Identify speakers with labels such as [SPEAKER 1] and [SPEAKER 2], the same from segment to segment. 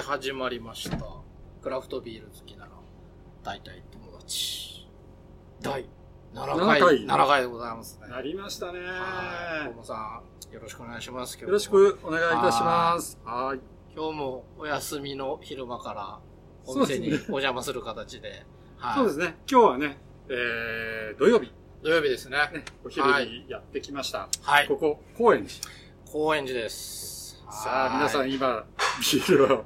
[SPEAKER 1] 始まりました。クラフトビール好きなら、大体友達。第7回。
[SPEAKER 2] 7回
[SPEAKER 1] 7回でございますね。
[SPEAKER 2] なりましたね。
[SPEAKER 1] はい。
[SPEAKER 2] よ
[SPEAKER 1] 友さん、よろしくお願いします。よ
[SPEAKER 2] ろし。くお願いいたします。はい。
[SPEAKER 1] 今日もお休みの昼間から、お店に
[SPEAKER 2] そ
[SPEAKER 1] お
[SPEAKER 2] うです
[SPEAKER 1] 邪魔する形で、はい。
[SPEAKER 2] そうですね。今日はね、えー、土曜日、
[SPEAKER 1] 土曜日ですね。
[SPEAKER 2] ね、お昼にやってきました。
[SPEAKER 1] はい。
[SPEAKER 2] ここ、高円寺。
[SPEAKER 1] 高円寺です。
[SPEAKER 2] さあ、皆さ
[SPEAKER 1] ん。
[SPEAKER 2] ん今、ビールを、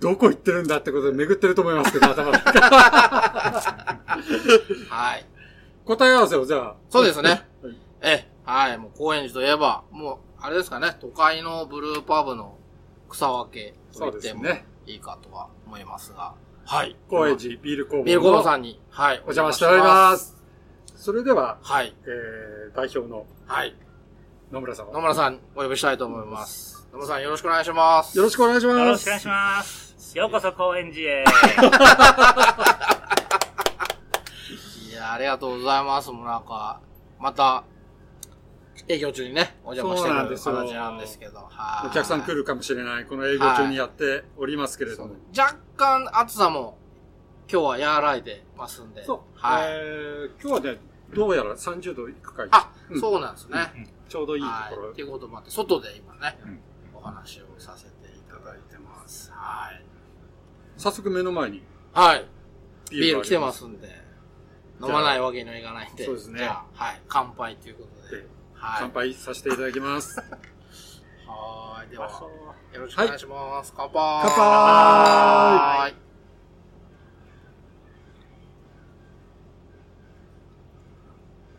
[SPEAKER 2] どこ行ってるんだってことで巡ってると思いますけど、頭の中
[SPEAKER 1] はい。
[SPEAKER 2] 答え合わせをじゃあ。
[SPEAKER 1] そうですね
[SPEAKER 2] はい。
[SPEAKER 1] ええ、はい。もう高円寺といえば、もう、あれですかね、都会のブルーパブの草分けと
[SPEAKER 2] そう
[SPEAKER 1] 言って
[SPEAKER 2] です
[SPEAKER 1] も
[SPEAKER 2] ね。
[SPEAKER 1] いいかとは思いますが、はい。
[SPEAKER 2] 高円寺ビール工房。
[SPEAKER 1] ビルコボさんに、はい。。
[SPEAKER 2] お邪魔しておりますす。それでは、
[SPEAKER 1] はい。
[SPEAKER 2] えー、代表の
[SPEAKER 1] はい。
[SPEAKER 2] 野村さんを
[SPEAKER 1] 野村さん、お呼びしたいと思います。野村さん、よろしくお願いします。
[SPEAKER 2] よろしくお願いします。
[SPEAKER 3] よろしくお願いします。ようこそ高円寺へ。
[SPEAKER 1] いや、ありがとうございます。もうなんか、また、営業中にね、お邪魔して
[SPEAKER 2] そうな
[SPEAKER 1] る
[SPEAKER 2] んで
[SPEAKER 1] 形
[SPEAKER 2] すよ
[SPEAKER 1] なんですけど、はい。
[SPEAKER 2] お客さん来るかもしれない、この営業中にやっておりますけれども。
[SPEAKER 1] 若干暑さも今日は和らいでますんで。
[SPEAKER 2] そう。
[SPEAKER 1] はい。
[SPEAKER 2] えー今日はね、どうやら30度いくかい、
[SPEAKER 1] あ、
[SPEAKER 2] うん
[SPEAKER 1] そうなんですね。
[SPEAKER 2] ちょうどいいと
[SPEAKER 1] はい。
[SPEAKER 2] ころ。
[SPEAKER 1] っていうこともあって、外で今ね、
[SPEAKER 2] うん
[SPEAKER 1] お話をさせていただいてます。はい。
[SPEAKER 2] 早速目の前に
[SPEAKER 1] はい。
[SPEAKER 2] ビ
[SPEAKER 1] ビ
[SPEAKER 2] ー
[SPEAKER 1] ール
[SPEAKER 2] ルがあ
[SPEAKER 1] 来てま
[SPEAKER 2] り
[SPEAKER 1] すんで、飲まないわけにはいかないんで。
[SPEAKER 2] そうですね
[SPEAKER 1] じゃあ、はい。乾杯ということで。
[SPEAKER 2] で
[SPEAKER 1] はい。
[SPEAKER 2] 乾杯させていただきます。
[SPEAKER 1] はーい。では、よ
[SPEAKER 3] は
[SPEAKER 1] ろしくお願いします。乾杯。
[SPEAKER 2] 乾杯
[SPEAKER 1] 乾杯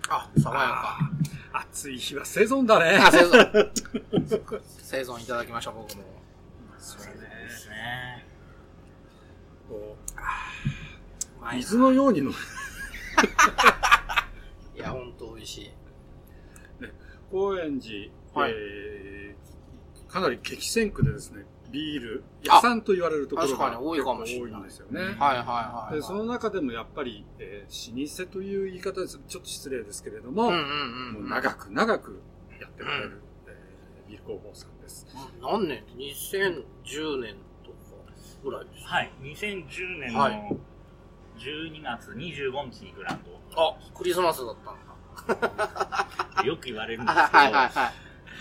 [SPEAKER 1] あ、爽やか。
[SPEAKER 2] 暑い日はセゾンだね。
[SPEAKER 1] あ、生存。生存いただきました、僕も。
[SPEAKER 2] そうね
[SPEAKER 3] ですね。
[SPEAKER 2] こう
[SPEAKER 1] うまいな
[SPEAKER 2] 水のように飲む。
[SPEAKER 1] いや、ほんと美味しい。
[SPEAKER 2] 高円寺、
[SPEAKER 1] はい
[SPEAKER 2] えーかなり激戦区でですね、ビール屋さんと言われるところ
[SPEAKER 1] 確かに
[SPEAKER 2] が
[SPEAKER 1] 多いかもしれない
[SPEAKER 2] 結構多んですよね。
[SPEAKER 1] はいはいはい、はい。
[SPEAKER 2] でその中でもやっぱり、えー老舗という言い方ですちょっと失礼ですけれども、
[SPEAKER 1] うんうん
[SPEAKER 2] も
[SPEAKER 1] うん。
[SPEAKER 2] う長く長くやってられる、えービール工房さんです。
[SPEAKER 1] 何年 ?2010 年とかぐらいです。
[SPEAKER 3] はい。2010年
[SPEAKER 1] はい
[SPEAKER 3] の12月25日にグランドオープン
[SPEAKER 1] あ、クリスマスだったん
[SPEAKER 3] ってよく言われるんで
[SPEAKER 1] だ。
[SPEAKER 3] すけど、
[SPEAKER 1] はいはいはい。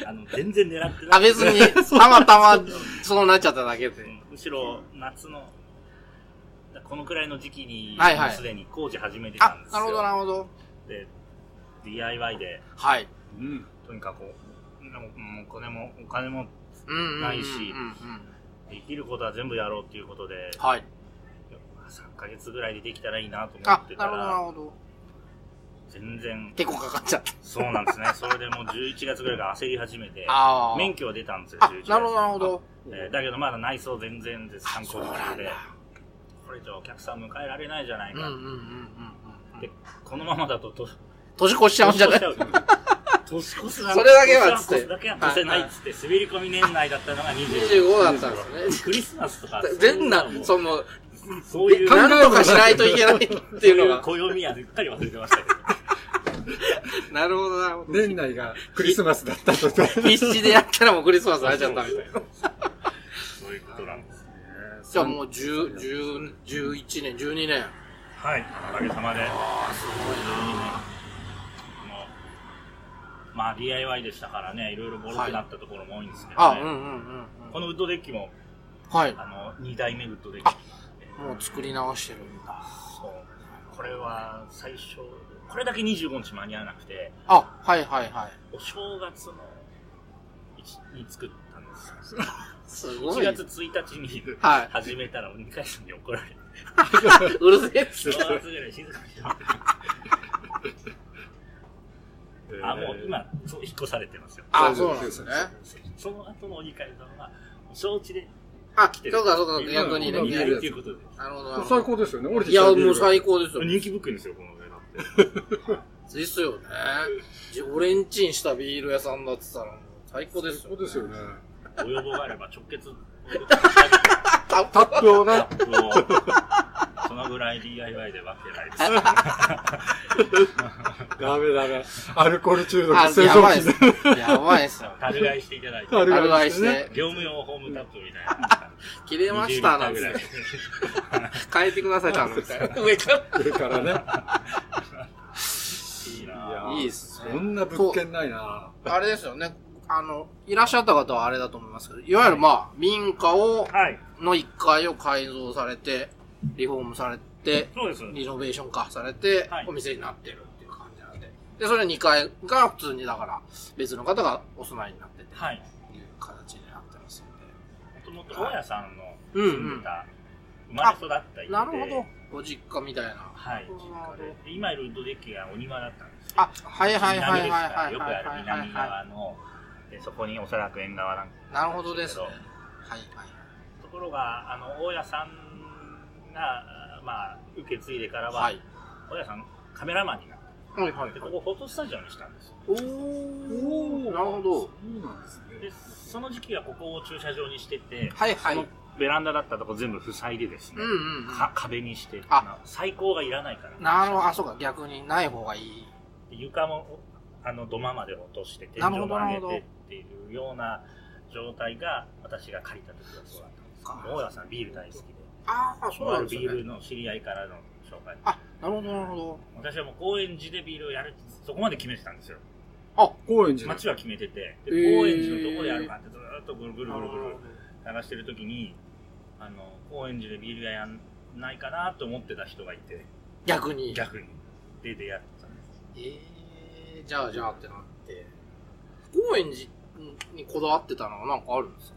[SPEAKER 3] あの全然狙ってな
[SPEAKER 1] あ、
[SPEAKER 3] い。
[SPEAKER 1] 別 に、たまたま、そうなっちゃっただけで
[SPEAKER 3] う。んむしろ夏の、このくらいの時期に、
[SPEAKER 1] はいはい
[SPEAKER 3] もうすでに工事始めてた
[SPEAKER 1] あ
[SPEAKER 3] んで、す
[SPEAKER 1] な
[SPEAKER 3] よ。
[SPEAKER 1] るほどなるほど。
[SPEAKER 3] で、DIY で、
[SPEAKER 1] はい。
[SPEAKER 2] うん、
[SPEAKER 3] とにかく、もうもうお金も、お金も
[SPEAKER 1] うんうんうんうん。
[SPEAKER 3] ないし
[SPEAKER 1] うんうん。
[SPEAKER 3] できることは全部やろうっていうことで、
[SPEAKER 1] はい。
[SPEAKER 3] 3ヶ月ぐらいでできたらいいなと思
[SPEAKER 1] あ
[SPEAKER 3] っ、て
[SPEAKER 1] な
[SPEAKER 3] た
[SPEAKER 1] るほどなる
[SPEAKER 3] ら、
[SPEAKER 1] ほど。
[SPEAKER 3] 全然、
[SPEAKER 1] 結構かかっちゃった。
[SPEAKER 3] そうなんですね。 それでもう11月ぐらいから焦り始めて、
[SPEAKER 1] ああ。
[SPEAKER 3] 免許は出たんですよ、
[SPEAKER 1] あ、
[SPEAKER 3] 11月。
[SPEAKER 1] なるほどなるほど。
[SPEAKER 3] えーだけどまだ内装全然です、参考
[SPEAKER 1] そうな
[SPEAKER 3] 中
[SPEAKER 1] ん
[SPEAKER 3] で
[SPEAKER 1] だ、
[SPEAKER 3] これ以上お客さん迎えられないじゃな
[SPEAKER 1] う
[SPEAKER 3] い
[SPEAKER 1] んうん
[SPEAKER 3] か。
[SPEAKER 1] うんうんうんうん
[SPEAKER 3] で。このままだと、と
[SPEAKER 1] 年越しちゃうんじゃない
[SPEAKER 3] 年越しちゃう年越す な
[SPEAKER 1] それだけはつって
[SPEAKER 3] 年越すだけは出せないっつって、滑り込み年内だったのが25。
[SPEAKER 1] 25だったんですね。
[SPEAKER 3] クリスマスとか、
[SPEAKER 1] 全な
[SPEAKER 3] そういうの、も
[SPEAKER 1] その、
[SPEAKER 3] そういう、
[SPEAKER 2] 考え
[SPEAKER 1] な
[SPEAKER 2] も
[SPEAKER 1] んとかしないといけないって
[SPEAKER 3] そう
[SPEAKER 1] いう
[SPEAKER 3] い
[SPEAKER 1] の
[SPEAKER 3] う
[SPEAKER 1] が。
[SPEAKER 3] 暦はすっかり忘れてましたけど。
[SPEAKER 1] なるほど、なるほど。
[SPEAKER 2] 年内がクリスマスだったと
[SPEAKER 1] 必死でやったらもうクリスマス会えちゃったみたいな。
[SPEAKER 3] そういうことなんです。
[SPEAKER 1] じゃあもう10、10 11年、12年。
[SPEAKER 3] はい、おかげさまで。
[SPEAKER 1] ああ、す
[SPEAKER 3] もうまあ DIY でしたからね、いろいろボロくなったところも多いんですけど、
[SPEAKER 1] あ、うん
[SPEAKER 3] ね
[SPEAKER 1] うんうんう
[SPEAKER 3] このウッドデッキも、
[SPEAKER 1] ん。はい。
[SPEAKER 3] あの、2代目ウッドデッキ
[SPEAKER 1] あ。もう作り直してるんだ。
[SPEAKER 3] そう。これは最初、これだけ25日間に合わなくて、
[SPEAKER 1] あ、はいはいはい。
[SPEAKER 3] お正月の1に作ったんですよ。
[SPEAKER 1] すごい。
[SPEAKER 3] 1月1日に
[SPEAKER 1] はい
[SPEAKER 3] 始めたら、2回戦に怒られて、
[SPEAKER 1] うるせえっす
[SPEAKER 3] 正。月ぐらい静かにしてもらってあ、もう今、そう引っ越されてますよ。
[SPEAKER 1] あ、そうなんですね。
[SPEAKER 3] その後のお二階さんは、お承知で
[SPEAKER 1] あ、
[SPEAKER 3] 来
[SPEAKER 1] そ
[SPEAKER 3] て
[SPEAKER 1] う
[SPEAKER 3] る。
[SPEAKER 1] かそうか、逆にね。
[SPEAKER 2] 今
[SPEAKER 3] 2
[SPEAKER 2] 見え
[SPEAKER 3] 代
[SPEAKER 2] るやつ
[SPEAKER 3] ということで。
[SPEAKER 1] なるほどなるほ
[SPEAKER 2] 最高ですよね。降り
[SPEAKER 1] ど。
[SPEAKER 2] て
[SPEAKER 1] い
[SPEAKER 2] きた
[SPEAKER 1] や、
[SPEAKER 2] ビール
[SPEAKER 1] もう最高ですよ。
[SPEAKER 3] 人気ブックですよ、この上だって。
[SPEAKER 1] ですよね。じ俺んちんしたビール屋さんだってたら、最高ですよ、
[SPEAKER 2] そうですよ。ね。
[SPEAKER 3] ご要望があれば直結。
[SPEAKER 2] タップをね、
[SPEAKER 3] そのぐらい DIY で分けないです。
[SPEAKER 2] ダメダメ。アルコール中毒、
[SPEAKER 1] あ、
[SPEAKER 2] 製
[SPEAKER 1] や
[SPEAKER 2] 造
[SPEAKER 1] ばい
[SPEAKER 2] 機
[SPEAKER 1] っす
[SPEAKER 2] で。。
[SPEAKER 1] やばいっすよ。
[SPEAKER 3] 樽買いしていただいて。
[SPEAKER 2] 樽
[SPEAKER 1] アルバイして
[SPEAKER 2] ね
[SPEAKER 1] ね。
[SPEAKER 3] 業務用ホームタップみたいな感
[SPEAKER 1] 切 れましたなんて
[SPEAKER 3] 20リッターぐらい。
[SPEAKER 1] 変えてください、ちゃんと。上から。
[SPEAKER 2] 上からね。
[SPEAKER 3] いい
[SPEAKER 2] いや
[SPEAKER 3] な
[SPEAKER 2] ー
[SPEAKER 1] いいっすね
[SPEAKER 2] そんな物件ないな
[SPEAKER 1] あれですよね。あの、いらっしゃった方はあれだと思いますけど、いわゆるまあ、民家を、
[SPEAKER 3] はい。
[SPEAKER 1] の1階を改造されて、リフォームされて、
[SPEAKER 3] そうです。
[SPEAKER 1] リノベーション化されて
[SPEAKER 3] はい、
[SPEAKER 1] お店になってるっていう感じなんで。で、それ2階が普通にだから、別の方がお住まいになってて、
[SPEAKER 3] はい。
[SPEAKER 1] いう形になってますん
[SPEAKER 3] もともと大家さんの
[SPEAKER 1] うんうん
[SPEAKER 3] 住んでた、生まれ育った家
[SPEAKER 1] で。
[SPEAKER 3] で。
[SPEAKER 1] なるほど。。ご実家みたいな。
[SPEAKER 3] はい。実家で。で今いるウッドデッキがお庭だったんですよ。
[SPEAKER 1] あ、はいはいはいはいはいはい
[SPEAKER 3] 南ですからよくある
[SPEAKER 1] はい
[SPEAKER 3] 南
[SPEAKER 1] は
[SPEAKER 3] 側の、でそこにおそらく縁側なんか
[SPEAKER 1] い。なるほどですね。
[SPEAKER 3] け
[SPEAKER 1] はいはい。
[SPEAKER 3] どところが、あの、大家さんが、まあ、受け継いでからは、
[SPEAKER 1] はい。
[SPEAKER 3] 大家さんカメラマンになっ
[SPEAKER 1] はいはい
[SPEAKER 3] て、でここフォトスタジオにしたんですよ。
[SPEAKER 1] お
[SPEAKER 2] お
[SPEAKER 1] ー。
[SPEAKER 2] ー
[SPEAKER 1] なるほど
[SPEAKER 2] そ。うなんです
[SPEAKER 3] で
[SPEAKER 2] ね。
[SPEAKER 3] その時期はここを駐車場にしてて、
[SPEAKER 1] はいは
[SPEAKER 3] そ
[SPEAKER 1] い。う
[SPEAKER 3] のベランダだったとこ全部塞いでですね、
[SPEAKER 1] んうんうん。
[SPEAKER 3] か壁にして
[SPEAKER 1] あ
[SPEAKER 3] 最高がいらないから
[SPEAKER 1] なるほど。あ、そうか。逆にない方がいい。
[SPEAKER 3] 床もあの土間まで落として天
[SPEAKER 1] な
[SPEAKER 3] 井
[SPEAKER 1] るほ
[SPEAKER 3] も
[SPEAKER 1] ど
[SPEAKER 3] 上げてっていうような状態が私が借りた時はそうだったんです
[SPEAKER 1] か
[SPEAKER 3] けど大家さんビール大好きで
[SPEAKER 1] ああ、そうなんです
[SPEAKER 3] ビー
[SPEAKER 1] ね。
[SPEAKER 3] ルの知り合いからの紹介
[SPEAKER 1] あ、なるほどなるほど。
[SPEAKER 3] 私はもう高円寺でビールをやるってそこまで決めてたんですよ
[SPEAKER 2] 高円寺の
[SPEAKER 3] 町は決めててで
[SPEAKER 1] えー
[SPEAKER 3] 高円寺のどこでやるかってずーっとぐるぐるぐるぐる探してる時にあの高円寺でビール屋やんないかなと思ってた人がいて
[SPEAKER 1] 逆に。
[SPEAKER 3] 逆にで出会ったんです
[SPEAKER 1] えー、じゃあじゃあってなって。高円寺にこだわってたのはなんかあるんですか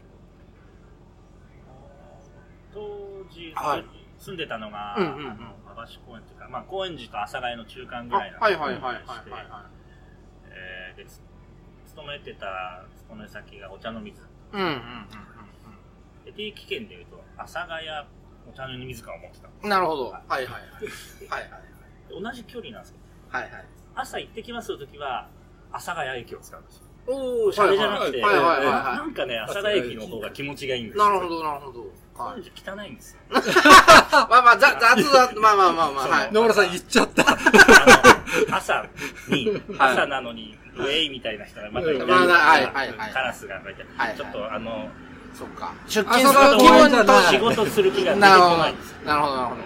[SPEAKER 3] 当時、
[SPEAKER 1] はい
[SPEAKER 3] 住んでたのが、
[SPEAKER 1] うんうんうん
[SPEAKER 3] あの馬橋公園というか、まあ、高円寺と阿佐ヶ谷の中間ぐ
[SPEAKER 1] あ
[SPEAKER 3] らいな
[SPEAKER 1] はいはいはいはいはい
[SPEAKER 3] して、
[SPEAKER 1] は
[SPEAKER 3] えーでつ勤めてた勤め先がお茶の水
[SPEAKER 1] い。うんうんうん
[SPEAKER 3] で定期券でいうと阿佐ヶ谷お茶の水館を持ってた
[SPEAKER 1] うん。なるほど。は
[SPEAKER 3] は
[SPEAKER 1] は
[SPEAKER 3] い
[SPEAKER 1] いはい。はいはい
[SPEAKER 3] で同じ距離なんですけど
[SPEAKER 1] はい。はいはい。
[SPEAKER 3] 朝行ってきますの時は阿佐ヶ谷駅を使うんですよ
[SPEAKER 1] おー、
[SPEAKER 3] それじゃなくて、
[SPEAKER 1] はいはいはい
[SPEAKER 3] な
[SPEAKER 1] は
[SPEAKER 3] んかね阿佐ヶ谷駅の方が気持ちがいいんで
[SPEAKER 1] い。
[SPEAKER 3] すよ
[SPEAKER 1] なるほどなるほど。
[SPEAKER 3] 高
[SPEAKER 1] は
[SPEAKER 3] 円
[SPEAKER 1] い。
[SPEAKER 3] 寺汚いんですよ
[SPEAKER 1] あ、まあまあ、ざ雑だ、まあまあまあまあ、はい。
[SPEAKER 2] 野村さん言っちゃった。
[SPEAKER 3] あの 朝に、
[SPEAKER 1] はい
[SPEAKER 3] 朝なのに、ウェイみたいな人がまたいたり
[SPEAKER 1] まだはいはいはい
[SPEAKER 3] カラスがまたいたり
[SPEAKER 1] はいはい
[SPEAKER 3] ちょっとあの、
[SPEAKER 1] そっか。出
[SPEAKER 2] 勤
[SPEAKER 1] 勤
[SPEAKER 2] す
[SPEAKER 1] す
[SPEAKER 2] る
[SPEAKER 1] る
[SPEAKER 2] 気
[SPEAKER 1] 気
[SPEAKER 2] 分
[SPEAKER 1] 分
[SPEAKER 2] と
[SPEAKER 1] と、
[SPEAKER 3] 仕事する気が出てこ
[SPEAKER 1] なるほど
[SPEAKER 3] ないんですよ。。
[SPEAKER 1] なるほど、なるほど。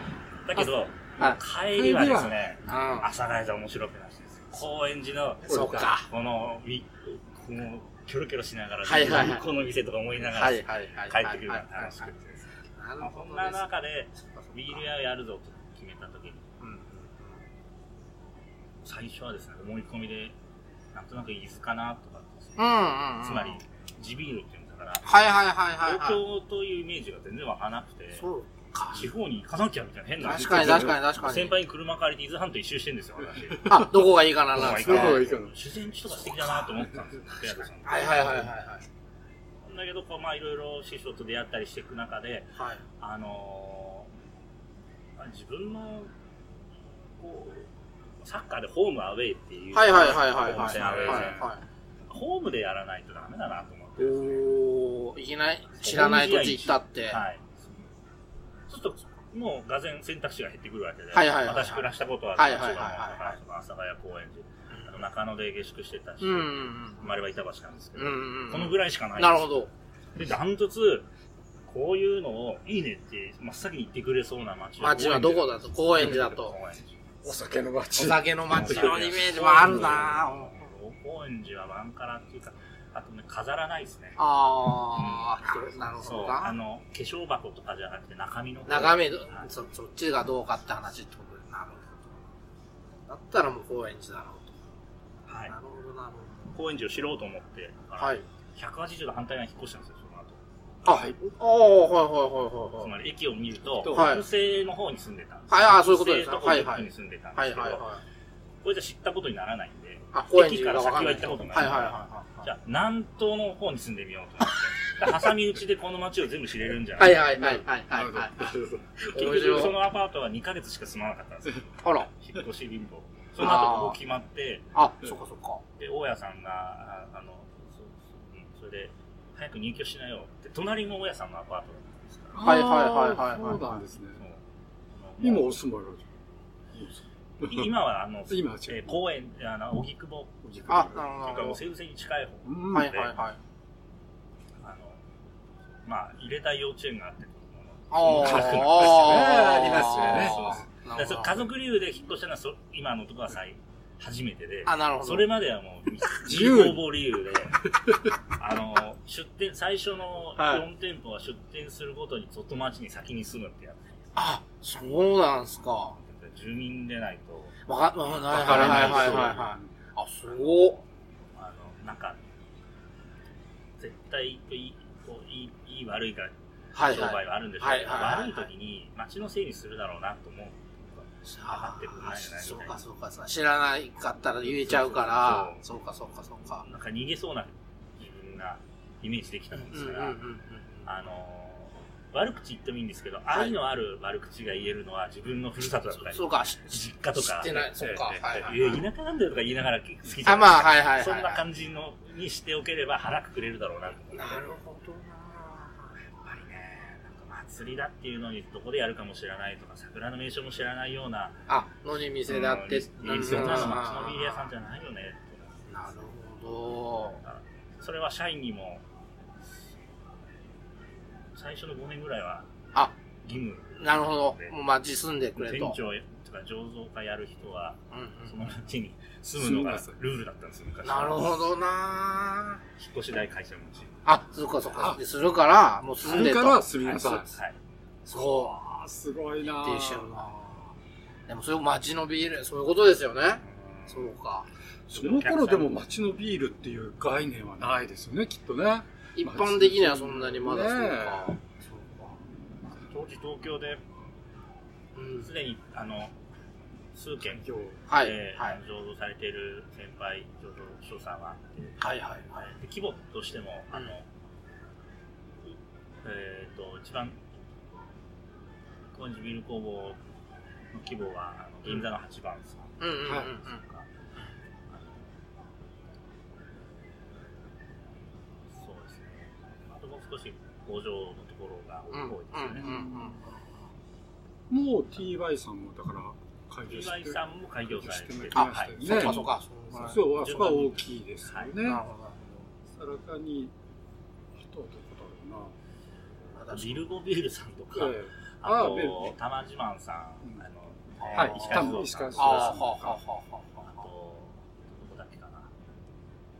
[SPEAKER 3] だけど、
[SPEAKER 1] はい。
[SPEAKER 3] 帰りはですね、
[SPEAKER 1] うん
[SPEAKER 3] 朝ヶ谷じゃ面白くないです。高円寺の、
[SPEAKER 1] そうか。
[SPEAKER 3] この、みこの、キョロキョロしながら、
[SPEAKER 1] はいはいはい
[SPEAKER 3] この店とか思いながら、
[SPEAKER 1] はいはいはい。
[SPEAKER 3] 帰ってくるのが楽しくて。
[SPEAKER 1] なるほ
[SPEAKER 3] そん
[SPEAKER 1] どで
[SPEAKER 3] な
[SPEAKER 1] す。
[SPEAKER 3] 中で、ビール屋をやるぞと決めた時に、最初はですね、思い込みで、なんとなく伊豆かなとかってですね
[SPEAKER 1] うんうんうん。
[SPEAKER 3] つまり、地ビールっていうんだから、
[SPEAKER 1] はいはいはいはい。
[SPEAKER 3] 東
[SPEAKER 1] はい
[SPEAKER 3] 京というイメージが全然わからなくて、
[SPEAKER 1] そうか。
[SPEAKER 3] 地方に行かなきゃみたいな変な。
[SPEAKER 1] 確かに確かに確かに。
[SPEAKER 3] 先輩に車借りて伊豆半島一周してんですよ、私。
[SPEAKER 1] あ、どこがいいかななんです
[SPEAKER 2] どこがいいかな
[SPEAKER 3] 自然地とか素敵だなと思ったんですよ、ペアドさん。
[SPEAKER 1] はいはいはいはい。
[SPEAKER 3] だけど、こうまあいろいろ師匠と出会ったりしていく中で、
[SPEAKER 1] はい。
[SPEAKER 3] あのーまあ自分の、こう、サッカーでホームアウェイっていう、
[SPEAKER 1] はいはいはいはい
[SPEAKER 3] 本戦アウェイ戦
[SPEAKER 1] は
[SPEAKER 3] ホームでやらないとダメだなと思って
[SPEAKER 1] い。おー、いきなり知らない土地行ったって。
[SPEAKER 3] はい。ちょっと、もう、がぜん選択肢が減ってくるわけで、
[SPEAKER 1] はいはいはいはい
[SPEAKER 3] 私暮らしたことある
[SPEAKER 1] はい
[SPEAKER 3] 千
[SPEAKER 1] はいはいはい
[SPEAKER 3] 葉の阿佐ヶ谷公園寺、あの中野で下宿してたし、
[SPEAKER 1] うんうん
[SPEAKER 3] 生まれは板橋なんですけ
[SPEAKER 1] うん。う
[SPEAKER 3] ど、
[SPEAKER 1] んうん。
[SPEAKER 3] このぐらいしかないんです
[SPEAKER 1] なるほど。
[SPEAKER 3] で、ダントツ、こういうのをいいねって真っ先に言ってくれそうな街
[SPEAKER 1] 街はどこだと、高円寺だと
[SPEAKER 3] 高。円
[SPEAKER 2] お酒の街。
[SPEAKER 1] お酒の街
[SPEAKER 3] 寺
[SPEAKER 1] のイメージもあるなぁ。
[SPEAKER 3] 高円寺はワンカラっていうか、あとね、飾らないですね。
[SPEAKER 1] あー、なる
[SPEAKER 3] そ
[SPEAKER 1] ほ
[SPEAKER 3] う、
[SPEAKER 1] ど
[SPEAKER 3] あ
[SPEAKER 1] な。
[SPEAKER 3] の、化粧箱とかじゃなくて中身の方。
[SPEAKER 1] 眺める
[SPEAKER 3] はい
[SPEAKER 1] そ、そっちがどうかって話ってことになるほど。だったらもう高円寺だろう
[SPEAKER 3] は
[SPEAKER 1] と。
[SPEAKER 3] い
[SPEAKER 1] な。るほど、なる
[SPEAKER 3] 高円寺を知ろうと思って、
[SPEAKER 1] ほど。はい。
[SPEAKER 3] 180度反対側に引っ越したんですよ、その後。
[SPEAKER 1] あ、はい。ああ、はい
[SPEAKER 3] つ
[SPEAKER 1] はいはいはいはい。
[SPEAKER 3] まり駅を見ると、
[SPEAKER 1] はい
[SPEAKER 3] 北西の方に住んでたんです
[SPEAKER 1] はいあーそういうことですね
[SPEAKER 3] 北西と北陸に住んでたんで
[SPEAKER 1] はい
[SPEAKER 3] すけど、
[SPEAKER 1] はいはい。
[SPEAKER 3] これじゃ知ったことにならないんで、
[SPEAKER 1] あ、高円寺
[SPEAKER 3] か
[SPEAKER 1] が
[SPEAKER 3] ら
[SPEAKER 1] わ
[SPEAKER 3] 先
[SPEAKER 1] かんな
[SPEAKER 3] は
[SPEAKER 1] い。
[SPEAKER 3] 行ったことない。
[SPEAKER 1] はいはいはいはい。
[SPEAKER 3] じゃあ、南東の方に住んでみようと思って。だ から挟み撃ちでこの街を全部知れるんじゃな
[SPEAKER 1] はいいはいはいはいはいはいはい。
[SPEAKER 3] 結
[SPEAKER 1] 面白
[SPEAKER 3] 局
[SPEAKER 1] い
[SPEAKER 3] そのアパートは2ヶ月しか住まなかったんですよ。
[SPEAKER 1] あら。
[SPEAKER 3] 引っ越し貧 乏。その後ここ決まって、
[SPEAKER 1] あ、そっかそっか。
[SPEAKER 3] で、大家さんが、ああの、そうそううんそれで、早く入居しなよって、隣も大家さんのアパートだったんですから。
[SPEAKER 1] はいはいはいはいはい
[SPEAKER 2] そうなんですね。
[SPEAKER 3] もう
[SPEAKER 2] 今
[SPEAKER 3] も
[SPEAKER 2] お住まいが
[SPEAKER 3] う今 は、あの、
[SPEAKER 2] 今は違う
[SPEAKER 3] えー公園、あの、荻窪。
[SPEAKER 1] あ、な
[SPEAKER 3] という
[SPEAKER 1] る
[SPEAKER 3] か、も
[SPEAKER 1] ほ
[SPEAKER 3] う西武線に近い方。
[SPEAKER 2] うん
[SPEAKER 1] ど。はいはいはい。
[SPEAKER 3] あの、まあ、入れたい幼稚園があって、子供の
[SPEAKER 1] あ
[SPEAKER 3] 家族
[SPEAKER 2] ありますよね
[SPEAKER 1] な
[SPEAKER 3] だ
[SPEAKER 1] る
[SPEAKER 3] からそ
[SPEAKER 1] ほ
[SPEAKER 3] 家
[SPEAKER 1] ど。
[SPEAKER 3] 族理由で引っ越したのはそ今のところは最初めてで、
[SPEAKER 1] あ、なるほど。
[SPEAKER 3] それまではもう自
[SPEAKER 2] 自
[SPEAKER 3] 由
[SPEAKER 2] 由
[SPEAKER 3] 応募理由で、あの、出店、最初の
[SPEAKER 2] はい
[SPEAKER 3] 4店舗は出店するごとに外町に先に住むってやって
[SPEAKER 1] あ、そうなんすか。わ
[SPEAKER 3] て住民でないと、
[SPEAKER 1] か、わかんない。
[SPEAKER 3] わ
[SPEAKER 1] はい
[SPEAKER 3] からない
[SPEAKER 1] はいはいはい。あ、すごっ。
[SPEAKER 3] あの、なんか、絶対いい、こういい、いい悪いが
[SPEAKER 1] はい
[SPEAKER 3] 商
[SPEAKER 1] はい。
[SPEAKER 3] 売はあるんでしょうけど、
[SPEAKER 1] はいはいはい
[SPEAKER 3] 悪い時に町のせいにするだろうなと思う。
[SPEAKER 1] あ
[SPEAKER 3] ってくんないじゃない
[SPEAKER 1] そうかそうかそうか。知らないかったら言えちゃうから。そうかそうかそうか。
[SPEAKER 3] なんか逃げそうな自分がイメージできたもんですから、
[SPEAKER 1] ん。
[SPEAKER 3] あのー悪口言ってもいいんですけど、愛のある悪口が言えるのは自分のふるさとだったり、
[SPEAKER 1] そうか、し
[SPEAKER 3] 実家と
[SPEAKER 1] 知
[SPEAKER 3] か、
[SPEAKER 1] ってない。そうか。
[SPEAKER 3] ええ
[SPEAKER 1] はいはい
[SPEAKER 3] ええ
[SPEAKER 1] はい。
[SPEAKER 3] 田舎なんだよとか言いながら好きじゃ
[SPEAKER 1] あ、
[SPEAKER 3] な
[SPEAKER 1] ま
[SPEAKER 3] い
[SPEAKER 1] あ、はいはいはい。
[SPEAKER 3] そんな感じのにしておければ腹くくれるだろうなと思って。
[SPEAKER 1] なる
[SPEAKER 3] やっ
[SPEAKER 1] ほどな
[SPEAKER 3] ぱりね、なんか祭りだっていうのにどこでやるかも知らないとか、桜の名所も知らないような、
[SPEAKER 1] あ、野に店だって。
[SPEAKER 3] うんいいですよね
[SPEAKER 1] うん
[SPEAKER 3] その街のビール屋さんじゃないよねって思って
[SPEAKER 1] なるほ
[SPEAKER 3] それは社員にも、最初の5年ぐらいは
[SPEAKER 1] あ
[SPEAKER 3] 義務
[SPEAKER 1] ど。なるほど。もう町住んでくれ
[SPEAKER 3] 店
[SPEAKER 1] と。
[SPEAKER 3] 長とか醸造家やる人は
[SPEAKER 1] うん
[SPEAKER 3] そうの町に住むのが
[SPEAKER 2] 住むのが
[SPEAKER 3] ルールだったんですよ昔
[SPEAKER 1] んなるほどな
[SPEAKER 3] 引っ越し代会社持ち
[SPEAKER 1] あ、そうかそうか。でするから、もう住んでと
[SPEAKER 2] するから住みなさい
[SPEAKER 1] はいそう
[SPEAKER 3] はい
[SPEAKER 1] そう。
[SPEAKER 2] ああ、すごいな
[SPEAKER 1] 徹底してるなでもそれを街のビール、そういうことですよね。
[SPEAKER 3] そ
[SPEAKER 1] そううか。
[SPEAKER 2] その頃でも街のビールっていう概念はないですよね、きっとね。
[SPEAKER 1] 一般的にはそんなにまだそうか。
[SPEAKER 2] ね
[SPEAKER 1] そう
[SPEAKER 3] 当時東京で
[SPEAKER 1] か。うん。
[SPEAKER 3] すでにあの数軒で、
[SPEAKER 1] はい。はい。
[SPEAKER 3] 醸造されている先輩醸造所さんは
[SPEAKER 1] はいはいはい。
[SPEAKER 3] で規模としてもあの、
[SPEAKER 1] うん
[SPEAKER 3] えっ、と一番高円寺ビール工房の規模はあの銀座の8番さん
[SPEAKER 1] うんうんうんうん。
[SPEAKER 2] はい
[SPEAKER 3] とかそうですね。あともう少し工場のところが多
[SPEAKER 1] うんうん
[SPEAKER 3] いですね
[SPEAKER 1] うんう。ん。
[SPEAKER 2] もう TY さんもだから開業
[SPEAKER 3] t
[SPEAKER 2] して
[SPEAKER 3] y さんも開業されて
[SPEAKER 2] して
[SPEAKER 3] て、
[SPEAKER 2] き
[SPEAKER 1] あ、
[SPEAKER 2] まし
[SPEAKER 1] は
[SPEAKER 2] たよ
[SPEAKER 1] い。
[SPEAKER 2] ね
[SPEAKER 1] そうかそうか。そうか
[SPEAKER 2] そう、あそこは大きいですよね。
[SPEAKER 1] なるほ
[SPEAKER 2] さらかに、あとはどこ
[SPEAKER 1] ど。
[SPEAKER 2] だろ
[SPEAKER 1] まだ
[SPEAKER 3] ビルゴビールさんとか、
[SPEAKER 2] うな。え
[SPEAKER 3] あ
[SPEAKER 2] あビルゴ
[SPEAKER 3] と、玉自慢さん、
[SPEAKER 2] うん
[SPEAKER 3] あの、
[SPEAKER 2] え
[SPEAKER 1] は
[SPEAKER 2] はいい、
[SPEAKER 3] 石
[SPEAKER 2] 多
[SPEAKER 3] 川
[SPEAKER 2] 分
[SPEAKER 3] 酒
[SPEAKER 2] 石
[SPEAKER 3] 造
[SPEAKER 1] あ
[SPEAKER 2] 川
[SPEAKER 1] あ、はあ
[SPEAKER 2] さん。
[SPEAKER 1] はあはあ
[SPEAKER 3] あ
[SPEAKER 1] は
[SPEAKER 3] と、どこだっけかな。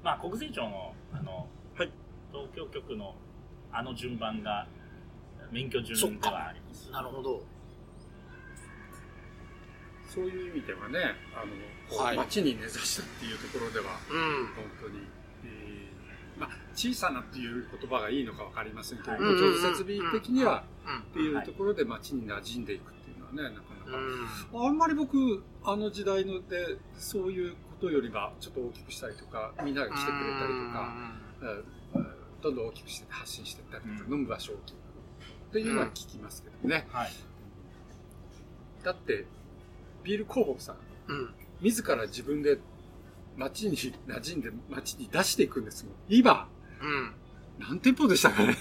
[SPEAKER 3] まあ、国税庁の、あの、東京局のあの順番が、免許
[SPEAKER 1] そっ
[SPEAKER 3] 順で
[SPEAKER 1] か
[SPEAKER 3] はあります
[SPEAKER 1] あ。。なるほど。
[SPEAKER 2] そういう意味ではね、あの、こう
[SPEAKER 1] はい
[SPEAKER 2] 街に根ざしたっていうところでは、
[SPEAKER 1] うん。
[SPEAKER 2] 本当に、えーまあ、小さなっていう言葉がいいのかわかりませんけど、
[SPEAKER 3] はい
[SPEAKER 2] もちょっと設備的には
[SPEAKER 1] うん。
[SPEAKER 2] っていうところで街に馴染んでいくっていうのはね、なかなか。
[SPEAKER 1] うん。
[SPEAKER 2] あんまり僕、あの時代ので、そういうことよりは、ちょっと大きくしたりとか、みんなが来てくれたりとか、えーえーどんどん大きくして発信していったりとか、
[SPEAKER 3] うん
[SPEAKER 2] 飲む場所を決めるっていうのは聞きますけどね。
[SPEAKER 3] はい。
[SPEAKER 2] だって、ビール工房さん、
[SPEAKER 1] うん。うん。
[SPEAKER 2] 自ら自分で街に馴染んで、街に出していくんですもん。今、
[SPEAKER 1] うん。
[SPEAKER 2] 何店舗でしたか ね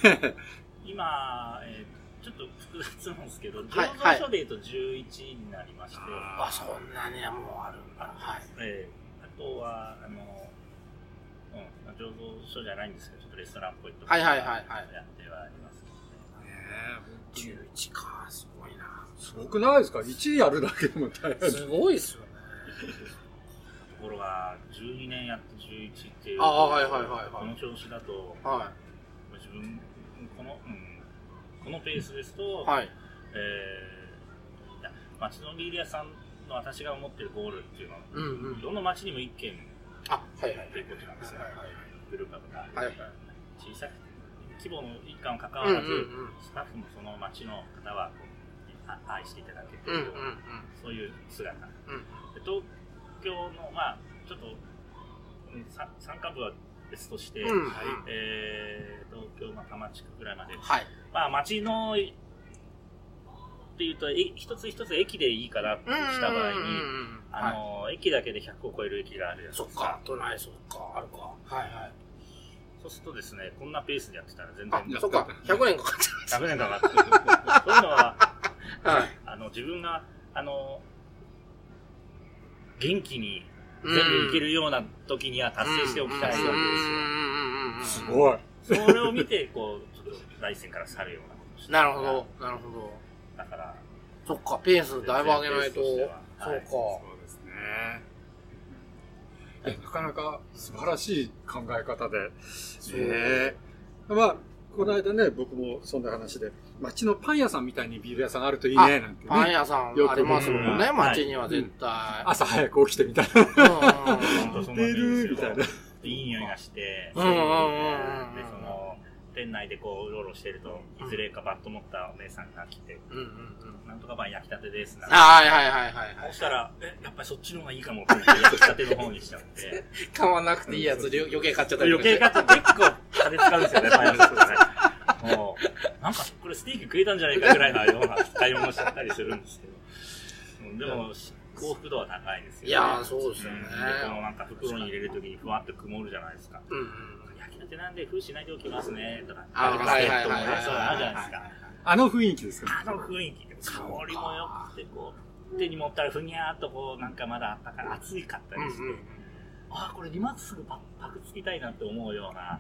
[SPEAKER 3] 今、えーちょっと複雑なんですけど、
[SPEAKER 1] はい
[SPEAKER 3] 醸
[SPEAKER 1] は
[SPEAKER 3] 造
[SPEAKER 1] い
[SPEAKER 3] 所でいうと11になりまして、
[SPEAKER 2] あ
[SPEAKER 1] あ、そんなにもうあるんだ。はい。
[SPEAKER 3] えーあとは、あの、うん、醸造所じゃないんですけど、ちょっとレストランっぽいとこ
[SPEAKER 1] はいはいはいはい
[SPEAKER 3] やってはありますけどね。
[SPEAKER 2] ねえ
[SPEAKER 1] 11か、すごいな。
[SPEAKER 2] すごくないですか ?1 位やるだけでも大変。
[SPEAKER 1] すごいっすよね。
[SPEAKER 3] ところが、12年やって11っていう、
[SPEAKER 1] ああはいはいはいはい
[SPEAKER 3] この調子だと、
[SPEAKER 1] は
[SPEAKER 3] 自分、この、うん、このペースですと、
[SPEAKER 1] い。はい。
[SPEAKER 3] えーいや町のビール屋さんの私が思ってるゴールっていうのは、
[SPEAKER 1] うんうん。
[SPEAKER 3] どの町にも1軒
[SPEAKER 1] あ、はいはい。
[SPEAKER 3] ということなんですよ、グループが。
[SPEAKER 1] はいはい。
[SPEAKER 3] 小さく規模の一環を関わ
[SPEAKER 1] うんうん
[SPEAKER 3] らず、
[SPEAKER 1] うん。
[SPEAKER 3] スタッフもその町の方はこうあ愛していただけて
[SPEAKER 1] う
[SPEAKER 3] い
[SPEAKER 1] んうん
[SPEAKER 3] るような、そういう姿で
[SPEAKER 1] うん。
[SPEAKER 3] 東京のまあちょっとうんさ山間部は別として、
[SPEAKER 1] うん
[SPEAKER 3] はいえー東京の多摩地区ぐらいまで
[SPEAKER 1] はい。
[SPEAKER 3] まあ町のっていうとえ一つ一つ駅でいいかなってした場合に、
[SPEAKER 1] は
[SPEAKER 3] あの駅だけで100を超える駅があるじ
[SPEAKER 1] い。
[SPEAKER 3] ゃないです
[SPEAKER 1] そ
[SPEAKER 3] か
[SPEAKER 1] っか、都内そっか、あるか。はいはい。
[SPEAKER 3] そうするとですねこんなペースでやってたら全
[SPEAKER 1] あ
[SPEAKER 3] 然、
[SPEAKER 1] そっか、100年かかっち
[SPEAKER 3] ダメなんだなって。そういうのは、
[SPEAKER 1] ゃう。はい。
[SPEAKER 3] あの、自分が、あの、元気に全部いけるような時には達成しておきたいわけですよ。
[SPEAKER 1] す
[SPEAKER 2] ごい。
[SPEAKER 3] それを見て、こう、ちょっと大戦から去るようなことをして
[SPEAKER 1] なるほど。なるほど。
[SPEAKER 3] だから、
[SPEAKER 1] そっか、ペースだいぶ上げないと。
[SPEAKER 3] ペ
[SPEAKER 1] そ
[SPEAKER 3] ースして
[SPEAKER 1] う
[SPEAKER 3] は
[SPEAKER 1] か。
[SPEAKER 3] はい
[SPEAKER 2] そうですね。いや、なかなか素晴らしい考え方で。
[SPEAKER 1] そう
[SPEAKER 2] ええまあ、この間ね、僕もそんな話で、街のパン屋さんみたいにビール屋さんあるといいね、なんて
[SPEAKER 1] パン
[SPEAKER 2] ね。
[SPEAKER 1] 屋さん
[SPEAKER 2] よく
[SPEAKER 1] ありますもんね、
[SPEAKER 3] うん
[SPEAKER 1] 街には絶対。
[SPEAKER 2] 朝早く起きてみたいな。
[SPEAKER 1] うんうんうん
[SPEAKER 3] 本当
[SPEAKER 2] 出
[SPEAKER 3] そ
[SPEAKER 2] て
[SPEAKER 3] んなんでいいです
[SPEAKER 2] る
[SPEAKER 3] よ
[SPEAKER 2] みたいな。
[SPEAKER 3] いい匂いがして、
[SPEAKER 1] うんうんうんうん
[SPEAKER 3] で、その、店内でこう、うろうろしてると、いずれかバッと持ったお姉さんが来て、
[SPEAKER 1] うんうんうん。
[SPEAKER 3] なんとかパン焼きたてですなんて
[SPEAKER 1] はいはいはいはいは
[SPEAKER 3] そ
[SPEAKER 1] い。
[SPEAKER 3] したら、え、やっぱりそっちの方がいいかもって言って、焼きたての方にしちゃって。
[SPEAKER 1] 買わなくていいやつ、りょ余計買っちゃったりと
[SPEAKER 3] 余
[SPEAKER 1] か
[SPEAKER 3] 計
[SPEAKER 1] して
[SPEAKER 3] 買って結構金使うんですよ ね、パイナップルね。もう、なんかこれステーキ食えたんじゃないかぐらいのような買い物しちゃったりするんですけど。 うんでも、幸福度は高いですよね。
[SPEAKER 1] いやーそうですよね
[SPEAKER 3] んでこのなんか袋に入れるときにふわっと曇るじゃないですか。
[SPEAKER 1] うんうん。
[SPEAKER 3] 焼きたてなんで封しないでおきますね、とか。
[SPEAKER 1] あーはいはいはいはい
[SPEAKER 3] バスケットもねそうあるじゃないですか。
[SPEAKER 2] あの雰囲気ですか
[SPEAKER 3] あの雰囲気、香りも良くて、こう、手に持ったらふにゃーっとこう、なんかまだあったから暑いかったりして、
[SPEAKER 1] うんうん
[SPEAKER 3] ああ、これ今すぐパパクつきたいなって思うような、あ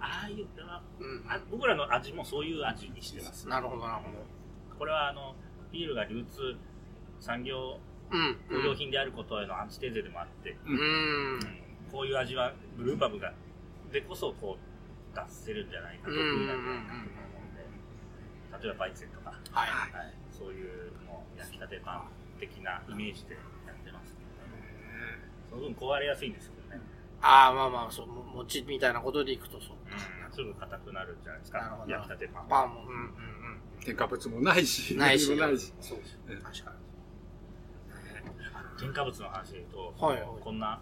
[SPEAKER 3] あいう、あ
[SPEAKER 1] うん
[SPEAKER 3] あ僕らの味もそういう味にしてます。
[SPEAKER 1] なるほどなるほ
[SPEAKER 3] これはあの、ビールが流通、産業、
[SPEAKER 1] ど。うん。
[SPEAKER 3] 不良品であることへのアンチテーゼでもあって、
[SPEAKER 1] うん。
[SPEAKER 3] こういう味はブルーバブが、でこそこう、出せるんじゃないか、
[SPEAKER 1] うん
[SPEAKER 3] 得
[SPEAKER 1] うんうんうん
[SPEAKER 3] 意なんじゃないかと思うんで、例えばバイツェンとか、
[SPEAKER 1] はい。
[SPEAKER 3] はい、そういうもう焼きたてパン的なイメージでやってますけどね、その分壊れやすいんですけどね、
[SPEAKER 1] ああ、まあまあ、そう、も餅みたいなことでいくとそう。
[SPEAKER 3] すぐ硬くなるんじゃないです
[SPEAKER 1] なる
[SPEAKER 3] か
[SPEAKER 1] ほ、ど
[SPEAKER 3] 焼きたてパンは。
[SPEAKER 1] パンも、うんうん
[SPEAKER 2] 添加物もないし、
[SPEAKER 1] うん。ないし。
[SPEAKER 2] 何もないし。
[SPEAKER 1] そう。
[SPEAKER 2] うん
[SPEAKER 1] 確かに。
[SPEAKER 3] 添加物の話で言うと、
[SPEAKER 1] はい
[SPEAKER 3] こんな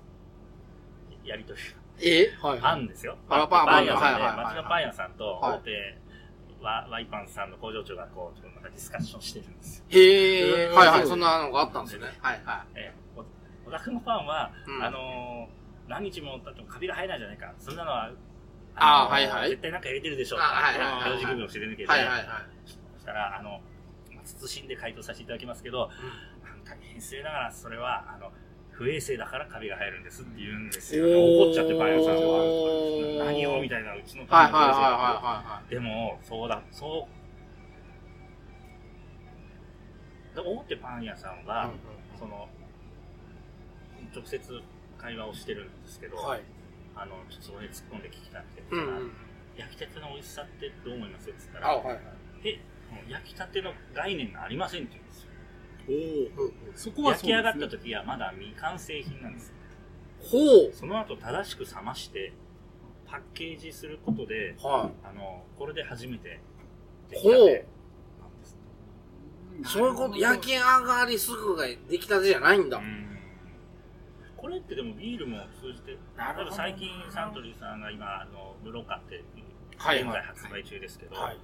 [SPEAKER 3] やりとり
[SPEAKER 1] えはい
[SPEAKER 3] があ
[SPEAKER 1] は
[SPEAKER 3] る
[SPEAKER 1] い。
[SPEAKER 3] んですよ、
[SPEAKER 1] あらパン
[SPEAKER 3] パン屋さん
[SPEAKER 1] はい
[SPEAKER 3] で、
[SPEAKER 1] はいはいはい
[SPEAKER 3] 町のパン屋さんと
[SPEAKER 1] はい
[SPEAKER 3] 大手、ワワイパンさんの工場長がこう、ちょっとなんかディスカッションしてるんですよ。
[SPEAKER 1] へえ、
[SPEAKER 2] うん
[SPEAKER 1] はいは
[SPEAKER 2] そ
[SPEAKER 1] い。
[SPEAKER 2] う
[SPEAKER 1] そんなのがあったんですね。はいは
[SPEAKER 3] ええおお宅のパンは、
[SPEAKER 1] うん
[SPEAKER 3] あのー何日も経ってもカビが生えないじゃないか。そんなのは、
[SPEAKER 1] あー
[SPEAKER 3] のー
[SPEAKER 1] はいはい
[SPEAKER 3] 絶対なんか入れてるでしょう。
[SPEAKER 1] あはいはいはいはい
[SPEAKER 3] 表示区分を知り抜け
[SPEAKER 1] い。
[SPEAKER 3] て。
[SPEAKER 1] はいはいはい。
[SPEAKER 3] そしたら、あの、まあ慎んで回答させていただきますけど、あの大変失礼ながら、それは、あの、不衛生だからカビが生えるんですって言うんですよ。怒っちゃってパン屋さんが
[SPEAKER 1] おー
[SPEAKER 3] 何をみたいな、うちの
[SPEAKER 1] はい
[SPEAKER 3] パ
[SPEAKER 1] はい
[SPEAKER 3] ン
[SPEAKER 1] はい
[SPEAKER 3] の
[SPEAKER 1] はい
[SPEAKER 3] 不衛
[SPEAKER 1] は
[SPEAKER 3] 生でも、そうだ、そう。で大手パン屋さん
[SPEAKER 1] い
[SPEAKER 3] は
[SPEAKER 1] はい、。
[SPEAKER 3] その直接会話をしてるんですけど、
[SPEAKER 1] はい。
[SPEAKER 3] あのちょっとそこで突っ込んで聞きたくて、
[SPEAKER 1] うんうん。
[SPEAKER 3] 焼きたての美味しさってどう思いますって言った
[SPEAKER 1] あ、
[SPEAKER 3] ら
[SPEAKER 1] はいはい。
[SPEAKER 3] 「えもう焼きたての概念がありません」って言うんですよ
[SPEAKER 2] おお。
[SPEAKER 1] うんうん
[SPEAKER 2] そこは
[SPEAKER 3] 焼
[SPEAKER 2] そ
[SPEAKER 3] き
[SPEAKER 2] う
[SPEAKER 3] 上が
[SPEAKER 2] で
[SPEAKER 3] っ
[SPEAKER 2] す
[SPEAKER 3] た
[SPEAKER 2] ね。
[SPEAKER 3] 時はまだ未完成品なんです
[SPEAKER 1] ほ
[SPEAKER 3] その後正しく冷ましてパッケージすることで
[SPEAKER 1] う。はい。
[SPEAKER 3] あのこれで初めて出来
[SPEAKER 1] ほ
[SPEAKER 3] たて
[SPEAKER 1] う。
[SPEAKER 3] なんです
[SPEAKER 1] そういうこと、焼き上がりすぐができたてじゃないんだ。
[SPEAKER 3] うんこれってでもビールも通じて例え
[SPEAKER 1] なるほど
[SPEAKER 3] ば最近サントリーさんが今あのブロカっていう
[SPEAKER 1] はい
[SPEAKER 3] 現
[SPEAKER 1] はい
[SPEAKER 3] 在発売中ですけど、
[SPEAKER 1] はい。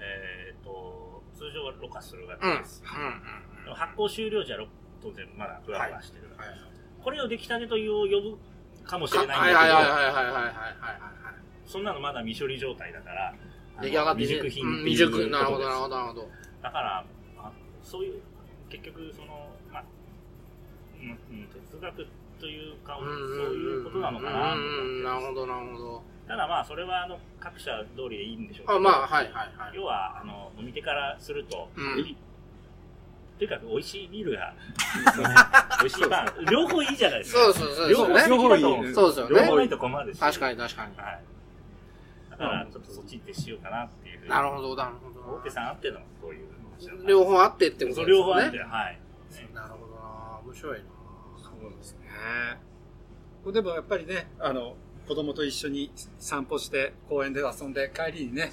[SPEAKER 3] えっ、と、通常はろ過するわ
[SPEAKER 1] うん。う
[SPEAKER 3] け
[SPEAKER 1] ん
[SPEAKER 3] です。でも発酵終了時はろ当然まだふわふわしてる、
[SPEAKER 1] はい
[SPEAKER 3] これを出来たてという呼ぶかもしれないんだ
[SPEAKER 1] は
[SPEAKER 3] け
[SPEAKER 1] い
[SPEAKER 3] ど、
[SPEAKER 1] はいはいはいはいはいはいはい。
[SPEAKER 3] そんなのまだ未処理状態だから、あの
[SPEAKER 1] 出来上がってね
[SPEAKER 3] 未熟品
[SPEAKER 1] う
[SPEAKER 3] っ
[SPEAKER 1] ん
[SPEAKER 3] てい
[SPEAKER 1] 未
[SPEAKER 3] う
[SPEAKER 1] 熟
[SPEAKER 3] ことです。
[SPEAKER 1] なるほどなるほどなるほど
[SPEAKER 3] だから、あそういう、結局、その、まあ、うんうん哲学というか、
[SPEAKER 1] うんうん
[SPEAKER 3] そういうことなのかなと
[SPEAKER 1] うん
[SPEAKER 3] 思
[SPEAKER 1] うんうんな
[SPEAKER 3] っ
[SPEAKER 1] る
[SPEAKER 3] てま
[SPEAKER 1] ほどなるほど
[SPEAKER 3] す。ただまあ、それはあの各社通りでいいんでしょうけど、
[SPEAKER 1] あまあはいはいはい
[SPEAKER 3] 要はあの飲み手からすると、
[SPEAKER 1] うん
[SPEAKER 3] とにかく美味しいビー ルが、美味しいパン、両方いいじゃないですか。
[SPEAKER 1] そうそうそう
[SPEAKER 3] 両
[SPEAKER 1] そう
[SPEAKER 3] 方
[SPEAKER 1] ね
[SPEAKER 3] 好きだと思う
[SPEAKER 2] 両方いい
[SPEAKER 1] そうですよ
[SPEAKER 3] 両方な
[SPEAKER 1] ね
[SPEAKER 3] いと困るし。
[SPEAKER 1] 確かに確かに
[SPEAKER 3] はい。だから、ちょっとそっち行ってしようかなっていうふうに。
[SPEAKER 1] なるほどなる
[SPEAKER 3] 大手さんあってのそういう話だから。
[SPEAKER 1] 両方あってってこと
[SPEAKER 3] そう
[SPEAKER 1] です
[SPEAKER 3] 両方
[SPEAKER 1] よ
[SPEAKER 3] あ
[SPEAKER 1] ね
[SPEAKER 3] って、はい。
[SPEAKER 1] なるほどな面白いな
[SPEAKER 2] そうですね。これでもやっぱりね、あの、子供と一緒に散歩して、公園で遊んで、帰りにね、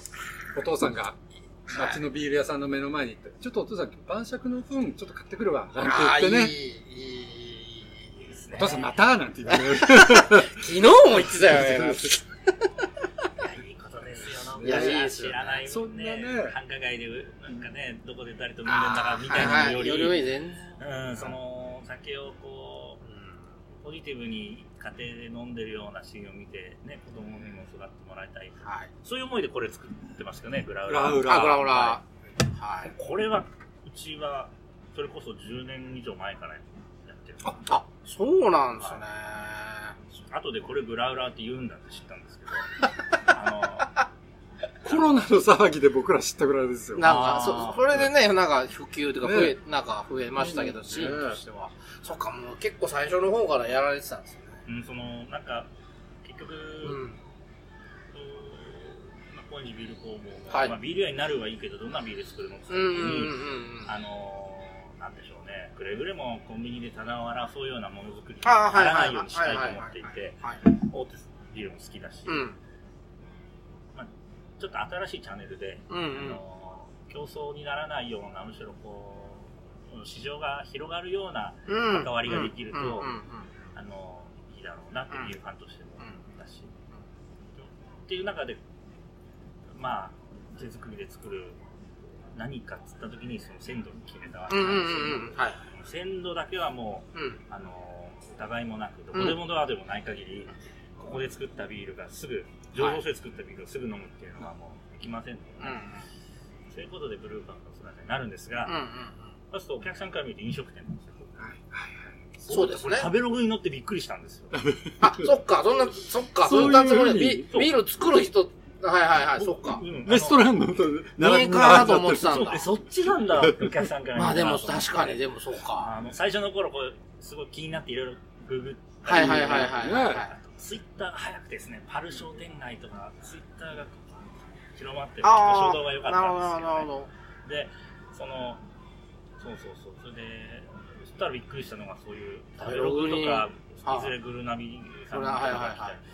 [SPEAKER 2] お父さんが、街のビール屋さんの目の前に行って、ちょっとお父さん、晩酌の分、ちょっと買ってくるわ、なんて
[SPEAKER 1] あー
[SPEAKER 2] 言って
[SPEAKER 1] い
[SPEAKER 2] ね、
[SPEAKER 1] いいいいい
[SPEAKER 3] です
[SPEAKER 2] お
[SPEAKER 3] ね
[SPEAKER 2] 父さんまたなんて言われる。
[SPEAKER 1] 昨日も言ってた よね
[SPEAKER 3] いやいいことですよ、
[SPEAKER 1] いやいいです
[SPEAKER 3] 知
[SPEAKER 1] よ
[SPEAKER 3] らない
[SPEAKER 2] そ
[SPEAKER 3] も
[SPEAKER 2] ん
[SPEAKER 3] ん
[SPEAKER 2] な
[SPEAKER 3] ね。
[SPEAKER 2] ね
[SPEAKER 3] 繁華街で、なんかね、どこで誰と飲んでんだ
[SPEAKER 1] あ
[SPEAKER 3] かみたいな
[SPEAKER 1] あ
[SPEAKER 3] の
[SPEAKER 1] よ
[SPEAKER 3] よ
[SPEAKER 1] り
[SPEAKER 3] り、
[SPEAKER 1] より全然
[SPEAKER 3] うん、その、酒をこう、ポジティブに家庭で飲んでるようなシーンを見て、ね、子供にも育ってもらいたい。
[SPEAKER 1] はい
[SPEAKER 3] そういう思いでこれ作ってますよね、グラウ
[SPEAKER 2] グラウ
[SPEAKER 3] ラ。
[SPEAKER 2] ラ
[SPEAKER 1] あほらほらはい
[SPEAKER 3] これは、うちは、それこそ10年以上前からやってる。
[SPEAKER 1] あそうなんですね
[SPEAKER 3] 後でこれグラウラーって言うんだって知ったんですけど、ああ
[SPEAKER 2] コロナの騒ぎで僕ら知ったぐらいですよ。
[SPEAKER 1] なんか、
[SPEAKER 3] あ
[SPEAKER 1] そ
[SPEAKER 3] ー、
[SPEAKER 1] それでね、なんか普及とか増え、なんか増えましたけ
[SPEAKER 2] う
[SPEAKER 1] ど、
[SPEAKER 2] ん
[SPEAKER 1] シーンとしては。そっか、もう結構最初の方からやられてたんですよね。
[SPEAKER 3] の、うん、その、なんか、結局、
[SPEAKER 1] うん。
[SPEAKER 3] まあ、ここにビール工房、
[SPEAKER 1] はい
[SPEAKER 3] まあ、ビール屋になるはいいけど、どんなビール作るのか、
[SPEAKER 1] うんうんうんうん。
[SPEAKER 3] あのー、なんでしょうね、くれぐれもコンビニで棚を争うようなものづくりに
[SPEAKER 1] あ
[SPEAKER 3] な
[SPEAKER 1] ーはい
[SPEAKER 3] ら
[SPEAKER 1] は
[SPEAKER 3] な
[SPEAKER 1] は
[SPEAKER 3] い
[SPEAKER 1] い
[SPEAKER 3] いようにしたいと思っていて、
[SPEAKER 1] はい。
[SPEAKER 3] 大手ビールも好きだし、
[SPEAKER 1] うん。
[SPEAKER 3] ちょっと新しいチャンネルで、
[SPEAKER 1] うんう
[SPEAKER 3] あ
[SPEAKER 1] ん。
[SPEAKER 3] のー競争にならないような、むしろこう、市場が広がるような、
[SPEAKER 1] うん。
[SPEAKER 3] 関わりができると
[SPEAKER 1] うんうんうんうん
[SPEAKER 3] あのーいいだろうなっていうファンとしても
[SPEAKER 1] うん
[SPEAKER 3] だし、っていう中で、まあ、手作りで作る何かっつった時に、その鮮度に決めたわけ
[SPEAKER 1] うんうん
[SPEAKER 3] なんですよ。
[SPEAKER 1] うんうん。はい。
[SPEAKER 3] 鮮度だけはもう、
[SPEAKER 1] うん。
[SPEAKER 3] あの疑いもなくどこでもドアでもない限り、ここで作ったビールがすぐ醸造所で作ったビールをすぐ飲むっていうのはもうできませんの
[SPEAKER 1] うん。うん
[SPEAKER 3] で、ねそういうことでブルーバンが育てになるんですが、
[SPEAKER 1] うんうん。
[SPEAKER 3] そうするとお客さんから見ると飲食店なんですよ
[SPEAKER 1] そうですね
[SPEAKER 3] 僕。食べログに乗ってびっくりしたんですよ
[SPEAKER 1] あ、そっか、そんな、そっか、
[SPEAKER 2] そ
[SPEAKER 1] そ
[SPEAKER 2] うい
[SPEAKER 1] うい
[SPEAKER 2] う
[SPEAKER 1] うつもり
[SPEAKER 2] ふうに
[SPEAKER 1] ビビール作る人、はいはいはい、そっか。
[SPEAKER 2] レスト
[SPEAKER 3] ラ
[SPEAKER 2] ランの音で
[SPEAKER 1] メーカーだと思って
[SPEAKER 2] 並
[SPEAKER 1] たん
[SPEAKER 3] そう
[SPEAKER 1] だ
[SPEAKER 3] え。そっちなんだってお客さんから見ると
[SPEAKER 1] まあでも確かに、でもそうか。
[SPEAKER 3] あの最初の頃こうすごい気になっていろいろググった
[SPEAKER 1] は
[SPEAKER 3] り
[SPEAKER 1] いはいはいはいはいはい。
[SPEAKER 3] ツイッターが早くですね、パル商店街とか、ツイッターが広まって、結
[SPEAKER 1] あ
[SPEAKER 3] 構
[SPEAKER 1] あ
[SPEAKER 3] 衝動が良かっ
[SPEAKER 1] なる
[SPEAKER 3] た
[SPEAKER 1] ほど、なる
[SPEAKER 3] ん
[SPEAKER 1] ほど。
[SPEAKER 3] ですけど、ね、で、その、そうそうそう、それで、そしたらびっくりしたのが、そういう食べログとか、いずれグルナビさんとか
[SPEAKER 1] はいはい
[SPEAKER 3] が来
[SPEAKER 1] は
[SPEAKER 3] た
[SPEAKER 1] い
[SPEAKER 3] り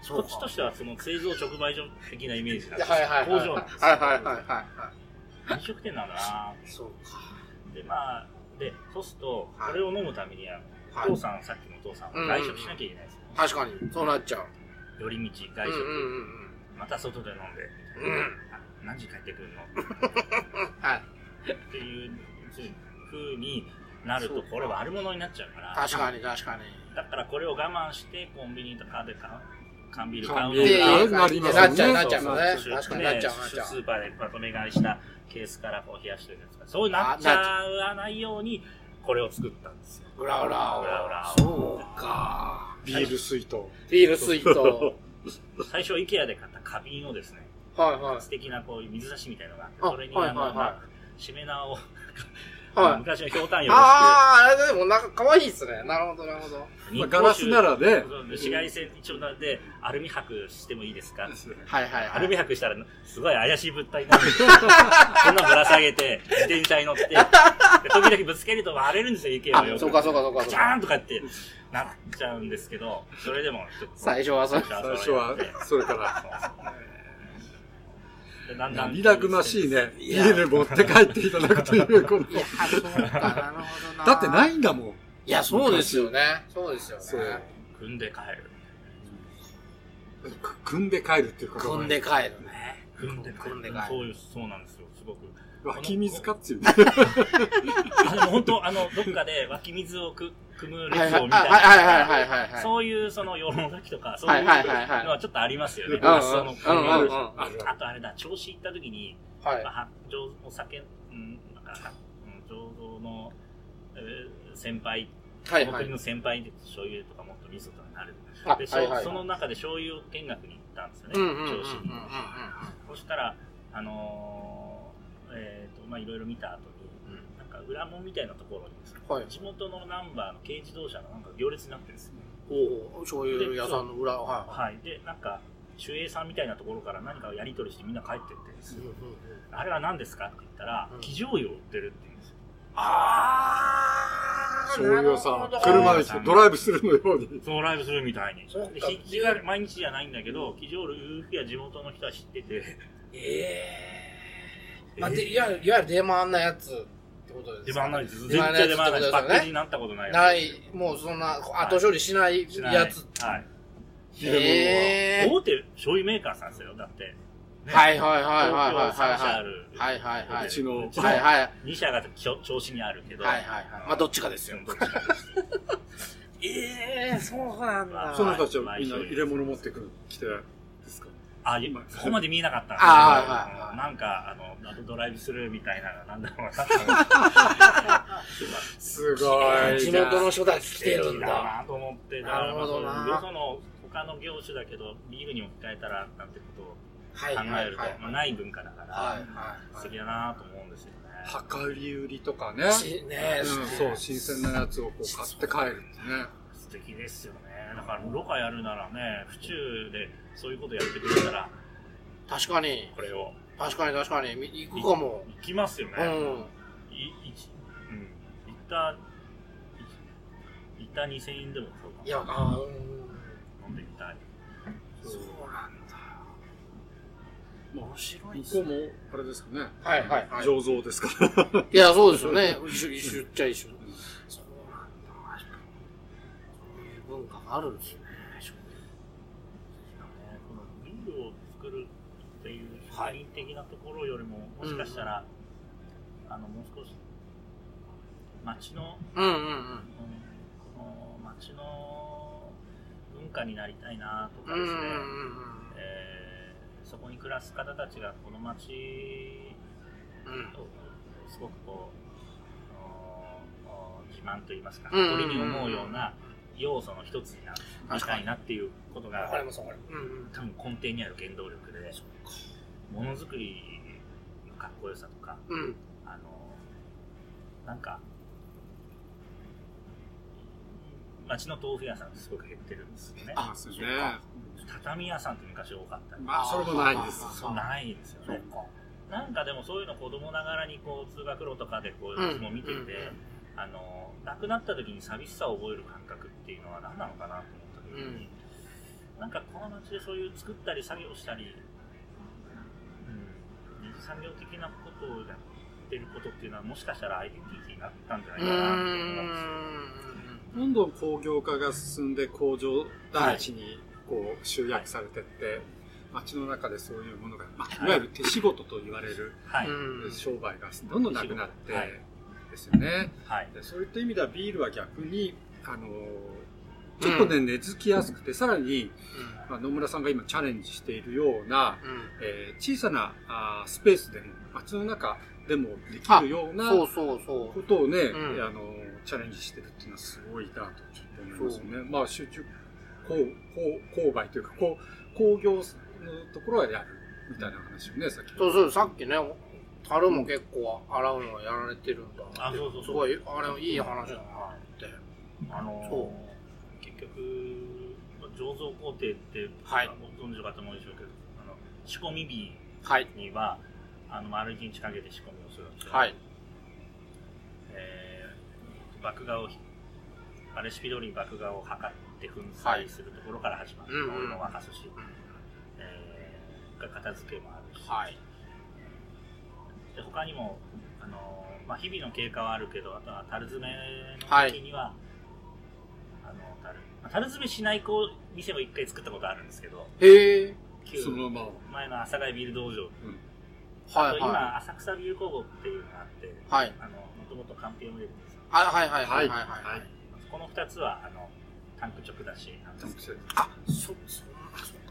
[SPEAKER 1] は、そ
[SPEAKER 3] こ
[SPEAKER 1] う
[SPEAKER 3] っ
[SPEAKER 1] か
[SPEAKER 3] ちとしてはその製造直売所的なイメージなんです
[SPEAKER 1] はいはいはい。
[SPEAKER 3] 工場なんですよ
[SPEAKER 1] はいはいはいは
[SPEAKER 3] 飲食店なんだな。
[SPEAKER 1] い。そう
[SPEAKER 3] で、まあ、で、そうすると、
[SPEAKER 1] はい
[SPEAKER 3] これを飲むためには、
[SPEAKER 1] か。は
[SPEAKER 3] お父
[SPEAKER 1] い。
[SPEAKER 3] さん、さっきのお父さんは外食しなきゃいけないですよ。
[SPEAKER 1] 確かに、そうなっちゃう。
[SPEAKER 3] 寄り道、外
[SPEAKER 1] うんうん
[SPEAKER 3] 食、また外で飲んで。
[SPEAKER 1] うんうん。うん。
[SPEAKER 3] あ何時に帰ってくるの
[SPEAKER 1] はい。
[SPEAKER 3] っていう風になると、これ悪者になっちゃうから、
[SPEAKER 1] 確かに確かに。
[SPEAKER 3] だからこれを我慢して、コンビニとかで買う、缶ビール買う
[SPEAKER 2] 缶
[SPEAKER 3] の
[SPEAKER 2] ビ
[SPEAKER 3] が
[SPEAKER 2] ール
[SPEAKER 1] で、
[SPEAKER 2] 買う
[SPEAKER 1] なっちゃう、なっちゃうもんね
[SPEAKER 3] ス。
[SPEAKER 1] 確かになっちゃう、なっちゃ
[SPEAKER 3] ス
[SPEAKER 1] う。
[SPEAKER 3] ーパーでまとめ買いしたケースからこう冷やしてるやつとか、そうなっちゃわないように、これを作ったんですよ。
[SPEAKER 1] うらうら。
[SPEAKER 3] うらうら
[SPEAKER 1] そうか。
[SPEAKER 2] ビール水筒。
[SPEAKER 1] ビール水筒。は
[SPEAKER 3] 最初、IKEA で買った花瓶をですね、
[SPEAKER 1] いはい。
[SPEAKER 3] 素敵なこういう水差しみたいなのがあって、
[SPEAKER 1] あ
[SPEAKER 3] それに
[SPEAKER 1] はい
[SPEAKER 3] あの、
[SPEAKER 1] はいはい
[SPEAKER 3] まあしめ縄を、
[SPEAKER 1] はい。
[SPEAKER 3] 昔のひょうたんよ
[SPEAKER 1] ああ、あれでもなんか可愛いっすね。なるほど、なるほど。
[SPEAKER 3] り
[SPEAKER 2] まあ、ガラスならね、
[SPEAKER 3] 紫外線一応なんで、アルミ箔してもいいですか
[SPEAKER 1] はいはい
[SPEAKER 3] ア
[SPEAKER 1] は
[SPEAKER 3] ル
[SPEAKER 1] い。
[SPEAKER 3] ミ箔したら、すごい怪しい物 体になるんで、そんなぶら下げて、自転車に乗って、で時々ぶつけると割れるんですよ、意見
[SPEAKER 1] あ
[SPEAKER 3] はよ、く。
[SPEAKER 1] そうかそうかそうか
[SPEAKER 3] ガ
[SPEAKER 1] そう
[SPEAKER 3] チ
[SPEAKER 1] か。
[SPEAKER 3] ャーンとかってなっちゃうんですけど、それでもちょっと、
[SPEAKER 1] 最初はそれ。
[SPEAKER 2] 最初は、それから、
[SPEAKER 3] でだんだん。
[SPEAKER 2] リラクマしいね、ビール持って帰っていただくということ。
[SPEAKER 1] いや、そうか、なるほどな。
[SPEAKER 2] だってないいんだもん。
[SPEAKER 1] いや、そうですよね。そうですよね。
[SPEAKER 2] そう。
[SPEAKER 3] 組んで帰る。
[SPEAKER 2] く組んで帰るっていうことが
[SPEAKER 1] 組んで帰るね。
[SPEAKER 3] ね。組んで帰る。
[SPEAKER 1] 組んで帰る
[SPEAKER 3] そういう、そうなんですよ、すごく。
[SPEAKER 2] 湧き水かっちゅう。
[SPEAKER 3] あでも本当、あの、どっかで湧き水をく汲む
[SPEAKER 1] は
[SPEAKER 3] 列
[SPEAKER 1] いは
[SPEAKER 3] を
[SPEAKER 1] い
[SPEAKER 3] 見たり
[SPEAKER 1] は
[SPEAKER 3] と
[SPEAKER 1] いはい
[SPEAKER 3] か、
[SPEAKER 1] はいはいはい。
[SPEAKER 3] そういうその世の中とか、そう
[SPEAKER 1] はいいうはいはいはい
[SPEAKER 3] のはちょっとありますよね。
[SPEAKER 2] うん
[SPEAKER 3] 発想の
[SPEAKER 1] うんうんうんうん
[SPEAKER 2] ある
[SPEAKER 3] あとあれだ、調子行った時に、
[SPEAKER 1] はい
[SPEAKER 3] まあ、は醸お酒、うん、なんか、うん醸造の、えー先輩、
[SPEAKER 1] はい
[SPEAKER 3] お
[SPEAKER 1] は
[SPEAKER 3] 祭り
[SPEAKER 1] い。
[SPEAKER 3] の先輩で醤油とかもっと味噌とかなる。
[SPEAKER 1] あ
[SPEAKER 3] で、
[SPEAKER 1] はいはい
[SPEAKER 3] そその中で醤油を見学に行ったんですよね、
[SPEAKER 1] うんうんうんうんうんうん
[SPEAKER 3] 調子に。そしたら、あのーえっ、と、まあ、いろいろ見た後に、なんか裏門みたいなところにですね、
[SPEAKER 1] はい
[SPEAKER 3] 地元のナンバーの軽自動車がなんか行列になってるんですよ。
[SPEAKER 1] おお、醤油屋さんの裏、は
[SPEAKER 3] はい。で、なんか、守衛さんみたいなところから何かをやり取りしてみんな帰ってってるんです
[SPEAKER 1] い
[SPEAKER 3] よ。。あれは何ですかって言ったら
[SPEAKER 1] うん、
[SPEAKER 3] 騎乗油を売ってるって言うんですよ。
[SPEAKER 1] ああ、
[SPEAKER 2] 醤油をさ、
[SPEAKER 1] 車
[SPEAKER 2] 車
[SPEAKER 1] で。
[SPEAKER 2] で来てドライブするのように。
[SPEAKER 3] そのライブするみたいに。
[SPEAKER 1] そうか
[SPEAKER 3] で、筆記が毎日じゃないんだけど、騎乗油や地元の人は知ってて、
[SPEAKER 1] ええ。まあ、で、いわゆる、いわゆる出回んなやつってことです
[SPEAKER 3] 出番ないです。絶
[SPEAKER 1] 出番ない
[SPEAKER 3] 対
[SPEAKER 1] で
[SPEAKER 3] 出
[SPEAKER 1] すってこ
[SPEAKER 3] 番な
[SPEAKER 1] とで
[SPEAKER 3] いです
[SPEAKER 1] よね
[SPEAKER 3] す。パッケージになったことない。
[SPEAKER 1] ない、もうそんな、後処理しない
[SPEAKER 3] しない
[SPEAKER 1] やつ。
[SPEAKER 3] はい。
[SPEAKER 1] へえ。
[SPEAKER 3] 大手醤油メーカーさんですよ、だって。ね
[SPEAKER 1] はいはいはいはいはい
[SPEAKER 3] 東京3社
[SPEAKER 1] は
[SPEAKER 3] あ
[SPEAKER 1] い。
[SPEAKER 3] る。
[SPEAKER 1] はいはいはいう
[SPEAKER 2] ちの、
[SPEAKER 3] ち
[SPEAKER 1] はいはい。
[SPEAKER 3] 2社がちょ調子にあるけど。
[SPEAKER 1] はいはいはい。まあ、どっちかですよ。
[SPEAKER 3] どっちか
[SPEAKER 1] ええそうなん
[SPEAKER 3] だ
[SPEAKER 2] その人たちはみんな入れ物持ってくる、来て、ですか
[SPEAKER 3] あ、いここまで見えなかったんです
[SPEAKER 1] あーはいはい
[SPEAKER 3] けど、なんか、あの、ドライブスルーみたいなのがなんだろうな。
[SPEAKER 2] すごい。
[SPEAKER 1] 地元の人たち来てるん
[SPEAKER 3] だ
[SPEAKER 1] だ。
[SPEAKER 3] なと思って、
[SPEAKER 1] なるほどな
[SPEAKER 3] だからまあそのよその他の業種だけど、ビールに置き換えたらなんてことを
[SPEAKER 1] はい
[SPEAKER 3] 考
[SPEAKER 1] はいは
[SPEAKER 3] え
[SPEAKER 1] い
[SPEAKER 3] ると、まあ、ない文化だから、
[SPEAKER 1] はい
[SPEAKER 3] 素
[SPEAKER 1] はい
[SPEAKER 3] 敵だなと思うんですよね。
[SPEAKER 2] 量り売りとかね。
[SPEAKER 1] しねえ、
[SPEAKER 2] うん、そう、新鮮なやつをこう買って帰るってね。
[SPEAKER 3] 素敵ですよね。だから、ロカやるならね、府中でそういうことやってくれたら、
[SPEAKER 1] 確かに
[SPEAKER 3] これを。
[SPEAKER 1] 確かに確かにみ行くかも
[SPEAKER 3] 行きますよね。
[SPEAKER 1] うん
[SPEAKER 3] いいちうん、行った、い行った2000円でもそうか
[SPEAKER 1] いやあーうん
[SPEAKER 3] 飲んでみたい。
[SPEAKER 1] そうなんだ
[SPEAKER 2] ま
[SPEAKER 1] 面白
[SPEAKER 2] あ、
[SPEAKER 1] いで
[SPEAKER 2] 向こ
[SPEAKER 1] す
[SPEAKER 2] う
[SPEAKER 1] ね
[SPEAKER 2] も、あれですかね。
[SPEAKER 1] はいはいはい
[SPEAKER 2] 醸造ですから。
[SPEAKER 1] いや、そうですよね。一緒、一緒っちゃ一緒。そうなんだ。そういう文化があるんですよね。
[SPEAKER 3] このビールを作るっていう庶民的なところよりも、もしかしたら、あのもう少し町の、
[SPEAKER 1] うんうんうん。
[SPEAKER 3] うん、この町の文化になりたいなと
[SPEAKER 1] う
[SPEAKER 3] か
[SPEAKER 1] ん
[SPEAKER 3] で
[SPEAKER 1] うん
[SPEAKER 3] すね、
[SPEAKER 1] うん
[SPEAKER 3] えーそこに暮らす方たちがこの町
[SPEAKER 1] うん。
[SPEAKER 3] すごくこうおお自慢といいますか、
[SPEAKER 1] うんうんうん
[SPEAKER 3] 誇りに思うような要素の一つになりたいなっていうこと
[SPEAKER 1] わかり
[SPEAKER 3] が
[SPEAKER 1] ますわかります。うんうん。
[SPEAKER 3] 多分根底にある原動力でものづくりのかっこよさとか
[SPEAKER 1] うん。
[SPEAKER 3] あのなんか町の豆腐屋さんってすごく減ってるんですよね
[SPEAKER 2] あ、そうね。
[SPEAKER 3] 畳屋さんって昔多かったり
[SPEAKER 2] まあ、それもないんです。
[SPEAKER 3] そうないんですよねなんかでもそういうの子供ながらにこう通学路とかでこういつも見てて、
[SPEAKER 1] うんうん
[SPEAKER 3] あの亡くなった時に寂しさを覚える感覚っていうのは何なのかなと思った時に、なんかこの街でそういう作ったり作業したり、うん、二次産業的なことをやってることっていうのはもしかしたらアイデンティティになったんじゃないかなと思うんですよ。
[SPEAKER 2] どんどん工業化が進んで工場団地にこう集約されてって、街の中でそういうものが、まあ、いわゆる手仕事と言われる
[SPEAKER 3] はい、
[SPEAKER 2] 商売がどんどんなくなって
[SPEAKER 3] はい
[SPEAKER 2] ですよね。
[SPEAKER 3] はい、
[SPEAKER 2] でそういった意味ではビールは逆に、あのちょっとね、根付きやすくて、さらに、まあ、野村さんが今チャレンジしているような、えー小さなあースペースでも、街の中でもできるような
[SPEAKER 1] そうそうそ
[SPEAKER 2] ことをね、
[SPEAKER 1] うん
[SPEAKER 2] あのチャレンジしてるっていうのはすごいなとちょっと思いますよね。まあ集中こうこう購買というかこう工業のところはやるみたいな話をねさっき
[SPEAKER 1] う。そうそう、さっきね、樽も結構洗うのはやられてるんだなって。
[SPEAKER 3] あそうそうそう
[SPEAKER 1] すごい、あれもいい話だなって。
[SPEAKER 3] あのー
[SPEAKER 1] そ
[SPEAKER 3] 結局醸造工程って、
[SPEAKER 1] はい
[SPEAKER 3] ご存知の方も多いでしょうけどあの仕込み日
[SPEAKER 1] はい。
[SPEAKER 3] にはあの丸一日かけて仕込みをするんですよ、
[SPEAKER 1] はい。
[SPEAKER 3] えー麦芽をまあレシピ通りに麦芽を測って粉砕するところから始まる、
[SPEAKER 1] はい
[SPEAKER 3] お湯を沸かすし、
[SPEAKER 1] うん
[SPEAKER 3] えー片付けもあるし、
[SPEAKER 1] はい。
[SPEAKER 3] で他にも、あのーまあ、日々の経過はあるけどあとは樽詰め
[SPEAKER 1] は
[SPEAKER 3] の
[SPEAKER 1] い
[SPEAKER 3] 時には、あの樽まあ樽詰めしない子店も一回作ったことあるんですけど
[SPEAKER 1] へえ。
[SPEAKER 3] 旧
[SPEAKER 2] そのまま、
[SPEAKER 3] 前の阿佐ヶ谷ビール
[SPEAKER 2] う
[SPEAKER 3] 道場
[SPEAKER 2] ん
[SPEAKER 1] は
[SPEAKER 3] と
[SPEAKER 1] いは
[SPEAKER 3] 今浅草ビール工房っていうのがあって
[SPEAKER 1] い。はい。
[SPEAKER 3] あのもともとカンペを入れてるんですよ
[SPEAKER 1] はいはいはいはいはい。
[SPEAKER 2] は
[SPEAKER 1] はいい、
[SPEAKER 3] この2つはあのタンク直だしなんですけど
[SPEAKER 1] あ、そ、そ、そ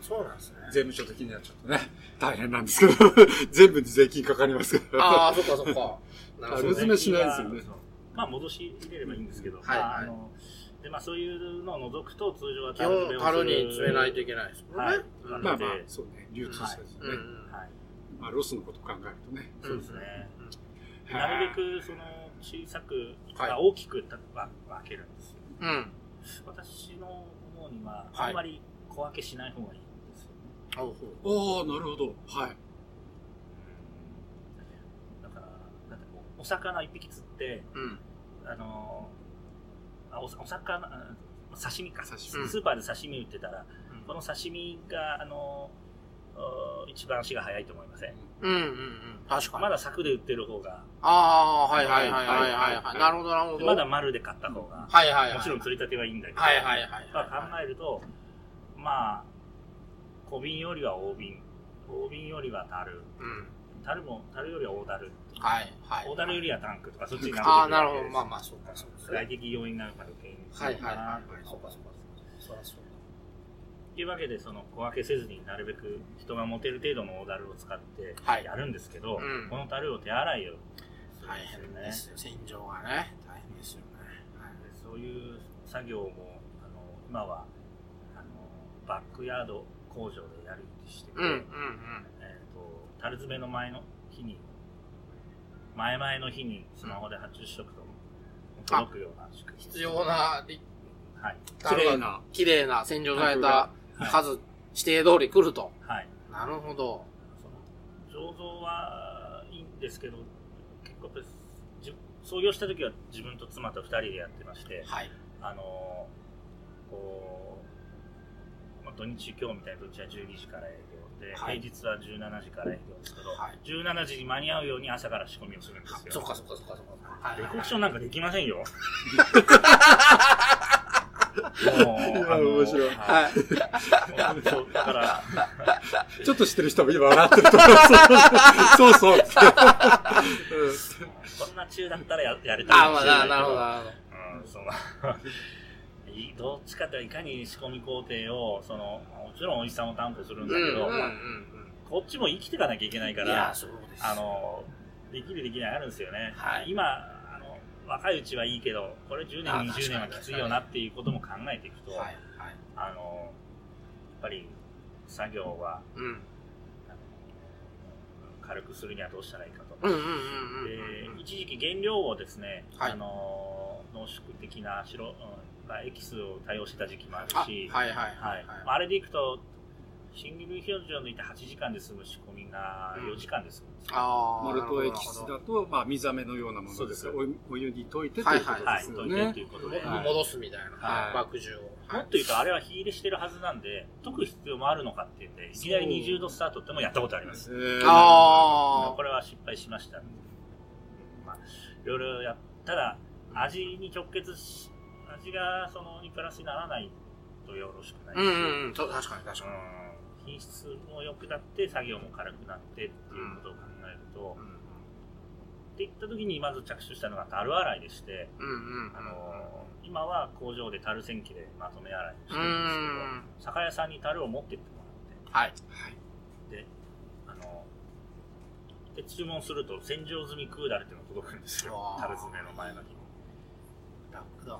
[SPEAKER 1] そうなんですね。
[SPEAKER 2] 税務署的にはちょっとね大変なんですけど 全部に税金かかりますから。
[SPEAKER 1] ああ、そっかそっ か。なるほ
[SPEAKER 2] あ
[SPEAKER 1] ど
[SPEAKER 2] れ
[SPEAKER 1] ね。
[SPEAKER 2] ですねしないですよね
[SPEAKER 3] そうまあ戻し入れればいいんですけど、
[SPEAKER 1] はい
[SPEAKER 3] まあ
[SPEAKER 1] はい
[SPEAKER 3] あのでまあ、そういうのを除くと通常は
[SPEAKER 1] 基本、樽に詰めないと
[SPEAKER 3] い
[SPEAKER 1] いけないですもんね。
[SPEAKER 3] はい
[SPEAKER 1] うん
[SPEAKER 2] まあまあそうね流通者ですよ
[SPEAKER 1] う
[SPEAKER 2] ね、
[SPEAKER 1] ん
[SPEAKER 3] はい、
[SPEAKER 2] まあロスのこと考えるとね。
[SPEAKER 3] そうですね。
[SPEAKER 2] うん
[SPEAKER 3] なるべくその小さく、
[SPEAKER 1] はい
[SPEAKER 3] まあ大きくたわ分けるんですよ
[SPEAKER 1] うん。
[SPEAKER 3] 私の思うには、
[SPEAKER 1] はい
[SPEAKER 3] あんまり小分けしない方がいいんですよね
[SPEAKER 1] ほうほう
[SPEAKER 2] ああなるほどはい。
[SPEAKER 3] だからだってこうお魚一匹釣って
[SPEAKER 1] うん。
[SPEAKER 3] あのーあおお魚あ刺身か
[SPEAKER 2] 刺
[SPEAKER 1] 身
[SPEAKER 3] スーパーで刺身売ってたら、この刺身があのー一番足が早いと思いません
[SPEAKER 1] うんうんうん。確かに。
[SPEAKER 3] まだ柵で売ってる方が
[SPEAKER 1] ああー、はいはいはいはいはい
[SPEAKER 2] は
[SPEAKER 1] はいい。なるほどなるほど。
[SPEAKER 3] まだ丸で買った方が、
[SPEAKER 1] はいはいはい。
[SPEAKER 3] もちろん釣りたてはいいんだけど、
[SPEAKER 1] はいはいはい
[SPEAKER 3] ま
[SPEAKER 1] は
[SPEAKER 3] あ、考えるとまあ小瓶よりは大瓶大瓶よりは樽
[SPEAKER 1] い。うん。
[SPEAKER 3] 樽も樽よりは大樽
[SPEAKER 1] はいはい。
[SPEAKER 3] 大樽よりはタンクとかそっちに流れて
[SPEAKER 1] ああ、なるほど。まあま
[SPEAKER 3] あ
[SPEAKER 1] あ、そうかそうです
[SPEAKER 3] 外
[SPEAKER 1] ね。
[SPEAKER 3] 的要因があるから原因
[SPEAKER 1] はいはいはいはい。
[SPEAKER 3] と
[SPEAKER 1] そうかそうか。そりゃそうか。
[SPEAKER 3] いうわけでその小分けせずになるべく人が持てる程度の大樽を使って
[SPEAKER 1] はい
[SPEAKER 3] やるんですけど、
[SPEAKER 1] うん
[SPEAKER 3] この樽を手洗いをす
[SPEAKER 1] 大
[SPEAKER 3] る
[SPEAKER 1] 変
[SPEAKER 3] ん
[SPEAKER 1] で
[SPEAKER 3] ですすよね
[SPEAKER 1] よ。洗浄がね。大変ですよね。
[SPEAKER 3] そういう作業もあの今はあのバックヤード工場でやるってしてて、
[SPEAKER 1] うん、うん、うん。
[SPEAKER 3] えっ、と、樽詰めの前の日に、前々の日にスマホで発注しとくと、届くような仕組みです
[SPEAKER 1] 必要な、り
[SPEAKER 3] はい。
[SPEAKER 2] 綺麗な。
[SPEAKER 1] 綺麗な洗浄された数、指定通り来ると。
[SPEAKER 3] はい。
[SPEAKER 1] なるほど。
[SPEAKER 3] その醸造はいいんですけど、結構やっぱりじ創業した時は自分と妻と2人でやってまして、
[SPEAKER 1] はい。
[SPEAKER 3] あのーこう、まあ、土日今日みたいに土日は12時から営業で、
[SPEAKER 1] はい
[SPEAKER 3] 平日は17時から営業ですけど、
[SPEAKER 1] はい
[SPEAKER 3] 17時に間に合うように朝から仕込みをするんですよ。
[SPEAKER 1] そっかそっかそっかそっか。はい
[SPEAKER 3] レ
[SPEAKER 1] はい
[SPEAKER 3] コ
[SPEAKER 1] は
[SPEAKER 3] ク
[SPEAKER 1] い。
[SPEAKER 3] ションなんかできません よ。も
[SPEAKER 2] いや
[SPEAKER 3] うあの
[SPEAKER 2] 面白い
[SPEAKER 3] は
[SPEAKER 1] はい。
[SPEAKER 3] いそうだから、
[SPEAKER 2] ちょっと知ってる人も今笑ってると思う。そうそう。そう
[SPEAKER 3] こんな中だったらややれた
[SPEAKER 1] あ
[SPEAKER 3] か
[SPEAKER 1] あ、
[SPEAKER 3] も
[SPEAKER 1] ま
[SPEAKER 3] し
[SPEAKER 1] あ
[SPEAKER 3] れない
[SPEAKER 1] な、
[SPEAKER 3] けど。
[SPEAKER 1] なるほど、なるほど。
[SPEAKER 3] うんその いどっちかというといかに仕込み工程をそのもちろんおいしさも担保す るんだけど、
[SPEAKER 1] うんうん
[SPEAKER 3] まあこっちも生きていかなきゃいけないか
[SPEAKER 1] いや
[SPEAKER 3] ら
[SPEAKER 1] そうです
[SPEAKER 3] あのできるできないあるんですよね、
[SPEAKER 1] はい
[SPEAKER 3] 今あの若いうちはいいけどこれ10年
[SPEAKER 1] あ
[SPEAKER 3] 20年は
[SPEAKER 1] 確か
[SPEAKER 3] き
[SPEAKER 1] に
[SPEAKER 3] ついよなっていうことも考えていくと、
[SPEAKER 1] はいはい
[SPEAKER 3] あのやっぱり作業は
[SPEAKER 1] うん
[SPEAKER 3] あの軽くするにはどうしたらいいかと。
[SPEAKER 1] うんうんうんうん
[SPEAKER 3] で一時期原料をですね、
[SPEAKER 1] はい
[SPEAKER 3] あの濃縮的な白、うんまあ、エキスを対応してた時期もある
[SPEAKER 1] あ
[SPEAKER 3] し
[SPEAKER 1] はいはい
[SPEAKER 3] はいまああれでいくと新規分表示を抜いて8時間で済む仕込みが4時間です、
[SPEAKER 1] ああ
[SPEAKER 2] モルトエキス
[SPEAKER 1] なる
[SPEAKER 2] だと、まあ、水飴のようなものですが
[SPEAKER 3] そ
[SPEAKER 2] お湯お湯に溶いてということ
[SPEAKER 3] は
[SPEAKER 2] で
[SPEAKER 3] い
[SPEAKER 2] す
[SPEAKER 3] と
[SPEAKER 2] よ
[SPEAKER 3] い
[SPEAKER 2] ね。
[SPEAKER 3] てということで、
[SPEAKER 1] ほど
[SPEAKER 2] はい
[SPEAKER 1] 戻すみたいな
[SPEAKER 2] はい
[SPEAKER 1] 麦汁を
[SPEAKER 3] もっと言うとあれは火入れしてるはずなんで解く必要もあるのかっていうんでいきなり20度スタートってのもやったことあります
[SPEAKER 2] えー
[SPEAKER 1] あ
[SPEAKER 3] これは失敗しました、まあ、いろいろやっただ味に直結し味がそのにプラスにならないとよろしくない
[SPEAKER 1] あ
[SPEAKER 3] し、
[SPEAKER 1] うんうんうんそう確かに確かに
[SPEAKER 3] うん品質も良くなって作業も軽くなってっていうことを考えると、っていった時にまず着手したのが樽洗いでして、
[SPEAKER 1] うんうん
[SPEAKER 3] あの今は工場で樽洗機でまとめ洗いをして
[SPEAKER 1] う
[SPEAKER 3] るんです
[SPEAKER 1] ん
[SPEAKER 3] けど酒屋さんに樽を持ってっても
[SPEAKER 1] はい
[SPEAKER 3] らってあので注文すると洗浄済みクーダルっていうのが届くんですよ
[SPEAKER 1] あー
[SPEAKER 3] 樽詰めの前の日に
[SPEAKER 1] 楽だ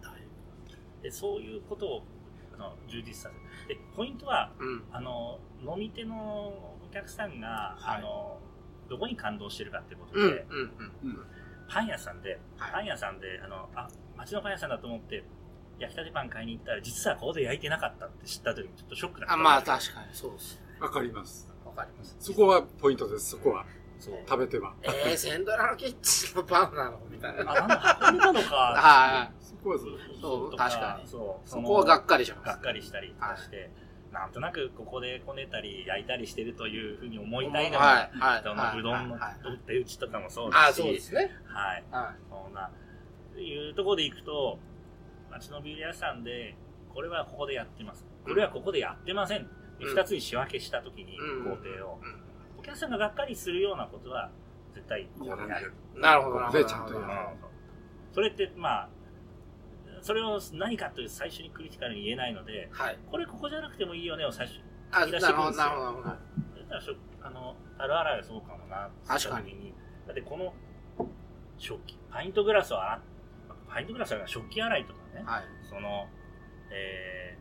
[SPEAKER 1] なだい
[SPEAKER 3] でそういうことをあの充実させるでポイントは
[SPEAKER 1] ぶうん
[SPEAKER 3] あの飲み手のお客さんが、
[SPEAKER 1] はい
[SPEAKER 3] あのどこに感動してるかってこと
[SPEAKER 1] うんうん
[SPEAKER 3] で、
[SPEAKER 1] うん
[SPEAKER 3] パン屋さんで、
[SPEAKER 1] はい
[SPEAKER 3] パン屋さんであのあ町のパン屋さんだと思って焼きたてパン買いに行ったら実はここで焼いてなかったって知った時にちょっとショックだった
[SPEAKER 1] あまあ確かにそうですね
[SPEAKER 2] わかります。
[SPEAKER 1] わかります
[SPEAKER 2] そこはポイントです、そこは。
[SPEAKER 3] そう
[SPEAKER 2] 食べては。
[SPEAKER 1] えー センドラのキッチンのパンなのみたいな
[SPEAKER 3] あなんだ運んでたの か
[SPEAKER 1] はい
[SPEAKER 2] そこはそう、
[SPEAKER 1] そう
[SPEAKER 3] とか
[SPEAKER 1] 確かに
[SPEAKER 3] そう
[SPEAKER 1] そ
[SPEAKER 3] の
[SPEAKER 1] こはがっかりしま
[SPEAKER 3] がっ
[SPEAKER 1] す
[SPEAKER 3] かりしたりとかして、なんとなくここでこねたり焼いたりしてるというふうに思
[SPEAKER 1] はいい
[SPEAKER 3] たいのが、
[SPEAKER 1] はい
[SPEAKER 3] 人
[SPEAKER 1] は
[SPEAKER 3] の
[SPEAKER 1] いう
[SPEAKER 3] どんの
[SPEAKER 1] はい
[SPEAKER 3] 手打ちとかもそう
[SPEAKER 1] あ
[SPEAKER 3] だ
[SPEAKER 1] あ
[SPEAKER 3] し、
[SPEAKER 1] そうですね
[SPEAKER 3] はい、
[SPEAKER 1] は
[SPEAKER 3] そんな、いうところで行くと、町のビール屋さんで、これはここでやってます。これはここでやってません。で
[SPEAKER 1] うん
[SPEAKER 3] 二、つに仕分けしたときに、
[SPEAKER 1] うん
[SPEAKER 3] 工程を
[SPEAKER 1] い、うん
[SPEAKER 3] お客さんががっかりするようなことは、絶対ここでやる。
[SPEAKER 1] なるほど、なるほど。
[SPEAKER 2] でちゃんとや
[SPEAKER 3] う
[SPEAKER 2] る
[SPEAKER 3] ん
[SPEAKER 2] な
[SPEAKER 3] それって、まあ、それを何かという最初にクリティカルに言えないので、
[SPEAKER 1] はい。
[SPEAKER 3] これここじゃなくてもいいよねを最初に。
[SPEAKER 1] あ、
[SPEAKER 3] い
[SPEAKER 1] な
[SPEAKER 3] ら
[SPEAKER 1] る
[SPEAKER 3] っしゃるん
[SPEAKER 1] ほ
[SPEAKER 3] で
[SPEAKER 1] ど、
[SPEAKER 3] す
[SPEAKER 1] な
[SPEAKER 3] よ
[SPEAKER 1] るほど、なるほど。
[SPEAKER 3] だからしょあの、あるあらがそうかもな、
[SPEAKER 1] 確かに
[SPEAKER 3] そういう時。だってこの、食器、パイントグラスを洗っ、パイントグラスは食器洗いとかね、
[SPEAKER 1] はい。
[SPEAKER 3] その、え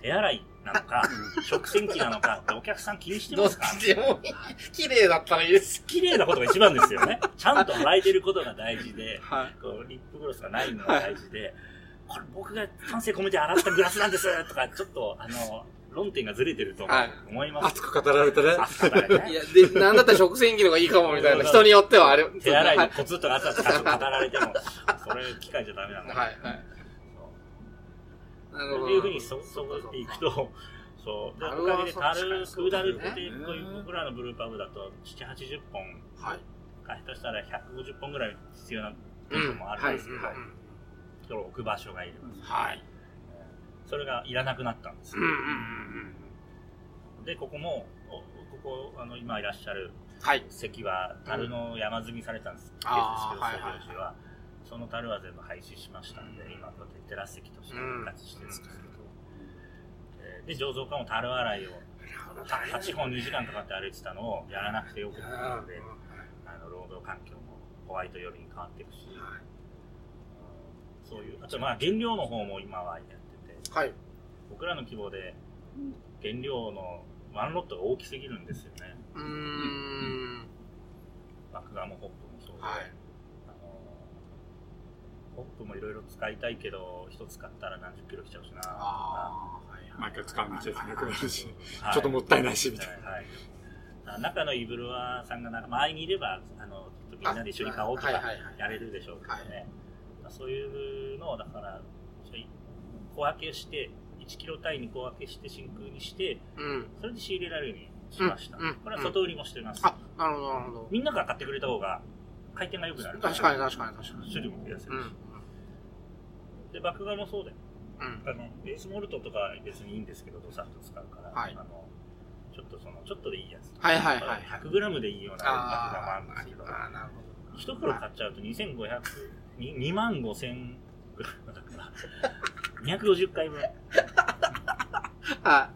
[SPEAKER 3] ー、手洗いなのか、食洗機なのかってお客さん気にして
[SPEAKER 1] ど
[SPEAKER 3] ま
[SPEAKER 1] っ
[SPEAKER 3] すか
[SPEAKER 1] ちでもいい、綺麗だったらいいです。
[SPEAKER 3] 綺麗なことが一番ですよね。ちゃんと洗えてることが大事で、
[SPEAKER 1] はい。
[SPEAKER 3] こうリップグロスがないのが大事で、これ僕が感性込めて洗ったグラスなんですとか、ちょっと、あの、論点がずれてると思う
[SPEAKER 1] はい
[SPEAKER 3] 思います。
[SPEAKER 2] 熱く語られたね。
[SPEAKER 3] 熱かったからね
[SPEAKER 1] いや、で、なんだったら食洗機の方がいいかもみたいな。人によってはあれ。
[SPEAKER 3] 手洗い
[SPEAKER 1] は
[SPEAKER 3] の
[SPEAKER 1] い。
[SPEAKER 3] コツとかさ、ちゃんと語られても、それ機械じゃダメなんだ。
[SPEAKER 1] はい。はい。なるほ
[SPEAKER 3] と
[SPEAKER 1] ど。
[SPEAKER 3] いうふうにそ、そこでいく。と、そう。で、おかげで、タル、クーダルって、こういう僕らのブルーパブだと、7、80本、
[SPEAKER 1] はい。
[SPEAKER 3] か下手したら150本ぐらい必要な部分もあるんですけど、
[SPEAKER 2] はい
[SPEAKER 3] それを置く場所がいる。
[SPEAKER 1] はい。
[SPEAKER 3] それがいらなくなったんです
[SPEAKER 1] うん
[SPEAKER 3] よ
[SPEAKER 1] うんうん。
[SPEAKER 3] で、ここも、おここ、あの、今いらっしゃる
[SPEAKER 1] はい。
[SPEAKER 3] 席は、樽の山積みされたんです。ですけど、
[SPEAKER 1] あー
[SPEAKER 3] 創業
[SPEAKER 1] はいはい
[SPEAKER 3] 時は。その樽は全部廃止しましたんで、今、こうやってテラス席として復活してるんですけど。えーで、醸造家も樽洗いを8本2時間かかって歩いてたのをやらなくてよくなったので、あの労働環境もホワイト夜に変わっていくし、そういう、あとまあ原料の方も今はやってて、
[SPEAKER 1] はい。
[SPEAKER 3] こ僕らの規模で原料のワンロットが大きすぎるんですよね。
[SPEAKER 1] うーん。
[SPEAKER 3] 麦芽もホップもそうで、
[SPEAKER 1] はい
[SPEAKER 3] あのホップもいろいろ使いたいけど、一つ買ったら何十キロ来ちゃうしなとか、
[SPEAKER 1] ああ、はい
[SPEAKER 2] 毎回使う道じゃなくなるし、
[SPEAKER 3] はい
[SPEAKER 2] ちょっともったいないし、みたいな。
[SPEAKER 3] はいはい、中のイブルワさんがなんか周りにいればあのちょっとみんなで一緒に買おうとか
[SPEAKER 1] はいはいはい
[SPEAKER 3] やれるでしょうけどね、そういうのをだから小分けして1キロ単位に小分けして真空にして
[SPEAKER 1] うん。
[SPEAKER 3] それで仕入れられるようにしました、
[SPEAKER 1] うんうん
[SPEAKER 3] これは外売りもしてます、
[SPEAKER 1] あ、なるほど、なるほど。
[SPEAKER 3] みんなが買ってくれた方が回転が良くなる
[SPEAKER 1] 確かに確かに確かに。
[SPEAKER 3] 種類も増やせ
[SPEAKER 1] うん。う
[SPEAKER 3] るし、で麦芽もそうだよ
[SPEAKER 1] ん。
[SPEAKER 3] あのベースモルトとか別にいいんですけどドサッと使うから、
[SPEAKER 1] はい
[SPEAKER 3] あのちょっとそのちょっとでいいやつとか
[SPEAKER 1] はいはいはい。
[SPEAKER 3] 100g でいいような麦芽もあ
[SPEAKER 1] あ
[SPEAKER 3] るんですけど
[SPEAKER 1] ーあー、なるほど。
[SPEAKER 3] 一袋買っちゃうと2500、に2万5000ぐらいだから、250回分。
[SPEAKER 1] あ、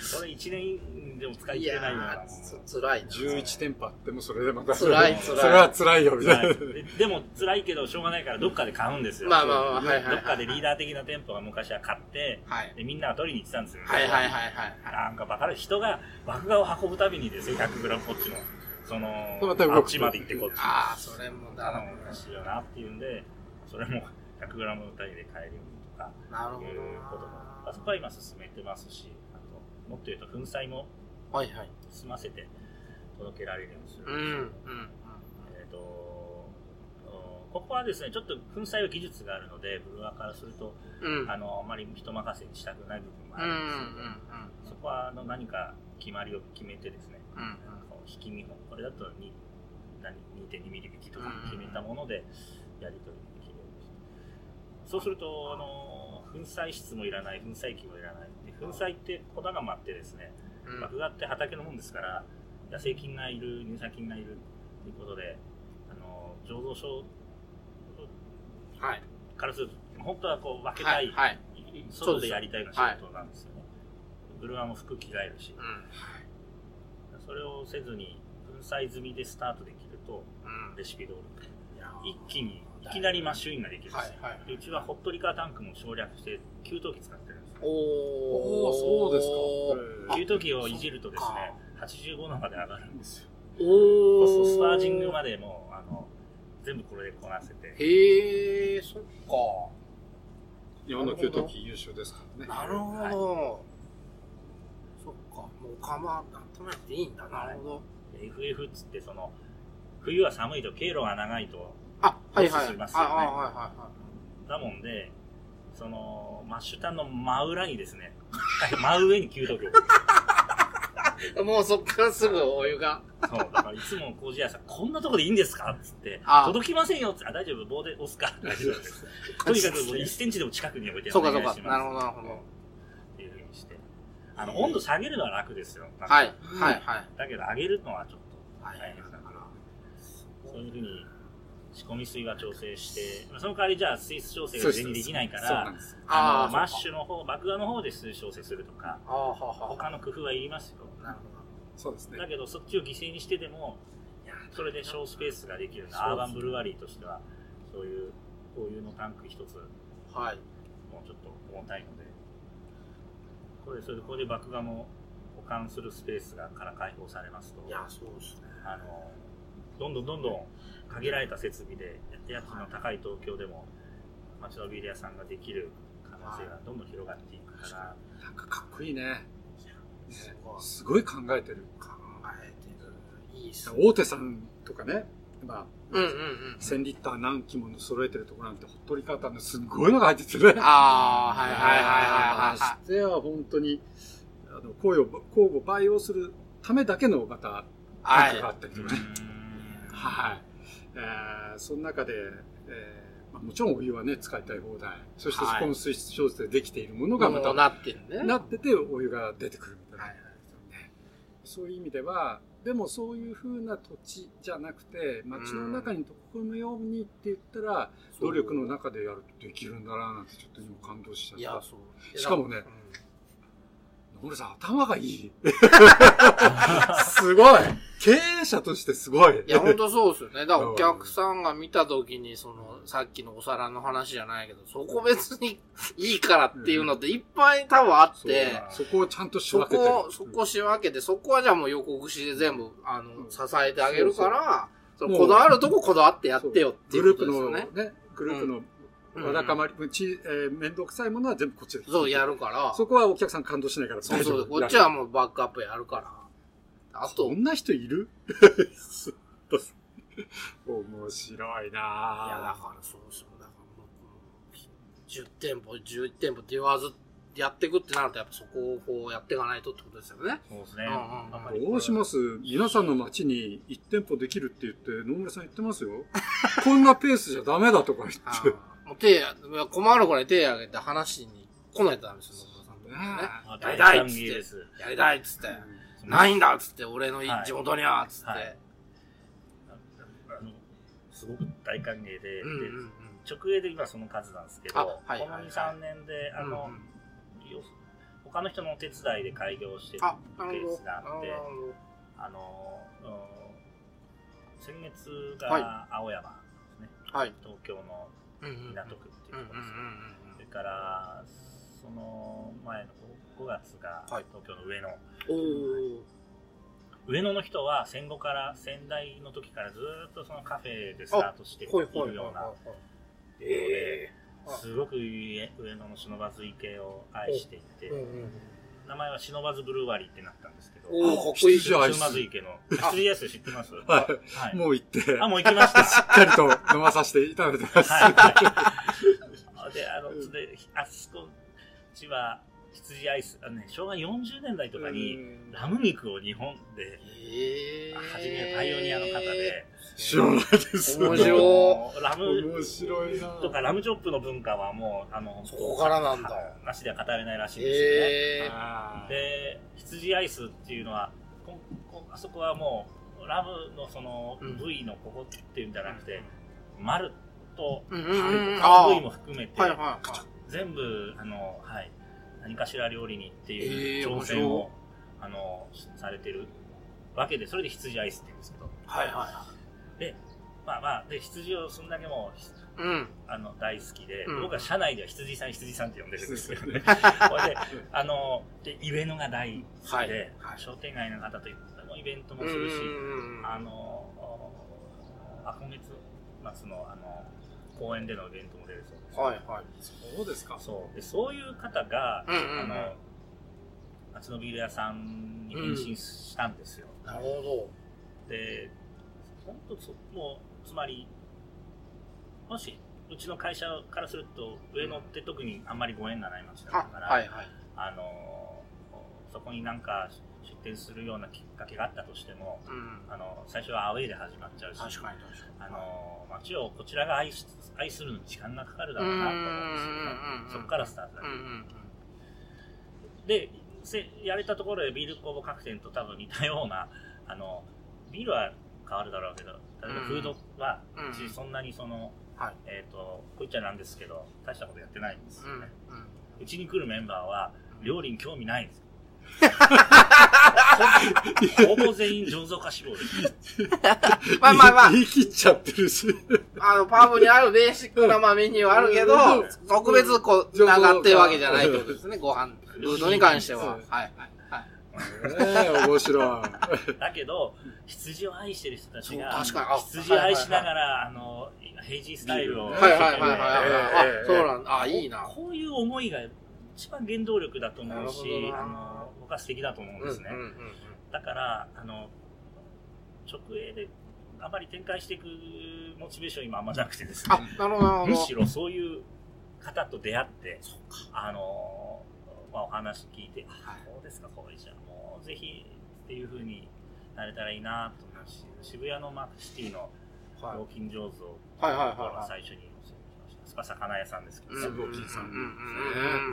[SPEAKER 3] それ1年でも使い
[SPEAKER 1] い
[SPEAKER 3] 切れ
[SPEAKER 1] や
[SPEAKER 3] ないような
[SPEAKER 1] ー、つ辛いな。
[SPEAKER 2] 11店舗あってもそれでまた、
[SPEAKER 1] 辛い辛
[SPEAKER 2] それ
[SPEAKER 1] い
[SPEAKER 2] それは辛いよ、みたい
[SPEAKER 3] 辛
[SPEAKER 2] な。
[SPEAKER 3] いででも辛いけどしょうがないからどっかで買うんですよ。
[SPEAKER 1] まあまあまあ、はいはいはい。
[SPEAKER 3] どっかでリーダー的な店舗が昔は買って、
[SPEAKER 1] はい。
[SPEAKER 3] でみんなが取りに行ってたんですよ。
[SPEAKER 1] はいはいはいはい。
[SPEAKER 3] なんかバカで人が爆芽を運ぶたびにですよ、100g こっちの。その、
[SPEAKER 2] また動く
[SPEAKER 3] あっちまで行ってこっち。
[SPEAKER 1] ああ、それもだ
[SPEAKER 3] あ
[SPEAKER 1] な。
[SPEAKER 3] の、おかしいよなっていうんで、それも 100g 単位で買えるようにとか。
[SPEAKER 1] なる
[SPEAKER 3] い
[SPEAKER 1] ほど
[SPEAKER 3] うこともあそこは今進めてますしあともっと言うと粉砕も
[SPEAKER 1] な。はいはい。
[SPEAKER 3] 済ませて届けられるようにする
[SPEAKER 1] うん。うん。うん
[SPEAKER 3] えっ、とおここはですねちょっと粉砕は技術があるのでブルワーからすると
[SPEAKER 1] うん。うん。
[SPEAKER 3] あのあまり人任せにしたくない部分もあ
[SPEAKER 1] う
[SPEAKER 3] る
[SPEAKER 1] ん。うん
[SPEAKER 3] ですけど、
[SPEAKER 1] ん。
[SPEAKER 3] そこはあの何か決まりを決めてですね、
[SPEAKER 1] うんうん
[SPEAKER 3] こう引き見本これだと2 2.2ミリ引きとか決めたものでやり取りできるようにしてそうするとあの粉砕室もいらない粉砕機もいらないで粉砕って小玉もあってですね
[SPEAKER 1] うん。
[SPEAKER 3] 爆芽って畑のもんですから野生菌がいる乳酸菌がいるということであの醸造所
[SPEAKER 1] はい。
[SPEAKER 3] からすると本当はこう分けた、
[SPEAKER 1] はいい。はい。
[SPEAKER 3] 外でやりたいような仕事なんですよね、ブルワも服着替えるし、それをせずに粉砕済みでスタートできると
[SPEAKER 1] うん。うん。
[SPEAKER 3] レシピ通り
[SPEAKER 1] いや
[SPEAKER 3] 一気にいきなりマッシュインができるし、
[SPEAKER 1] はいはい。
[SPEAKER 3] でうちはホットリカータンクも省略して給湯器使ってるんですよ
[SPEAKER 1] お
[SPEAKER 2] お
[SPEAKER 1] お
[SPEAKER 2] ーそうですか。
[SPEAKER 3] 給湯器をいじるとですね85度まで上がるんですよ
[SPEAKER 1] お
[SPEAKER 3] そ
[SPEAKER 1] お
[SPEAKER 3] うするとスパージングま
[SPEAKER 1] で。
[SPEAKER 3] でもうあの全部これでこなせて
[SPEAKER 1] へえ、そっか。
[SPEAKER 2] 日本の給湯器優秀ですからね。
[SPEAKER 1] なるほど、そっかもう釜温めなくていいんだなるほど
[SPEAKER 3] FF っつってその冬は寒いと経路が長いと
[SPEAKER 1] あはいはい
[SPEAKER 3] 進みます
[SPEAKER 1] あ
[SPEAKER 3] よね
[SPEAKER 1] あはいは
[SPEAKER 3] だもんでそのマッシュタンの真裏にですね 真上に給湯器を
[SPEAKER 1] いはい もうそっからすぐお湯が
[SPEAKER 3] そう、だからいつも麹屋さん、こんなとこでいいんですかっつって
[SPEAKER 1] あ、あ
[SPEAKER 3] 届きませんよっつって、あ、大丈夫、棒で押すか大丈夫です。とにかくもう1センチでも近くに置いて
[SPEAKER 1] そうか
[SPEAKER 3] お
[SPEAKER 1] そう
[SPEAKER 3] 願い
[SPEAKER 1] か
[SPEAKER 3] します
[SPEAKER 1] なるほどなるほど
[SPEAKER 3] っていうふうにして。あの、温度下げるのは楽ですよ。。
[SPEAKER 1] はいいはいはい
[SPEAKER 3] だけど上げるのはちょっ
[SPEAKER 1] はい
[SPEAKER 3] 大変だからと、そういうふうに仕込み水は調整して、まあその代わりじゃあ水質調整が全然できないか
[SPEAKER 2] そうな
[SPEAKER 3] ら
[SPEAKER 2] ん、です。
[SPEAKER 1] あ
[SPEAKER 3] あ
[SPEAKER 1] あ
[SPEAKER 3] の、マッシュの方、爆芽の方で水質調整するとか、
[SPEAKER 1] ああはあは
[SPEAKER 3] 他の工夫はいりますよ。
[SPEAKER 1] あなる
[SPEAKER 2] そうです
[SPEAKER 3] だ
[SPEAKER 2] ね。
[SPEAKER 3] けどそっちを犠牲にしてでもそれで小スペースができるようなアーバンブルワリーとしてはそういうこういうのタンク一つ
[SPEAKER 1] ほどはい
[SPEAKER 3] もうちょっと重たいのでこれそれでここで麦芽も保管するスペースがから解放されますと
[SPEAKER 1] いやそうですね
[SPEAKER 3] あのどんどんどんどん限られた設備で家賃の高い東京でも町のビール屋さんができる可能性がどんどん広がっていくから
[SPEAKER 2] なんかかっこいいね。
[SPEAKER 1] すごい
[SPEAKER 2] すごい考えてる。
[SPEAKER 1] 考えてるいいっすね
[SPEAKER 2] 大手さんとかね、ま
[SPEAKER 1] うんうん
[SPEAKER 2] あ、
[SPEAKER 1] うん
[SPEAKER 2] 1000リッター何機も揃えてるとこなんて、ほっとり方のすごいのが入っててね。
[SPEAKER 1] ああはいはいはいはいはい
[SPEAKER 2] ましては本当に、あの、声を、交互培養するためだけのまた、
[SPEAKER 1] はい
[SPEAKER 2] があったりとかね。はい。えーその中で、えーまあもちろんお湯はね、使いたい放題。そして、
[SPEAKER 1] はい
[SPEAKER 2] この水質調整できているものがま
[SPEAKER 1] も
[SPEAKER 2] た
[SPEAKER 1] う、なってるね
[SPEAKER 2] なってて、お湯が出てくるみたいな。
[SPEAKER 1] はい
[SPEAKER 2] そういう意味では、でもそういうふうな土地じゃなくて、町の中に溶け込むようにって言ったら、努力の中でやるとできるんだななんてちょっと今感動しちゃった。
[SPEAKER 1] いやそう
[SPEAKER 2] しかもね
[SPEAKER 1] うん
[SPEAKER 2] 俺さん、頭が いい。すごい経営者としてすごい。
[SPEAKER 1] いや、ほんとそうですよね。だからお客さんが見たときに、その、さっきのお皿の話じゃないけど、そこ別にいいからっていうのっていっぱい多分あっ
[SPEAKER 2] そうだ
[SPEAKER 1] て、
[SPEAKER 2] そこをちゃんと仕
[SPEAKER 1] そ
[SPEAKER 2] 分けて
[SPEAKER 1] こを、
[SPEAKER 2] る。
[SPEAKER 1] そこを仕分けて、そこはじゃあもう横串で全部、あの、
[SPEAKER 2] うん
[SPEAKER 1] 支えてあげるから、そ
[SPEAKER 2] そう
[SPEAKER 1] のこだわるとここだわってやってよってい
[SPEAKER 2] グ
[SPEAKER 1] う
[SPEAKER 2] ルー
[SPEAKER 1] こと
[SPEAKER 2] プ
[SPEAKER 1] ですよ
[SPEAKER 2] の
[SPEAKER 1] ね。
[SPEAKER 2] ね、グループの
[SPEAKER 1] うん
[SPEAKER 2] わだかまり、ち、えー、めんどくさいものは全部こっちで。
[SPEAKER 1] そう、やるから、そ
[SPEAKER 2] そこはお客さん感動しないから
[SPEAKER 1] う
[SPEAKER 2] 大丈
[SPEAKER 1] そう、
[SPEAKER 2] 夫。
[SPEAKER 1] こっちはもうバックアップやるから。あと、
[SPEAKER 2] そんな人いる面白い
[SPEAKER 1] いや、だ
[SPEAKER 2] なぁ。
[SPEAKER 1] からそうそう。だからもう、10店舗、11店舗って言わず、やっていくってなると、やっぱそこをこうやっていかないとってことですよ ね。
[SPEAKER 3] そうですね。
[SPEAKER 1] うんうんうん
[SPEAKER 3] やっぱり
[SPEAKER 2] どうします皆さんの街に1店舗できるって言って、野村さん言ってますよ。こんなペースじゃダメだとか言
[SPEAKER 1] あ
[SPEAKER 2] って。
[SPEAKER 1] ーもう手、いや困るぐらい手挙げて話に来ないとダメですよ、野村さんとね。
[SPEAKER 2] ね
[SPEAKER 3] あ
[SPEAKER 1] やりたいっ
[SPEAKER 3] 大
[SPEAKER 1] つって
[SPEAKER 3] 歓迎です。
[SPEAKER 1] やりたいっつって、
[SPEAKER 3] うん
[SPEAKER 1] ないんだっつって、俺のい
[SPEAKER 3] はい
[SPEAKER 1] 地元にはっつって。
[SPEAKER 3] はいあのすごく大歓迎で、で
[SPEAKER 1] うんうんうん。
[SPEAKER 3] 直営で今その数なんですけ
[SPEAKER 1] あ
[SPEAKER 3] ど、
[SPEAKER 1] はい
[SPEAKER 3] この
[SPEAKER 1] はい
[SPEAKER 3] 2、3年で、あの、
[SPEAKER 1] うんうん
[SPEAKER 3] よ他の人のお手伝いで開業してる
[SPEAKER 1] あ、
[SPEAKER 3] ケ
[SPEAKER 1] なる
[SPEAKER 3] ー
[SPEAKER 1] ほど。
[SPEAKER 3] スが
[SPEAKER 1] な
[SPEAKER 3] あって
[SPEAKER 1] る、ほど
[SPEAKER 3] あの、うん先月
[SPEAKER 1] はい
[SPEAKER 3] が青山ですね、
[SPEAKER 1] はい。
[SPEAKER 3] 東京の
[SPEAKER 1] うんうんうん
[SPEAKER 3] 港区って
[SPEAKER 1] うん
[SPEAKER 3] いううんと
[SPEAKER 1] う
[SPEAKER 3] こ
[SPEAKER 1] んう
[SPEAKER 3] ろですね。
[SPEAKER 1] ん
[SPEAKER 3] それから、その前の5月が
[SPEAKER 1] はい
[SPEAKER 3] 東京の上野。
[SPEAKER 1] うん。おー。
[SPEAKER 3] 上野の人は戦後から、先代の時からずーっとそのカフェでスタートしてい
[SPEAKER 1] ほいほいほいほ
[SPEAKER 3] る
[SPEAKER 1] い
[SPEAKER 3] ような
[SPEAKER 1] ほ、い。
[SPEAKER 3] え
[SPEAKER 1] はい
[SPEAKER 3] すごく上野の不忍池を愛していて、名前は忍ずブルワリーってなったんですけど、
[SPEAKER 1] おー、かっこいい。
[SPEAKER 2] 羊アイス
[SPEAKER 3] 忍池の、羊アイス知ってます
[SPEAKER 2] は。
[SPEAKER 3] はいい。
[SPEAKER 2] もう行って、し
[SPEAKER 3] あ、
[SPEAKER 2] っ
[SPEAKER 3] もう行きました。
[SPEAKER 2] かりと飲まさせていただいてます。
[SPEAKER 3] はい。で、あの、で、あそこちは、羊アイス、あのね、昭和40年代とかに、ラム肉を日本で
[SPEAKER 1] え
[SPEAKER 3] 始めるパイオニアの方で、
[SPEAKER 2] 知らないです。
[SPEAKER 1] 面白い
[SPEAKER 3] もうラム
[SPEAKER 2] 面白いな
[SPEAKER 3] とかラムチョップの文化はもう、あの、
[SPEAKER 1] そこからなんだ
[SPEAKER 3] はなしでは語れないらしいんですよね。
[SPEAKER 1] え
[SPEAKER 2] あー
[SPEAKER 3] で、羊アイスっていうのは、ここあそこはもう、ラムのその
[SPEAKER 1] うん
[SPEAKER 3] 部位のここっていうんじゃなくて、丸と、
[SPEAKER 1] うんうんうん
[SPEAKER 3] 部位も含めて
[SPEAKER 1] ー。、はいはいはい。
[SPEAKER 3] 全部あの、はい、何かしら料理にってい
[SPEAKER 1] え
[SPEAKER 3] う
[SPEAKER 1] ー
[SPEAKER 3] 挑戦を、あのしされてるわけでそれで羊アイスって言うんですけど
[SPEAKER 1] はいは
[SPEAKER 3] でまあまあで羊をそんだけもうひ
[SPEAKER 1] い。うん。
[SPEAKER 3] あの大好きで、
[SPEAKER 1] うん
[SPEAKER 3] 僕は社内では羊さん羊さんって呼んでるんですよ
[SPEAKER 2] そうで
[SPEAKER 3] ね。 ほいであのでイベントが大好きで、
[SPEAKER 1] はいはい
[SPEAKER 3] 商店街の方といったもイベントも
[SPEAKER 1] う
[SPEAKER 3] するし、
[SPEAKER 1] ん。
[SPEAKER 3] あのおあ今月末のあの公園でのイベントも出るそうです。
[SPEAKER 1] はいはい。
[SPEAKER 2] そうですか。
[SPEAKER 3] そうでそういう方が、
[SPEAKER 1] うんう
[SPEAKER 3] あ
[SPEAKER 1] ん。
[SPEAKER 3] の、町のビール屋さんに変身したんですよ。
[SPEAKER 1] なるほ
[SPEAKER 3] で、本当そ、もう、つまり、もし、うちの会社からすると、上野って特にあんまりご縁がない町だ
[SPEAKER 1] ど。
[SPEAKER 3] った
[SPEAKER 1] あ
[SPEAKER 3] か、ら、
[SPEAKER 1] はいはい。
[SPEAKER 3] あの、そこになんか出店するようなきっかけがあったとしても、
[SPEAKER 1] うん。
[SPEAKER 3] あの、最初はアウェイで始まっちゃうし、
[SPEAKER 1] 確かに確かに。
[SPEAKER 3] あの、町をこちらが愛し愛するのに時間がかかるだろうなと思うんですよね。そこからスタートだ
[SPEAKER 1] うんうん
[SPEAKER 3] でせやれたところでビール工房各店と多分似たようなあのビールは変わるだろうけど例えばフードは、う
[SPEAKER 1] うん
[SPEAKER 3] ちそんなにその、
[SPEAKER 1] はい
[SPEAKER 3] えっ、とこいっちゃなんですけど大したことやってないんです
[SPEAKER 1] う
[SPEAKER 3] よ
[SPEAKER 1] ん
[SPEAKER 3] ね、うちに来るメンバーは料理に興味な いんですほぼ全員醸造家志望です。
[SPEAKER 1] うん。まあまあまあ
[SPEAKER 2] 言い切っちゃってるし。
[SPEAKER 1] あの、パブにあるベーシックなまあメニューはあるけど
[SPEAKER 2] うん、
[SPEAKER 1] 特別こう、
[SPEAKER 2] うん
[SPEAKER 1] 繋がってるわけじゃないってことですね、ご飯、ルードに関しては。は
[SPEAKER 2] う
[SPEAKER 1] い
[SPEAKER 2] ん
[SPEAKER 1] はいはい。
[SPEAKER 2] ええ、面白い。
[SPEAKER 3] だけど、羊を愛してる人たちが、
[SPEAKER 1] そう確かにあ
[SPEAKER 3] 羊を愛しながら、あの、ヘイジースタイルを、
[SPEAKER 1] はいはいはいはいはい。
[SPEAKER 2] ええ
[SPEAKER 1] あ、そうなんだ。あ、いいな。
[SPEAKER 3] こういう思いが一番原動力だと思うし
[SPEAKER 1] なるほど、な
[SPEAKER 3] あの僕は素敵だと思うんですね。
[SPEAKER 1] うんうんうんうん
[SPEAKER 3] だからあの直営であまり展開していくモチベーション今あんまなくてです
[SPEAKER 1] あ
[SPEAKER 3] ね。、
[SPEAKER 1] なるほど、なる
[SPEAKER 3] む
[SPEAKER 1] ほ
[SPEAKER 3] しろそういう方と出会って、あのまあお話聞いて、あそうですか、これじゃあもうぜひっていう風になれたらいいなと思うし、渋谷のマークシティの
[SPEAKER 1] ど。はい
[SPEAKER 3] 料金上手を
[SPEAKER 1] はいはい
[SPEAKER 3] 僕は
[SPEAKER 1] は
[SPEAKER 3] 最初にお世話しました。スパ魚屋さんですけ
[SPEAKER 1] い。
[SPEAKER 3] ど、
[SPEAKER 1] う
[SPEAKER 2] すごい金さん
[SPEAKER 1] うん
[SPEAKER 2] ね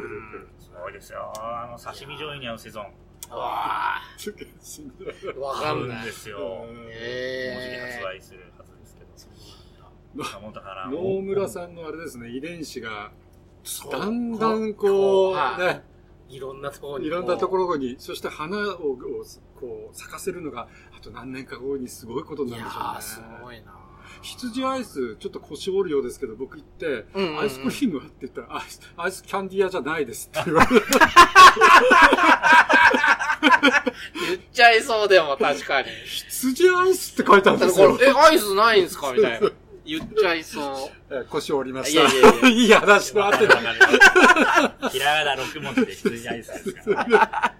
[SPEAKER 2] グループ
[SPEAKER 3] すごいですよ。あの、刺身醤油に合うセゾン。
[SPEAKER 1] うわ
[SPEAKER 2] ちょっと死んだ
[SPEAKER 1] ーわかん
[SPEAKER 3] 合う
[SPEAKER 1] なんい
[SPEAKER 3] で。すよ。もうじき
[SPEAKER 1] え
[SPEAKER 3] 発売するはずですけど。そんなもんだから。
[SPEAKER 2] 野村さんのあれですね、遺伝子が、
[SPEAKER 1] ー。
[SPEAKER 2] だんだんこう、
[SPEAKER 1] はい
[SPEAKER 2] ね、
[SPEAKER 1] いろんなところに。
[SPEAKER 2] いろんなところに、そして花ををこう咲かせるのが、あと何年か後にすごいことに
[SPEAKER 1] い
[SPEAKER 2] なる
[SPEAKER 1] や
[SPEAKER 2] んでしょうね。
[SPEAKER 1] ー、すごいな
[SPEAKER 2] 羊アイス、ちょっと腰折るようですけど、僕行って、
[SPEAKER 1] うんうんうん
[SPEAKER 2] アイスコーヒーもあって言ったら、アイス、アイスキャンディー屋じゃないですって言わ れて、
[SPEAKER 1] 言っちゃいそうでも確かに。
[SPEAKER 2] 羊アイスって書いてあるん
[SPEAKER 1] だ
[SPEAKER 2] で
[SPEAKER 1] か
[SPEAKER 2] すよ
[SPEAKER 1] ら。え、アイスないんすかみたいな。言っちゃいそ
[SPEAKER 2] えー腰折りま
[SPEAKER 1] う。
[SPEAKER 2] し
[SPEAKER 1] い
[SPEAKER 2] た。
[SPEAKER 1] や
[SPEAKER 2] い
[SPEAKER 1] いやいや。
[SPEAKER 2] い話だ
[SPEAKER 3] わ
[SPEAKER 2] な
[SPEAKER 3] か
[SPEAKER 2] って
[SPEAKER 3] る
[SPEAKER 2] た
[SPEAKER 3] わ。かる。ひらがな6文字で羊アイスですから。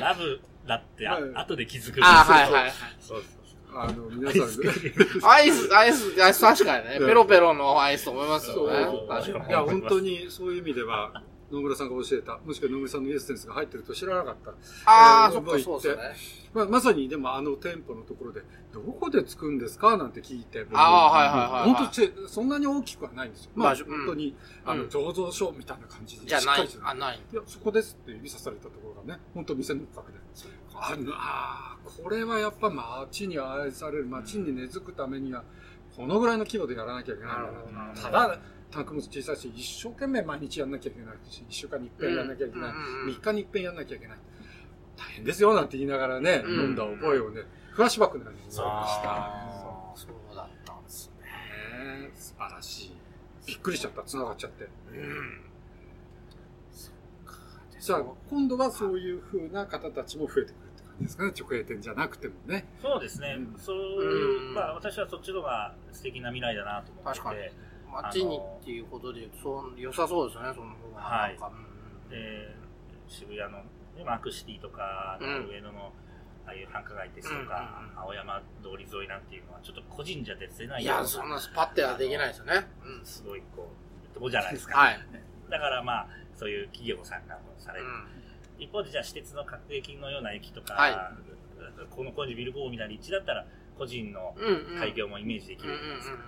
[SPEAKER 3] ラブだって、あ
[SPEAKER 2] うん
[SPEAKER 3] 後で気づく。
[SPEAKER 1] あーはいはいはい。
[SPEAKER 3] そうそうそう。
[SPEAKER 2] あの、皆さん、い
[SPEAKER 1] アイス、アイス、アイス確かにね。
[SPEAKER 2] うん
[SPEAKER 1] ペロペロのアイスと思いますよ
[SPEAKER 2] そ
[SPEAKER 1] ね
[SPEAKER 2] う。
[SPEAKER 1] 確かに。
[SPEAKER 2] や、本当にそういう意味では、野村さんが教えた、もしくは野村さんのエッセンスが入ってると知らなかった。
[SPEAKER 1] ああ、
[SPEAKER 2] えー
[SPEAKER 1] そっか、そうですね。
[SPEAKER 2] まあ、まさにでもあの店舗のところで、どこで作るんですかなんて聞いて、僕
[SPEAKER 1] あーはいはいはいはい
[SPEAKER 2] 本当ち、そんなに大きくはないんですよ。まあ、
[SPEAKER 1] 場所うん
[SPEAKER 2] 本当に、あ
[SPEAKER 1] う
[SPEAKER 2] の、
[SPEAKER 1] ん
[SPEAKER 2] 醸造所みたいな感じで。
[SPEAKER 1] じゃあ
[SPEAKER 2] しっ
[SPEAKER 1] な
[SPEAKER 2] か
[SPEAKER 1] い
[SPEAKER 2] りして、
[SPEAKER 1] あ、ない。
[SPEAKER 2] いや、そこですって指さされたところがね、本当店の一角で。あるなあー、これはやっぱ街に愛される、街に根付くためには、このぐらいの規模でやらなきゃいけないんだな。
[SPEAKER 1] な
[SPEAKER 2] ただ、タンクも小さいし、一生懸命毎日やんなきゃいけないし、一週間に一遍やんなきゃいけない。
[SPEAKER 1] うんうんうん
[SPEAKER 2] 三日に一遍やんなきゃいけない。大変ですよ、なんて言いながらね、
[SPEAKER 1] うん
[SPEAKER 2] 飲んだ覚えをね、フラッシュバックのように思いました。
[SPEAKER 1] あーそうだったんですね。
[SPEAKER 2] ねえ素晴らしい。びっくりしちゃった、繋がっちゃって。
[SPEAKER 1] うん。
[SPEAKER 2] じゃあ、今度はそういう風な方たちも増えてくるって感じですかね、直営店じゃなくてもね。
[SPEAKER 3] そうですね。
[SPEAKER 2] うん
[SPEAKER 3] そういう、
[SPEAKER 1] うん
[SPEAKER 3] まあ私はそっちの方が素敵な未来だなと思ってて。
[SPEAKER 1] 確かに街にっていうことで言うと、そう、良さそうですね、その方が。
[SPEAKER 3] はい
[SPEAKER 1] なんかうん
[SPEAKER 3] で渋谷のねマークシティとか、
[SPEAKER 1] うん
[SPEAKER 3] 上野のああいう繁華街ですと
[SPEAKER 1] う
[SPEAKER 3] か、
[SPEAKER 1] んうんうん
[SPEAKER 3] 青山通り沿いなんていうのはちょっと個人じゃ出せない
[SPEAKER 1] い
[SPEAKER 3] よう
[SPEAKER 1] や、そんなスパッてはできないですよね。うん。
[SPEAKER 3] すごいこうとこじゃないですか、
[SPEAKER 1] はい。
[SPEAKER 3] だからまあそういう企業さんがさ
[SPEAKER 1] う
[SPEAKER 3] れる、
[SPEAKER 1] ん。
[SPEAKER 3] 一方でじゃあ私鉄の各駅のような駅とか、
[SPEAKER 1] はい
[SPEAKER 3] この工事ビル号みたいな立地だったら個人の
[SPEAKER 1] うん、うん。
[SPEAKER 3] 開業もイメージでき
[SPEAKER 1] うんう
[SPEAKER 3] る
[SPEAKER 1] ん
[SPEAKER 3] じゃないですか、だか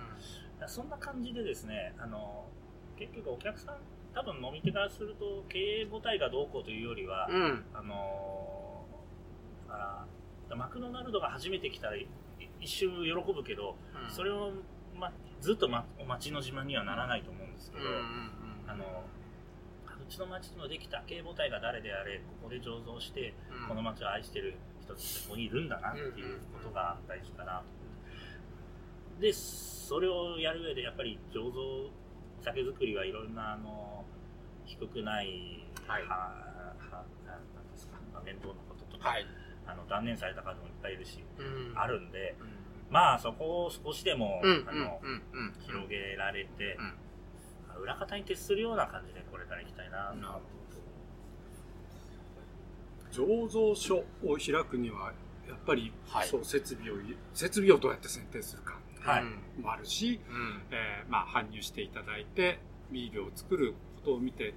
[SPEAKER 3] らそんな感じでですね、あの結局お客さん、多分飲み手からすると、経営母体がどうこうというよりは、
[SPEAKER 1] うん。うん。
[SPEAKER 3] あのだからマクドナルドが初めて来たらい一瞬喜ぶけど、
[SPEAKER 1] うん
[SPEAKER 3] それを、ま、ずっと、ま、お町の自慢にはならないと思うんですけ
[SPEAKER 1] うん
[SPEAKER 3] ど、
[SPEAKER 1] うんうん。
[SPEAKER 3] あのうちの町のできた経営母体が誰であれ、ここで醸造して、
[SPEAKER 1] うん
[SPEAKER 3] この街を愛してる人ってここにいるんだなっていうことが大事かなと思ってでそれをやる上でやっぱり醸造酒造りはいろんなあの低くない
[SPEAKER 1] はい
[SPEAKER 3] ははなんですかまあ面倒なこととか、
[SPEAKER 1] はい。
[SPEAKER 3] あの断念された方もいっぱいいるし、
[SPEAKER 1] うん
[SPEAKER 3] あ。るんで
[SPEAKER 1] うん
[SPEAKER 3] まあそこを少しでも、
[SPEAKER 1] うんうん
[SPEAKER 3] あの
[SPEAKER 1] うんうん。
[SPEAKER 3] 広げられて
[SPEAKER 1] う、ん
[SPEAKER 3] 裏方に徹するような感じでこれからいきたいなと思ってます
[SPEAKER 2] 醸造所を開くには、やっぱり、
[SPEAKER 1] はい
[SPEAKER 2] そう、設備を、設備をどうやって選定するか
[SPEAKER 3] はい
[SPEAKER 1] うん
[SPEAKER 2] もあるし、
[SPEAKER 1] うん。
[SPEAKER 2] えーまあ、搬入していただいて、ビールを作ることを見て、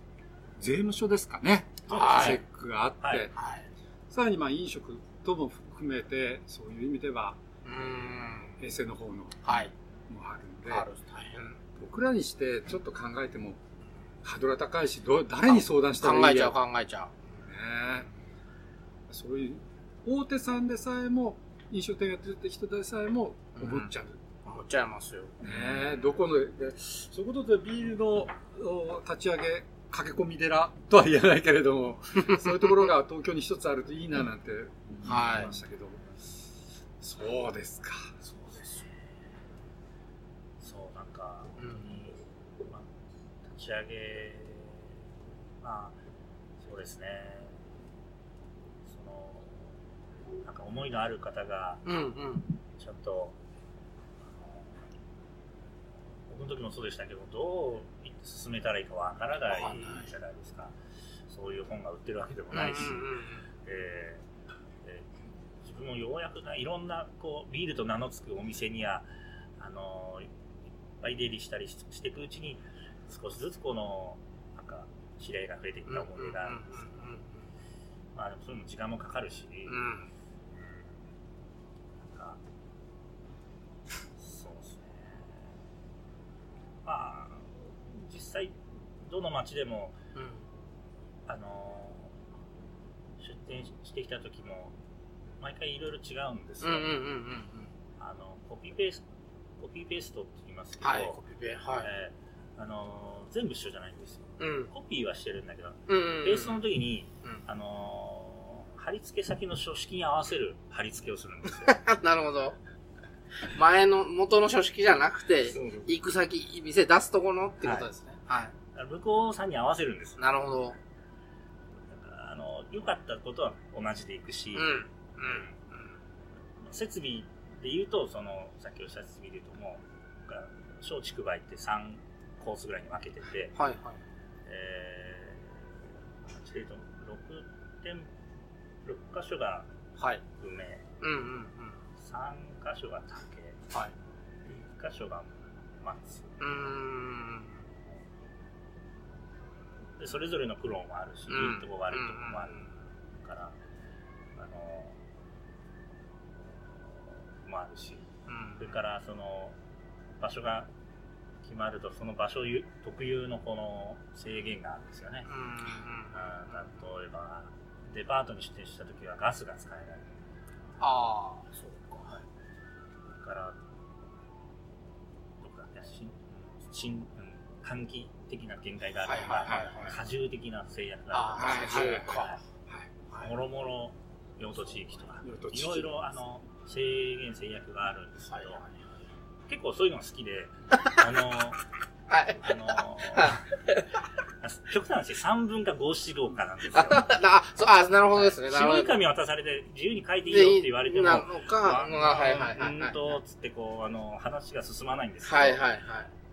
[SPEAKER 2] 税務署ですかね。
[SPEAKER 1] はい
[SPEAKER 2] チェックがあって、
[SPEAKER 3] はい
[SPEAKER 1] はい。
[SPEAKER 2] さらにまあ飲食とも含めて、そういう意味では、
[SPEAKER 1] うん。
[SPEAKER 2] 衛生の方のも
[SPEAKER 1] はい。
[SPEAKER 2] あるんで、
[SPEAKER 1] ある、大変。
[SPEAKER 2] 僕らにしてちょっと考えても、ハードルは高いし、どう誰に相談したらいい
[SPEAKER 1] 考
[SPEAKER 2] や
[SPEAKER 1] えちゃう、考えちゃ
[SPEAKER 2] ねそういう、大手さんでさえも、飲食店やってるって人でさえも思っちゃう。
[SPEAKER 1] う。思っちゃいますよ。
[SPEAKER 2] ねえ、どこの、でそういうことでビールのお立ち上げ、駆け込み寺 とは言えないけれど も、そういうところが東京に一つあるといいななんて
[SPEAKER 1] はい
[SPEAKER 2] 思いましたけど、そうですか。
[SPEAKER 1] そうですよ。
[SPEAKER 3] そう、なんか、
[SPEAKER 1] うん
[SPEAKER 3] 本当に、まあ、立ち上げ、まあ、そうですね、その、なんか思いのある方が、
[SPEAKER 1] うんうん。
[SPEAKER 3] ちゃんと、あの僕の時もそうでしたけど、どう進めたらいいかわからない
[SPEAKER 1] わかんない
[SPEAKER 3] じゃないですか。そういう本が売ってるわけでもないし、
[SPEAKER 1] うんうんうん
[SPEAKER 3] えーえー自分もようやくないろんなこうビールと名の付くお店にはあのーいっぱい出入りしたりししていくうちに少しずつこのなんか知り合いが増えていった思い出があるんですけど、まあでもそれも時間もかかるし、
[SPEAKER 1] うんうん。
[SPEAKER 3] なんかそうですねまあ実際どの町でも
[SPEAKER 1] うん。
[SPEAKER 3] あのー出店してきた時も毎回いろいろ違うんです
[SPEAKER 1] う
[SPEAKER 3] よ、
[SPEAKER 1] んうんうんうん
[SPEAKER 3] あのコピーペースコピーペーストって言いますけど、
[SPEAKER 1] はい、コピペ。はい。
[SPEAKER 3] えーあのー全部一緒じゃないんですよ
[SPEAKER 1] うん。
[SPEAKER 3] コピーはしてるんだけど、
[SPEAKER 1] うんうんうん。
[SPEAKER 3] ペーストの時に
[SPEAKER 1] うん
[SPEAKER 3] あのー貼り付け先の書式に合わせる貼り付けをするんですよ。
[SPEAKER 1] なるほど。前の、元の書式じゃなくて、行く先、店出すとこのってことですね。はい。
[SPEAKER 3] 向こうさんに合わせるんですよ。だ
[SPEAKER 1] なるほど。
[SPEAKER 3] からあの、良かったことは同じでいくし、
[SPEAKER 1] うん。うん。
[SPEAKER 3] 設備で言うと、その、さっきおっしゃった設備で言うともう、だから松竹梅って3コースぐらいに分けてて、
[SPEAKER 1] はいはい。
[SPEAKER 3] えー、8と6店、6箇所が
[SPEAKER 1] はい。
[SPEAKER 3] 梅、
[SPEAKER 1] うんうんうん。
[SPEAKER 3] 3箇所が竹、
[SPEAKER 1] はい。
[SPEAKER 3] 1箇所が松。
[SPEAKER 1] うーん。
[SPEAKER 3] でそれぞれの苦労もあるし、
[SPEAKER 1] うん
[SPEAKER 3] いいとこ悪いとこもあるから、あの、もあるし、
[SPEAKER 1] うん
[SPEAKER 3] それからその場所が決まると、その場所ゆ特有のこの制限があるんですよね
[SPEAKER 1] う。んうん。
[SPEAKER 3] あー例えば、デパートに出店した時はガスが使えない。
[SPEAKER 1] ああ、そうか。
[SPEAKER 3] それから、どこだっけ新新うん換気的な限界があるとか、
[SPEAKER 1] はいはいはいはい
[SPEAKER 3] 過重的な制約があるとか
[SPEAKER 1] ああ、はいはい。
[SPEAKER 3] はいもろもろ用途地域とか、
[SPEAKER 2] 用途地
[SPEAKER 3] い
[SPEAKER 2] 域
[SPEAKER 3] ろいろあの制限、制約があるんですけど、結構そういうの が好きで、あの、
[SPEAKER 1] はい。
[SPEAKER 3] あの、 極端な話、3分か5指導かなんですよ。
[SPEAKER 1] あ、そう、あ、なるほどですね。なるほ
[SPEAKER 3] 白い
[SPEAKER 1] ど。
[SPEAKER 3] 紙渡されて自由に書いていいよって言われても、
[SPEAKER 1] なのか、
[SPEAKER 3] あ
[SPEAKER 1] はいはいはい。
[SPEAKER 3] うんと、つってこう、あの、話が進まないんですけど、
[SPEAKER 1] はいはいはい。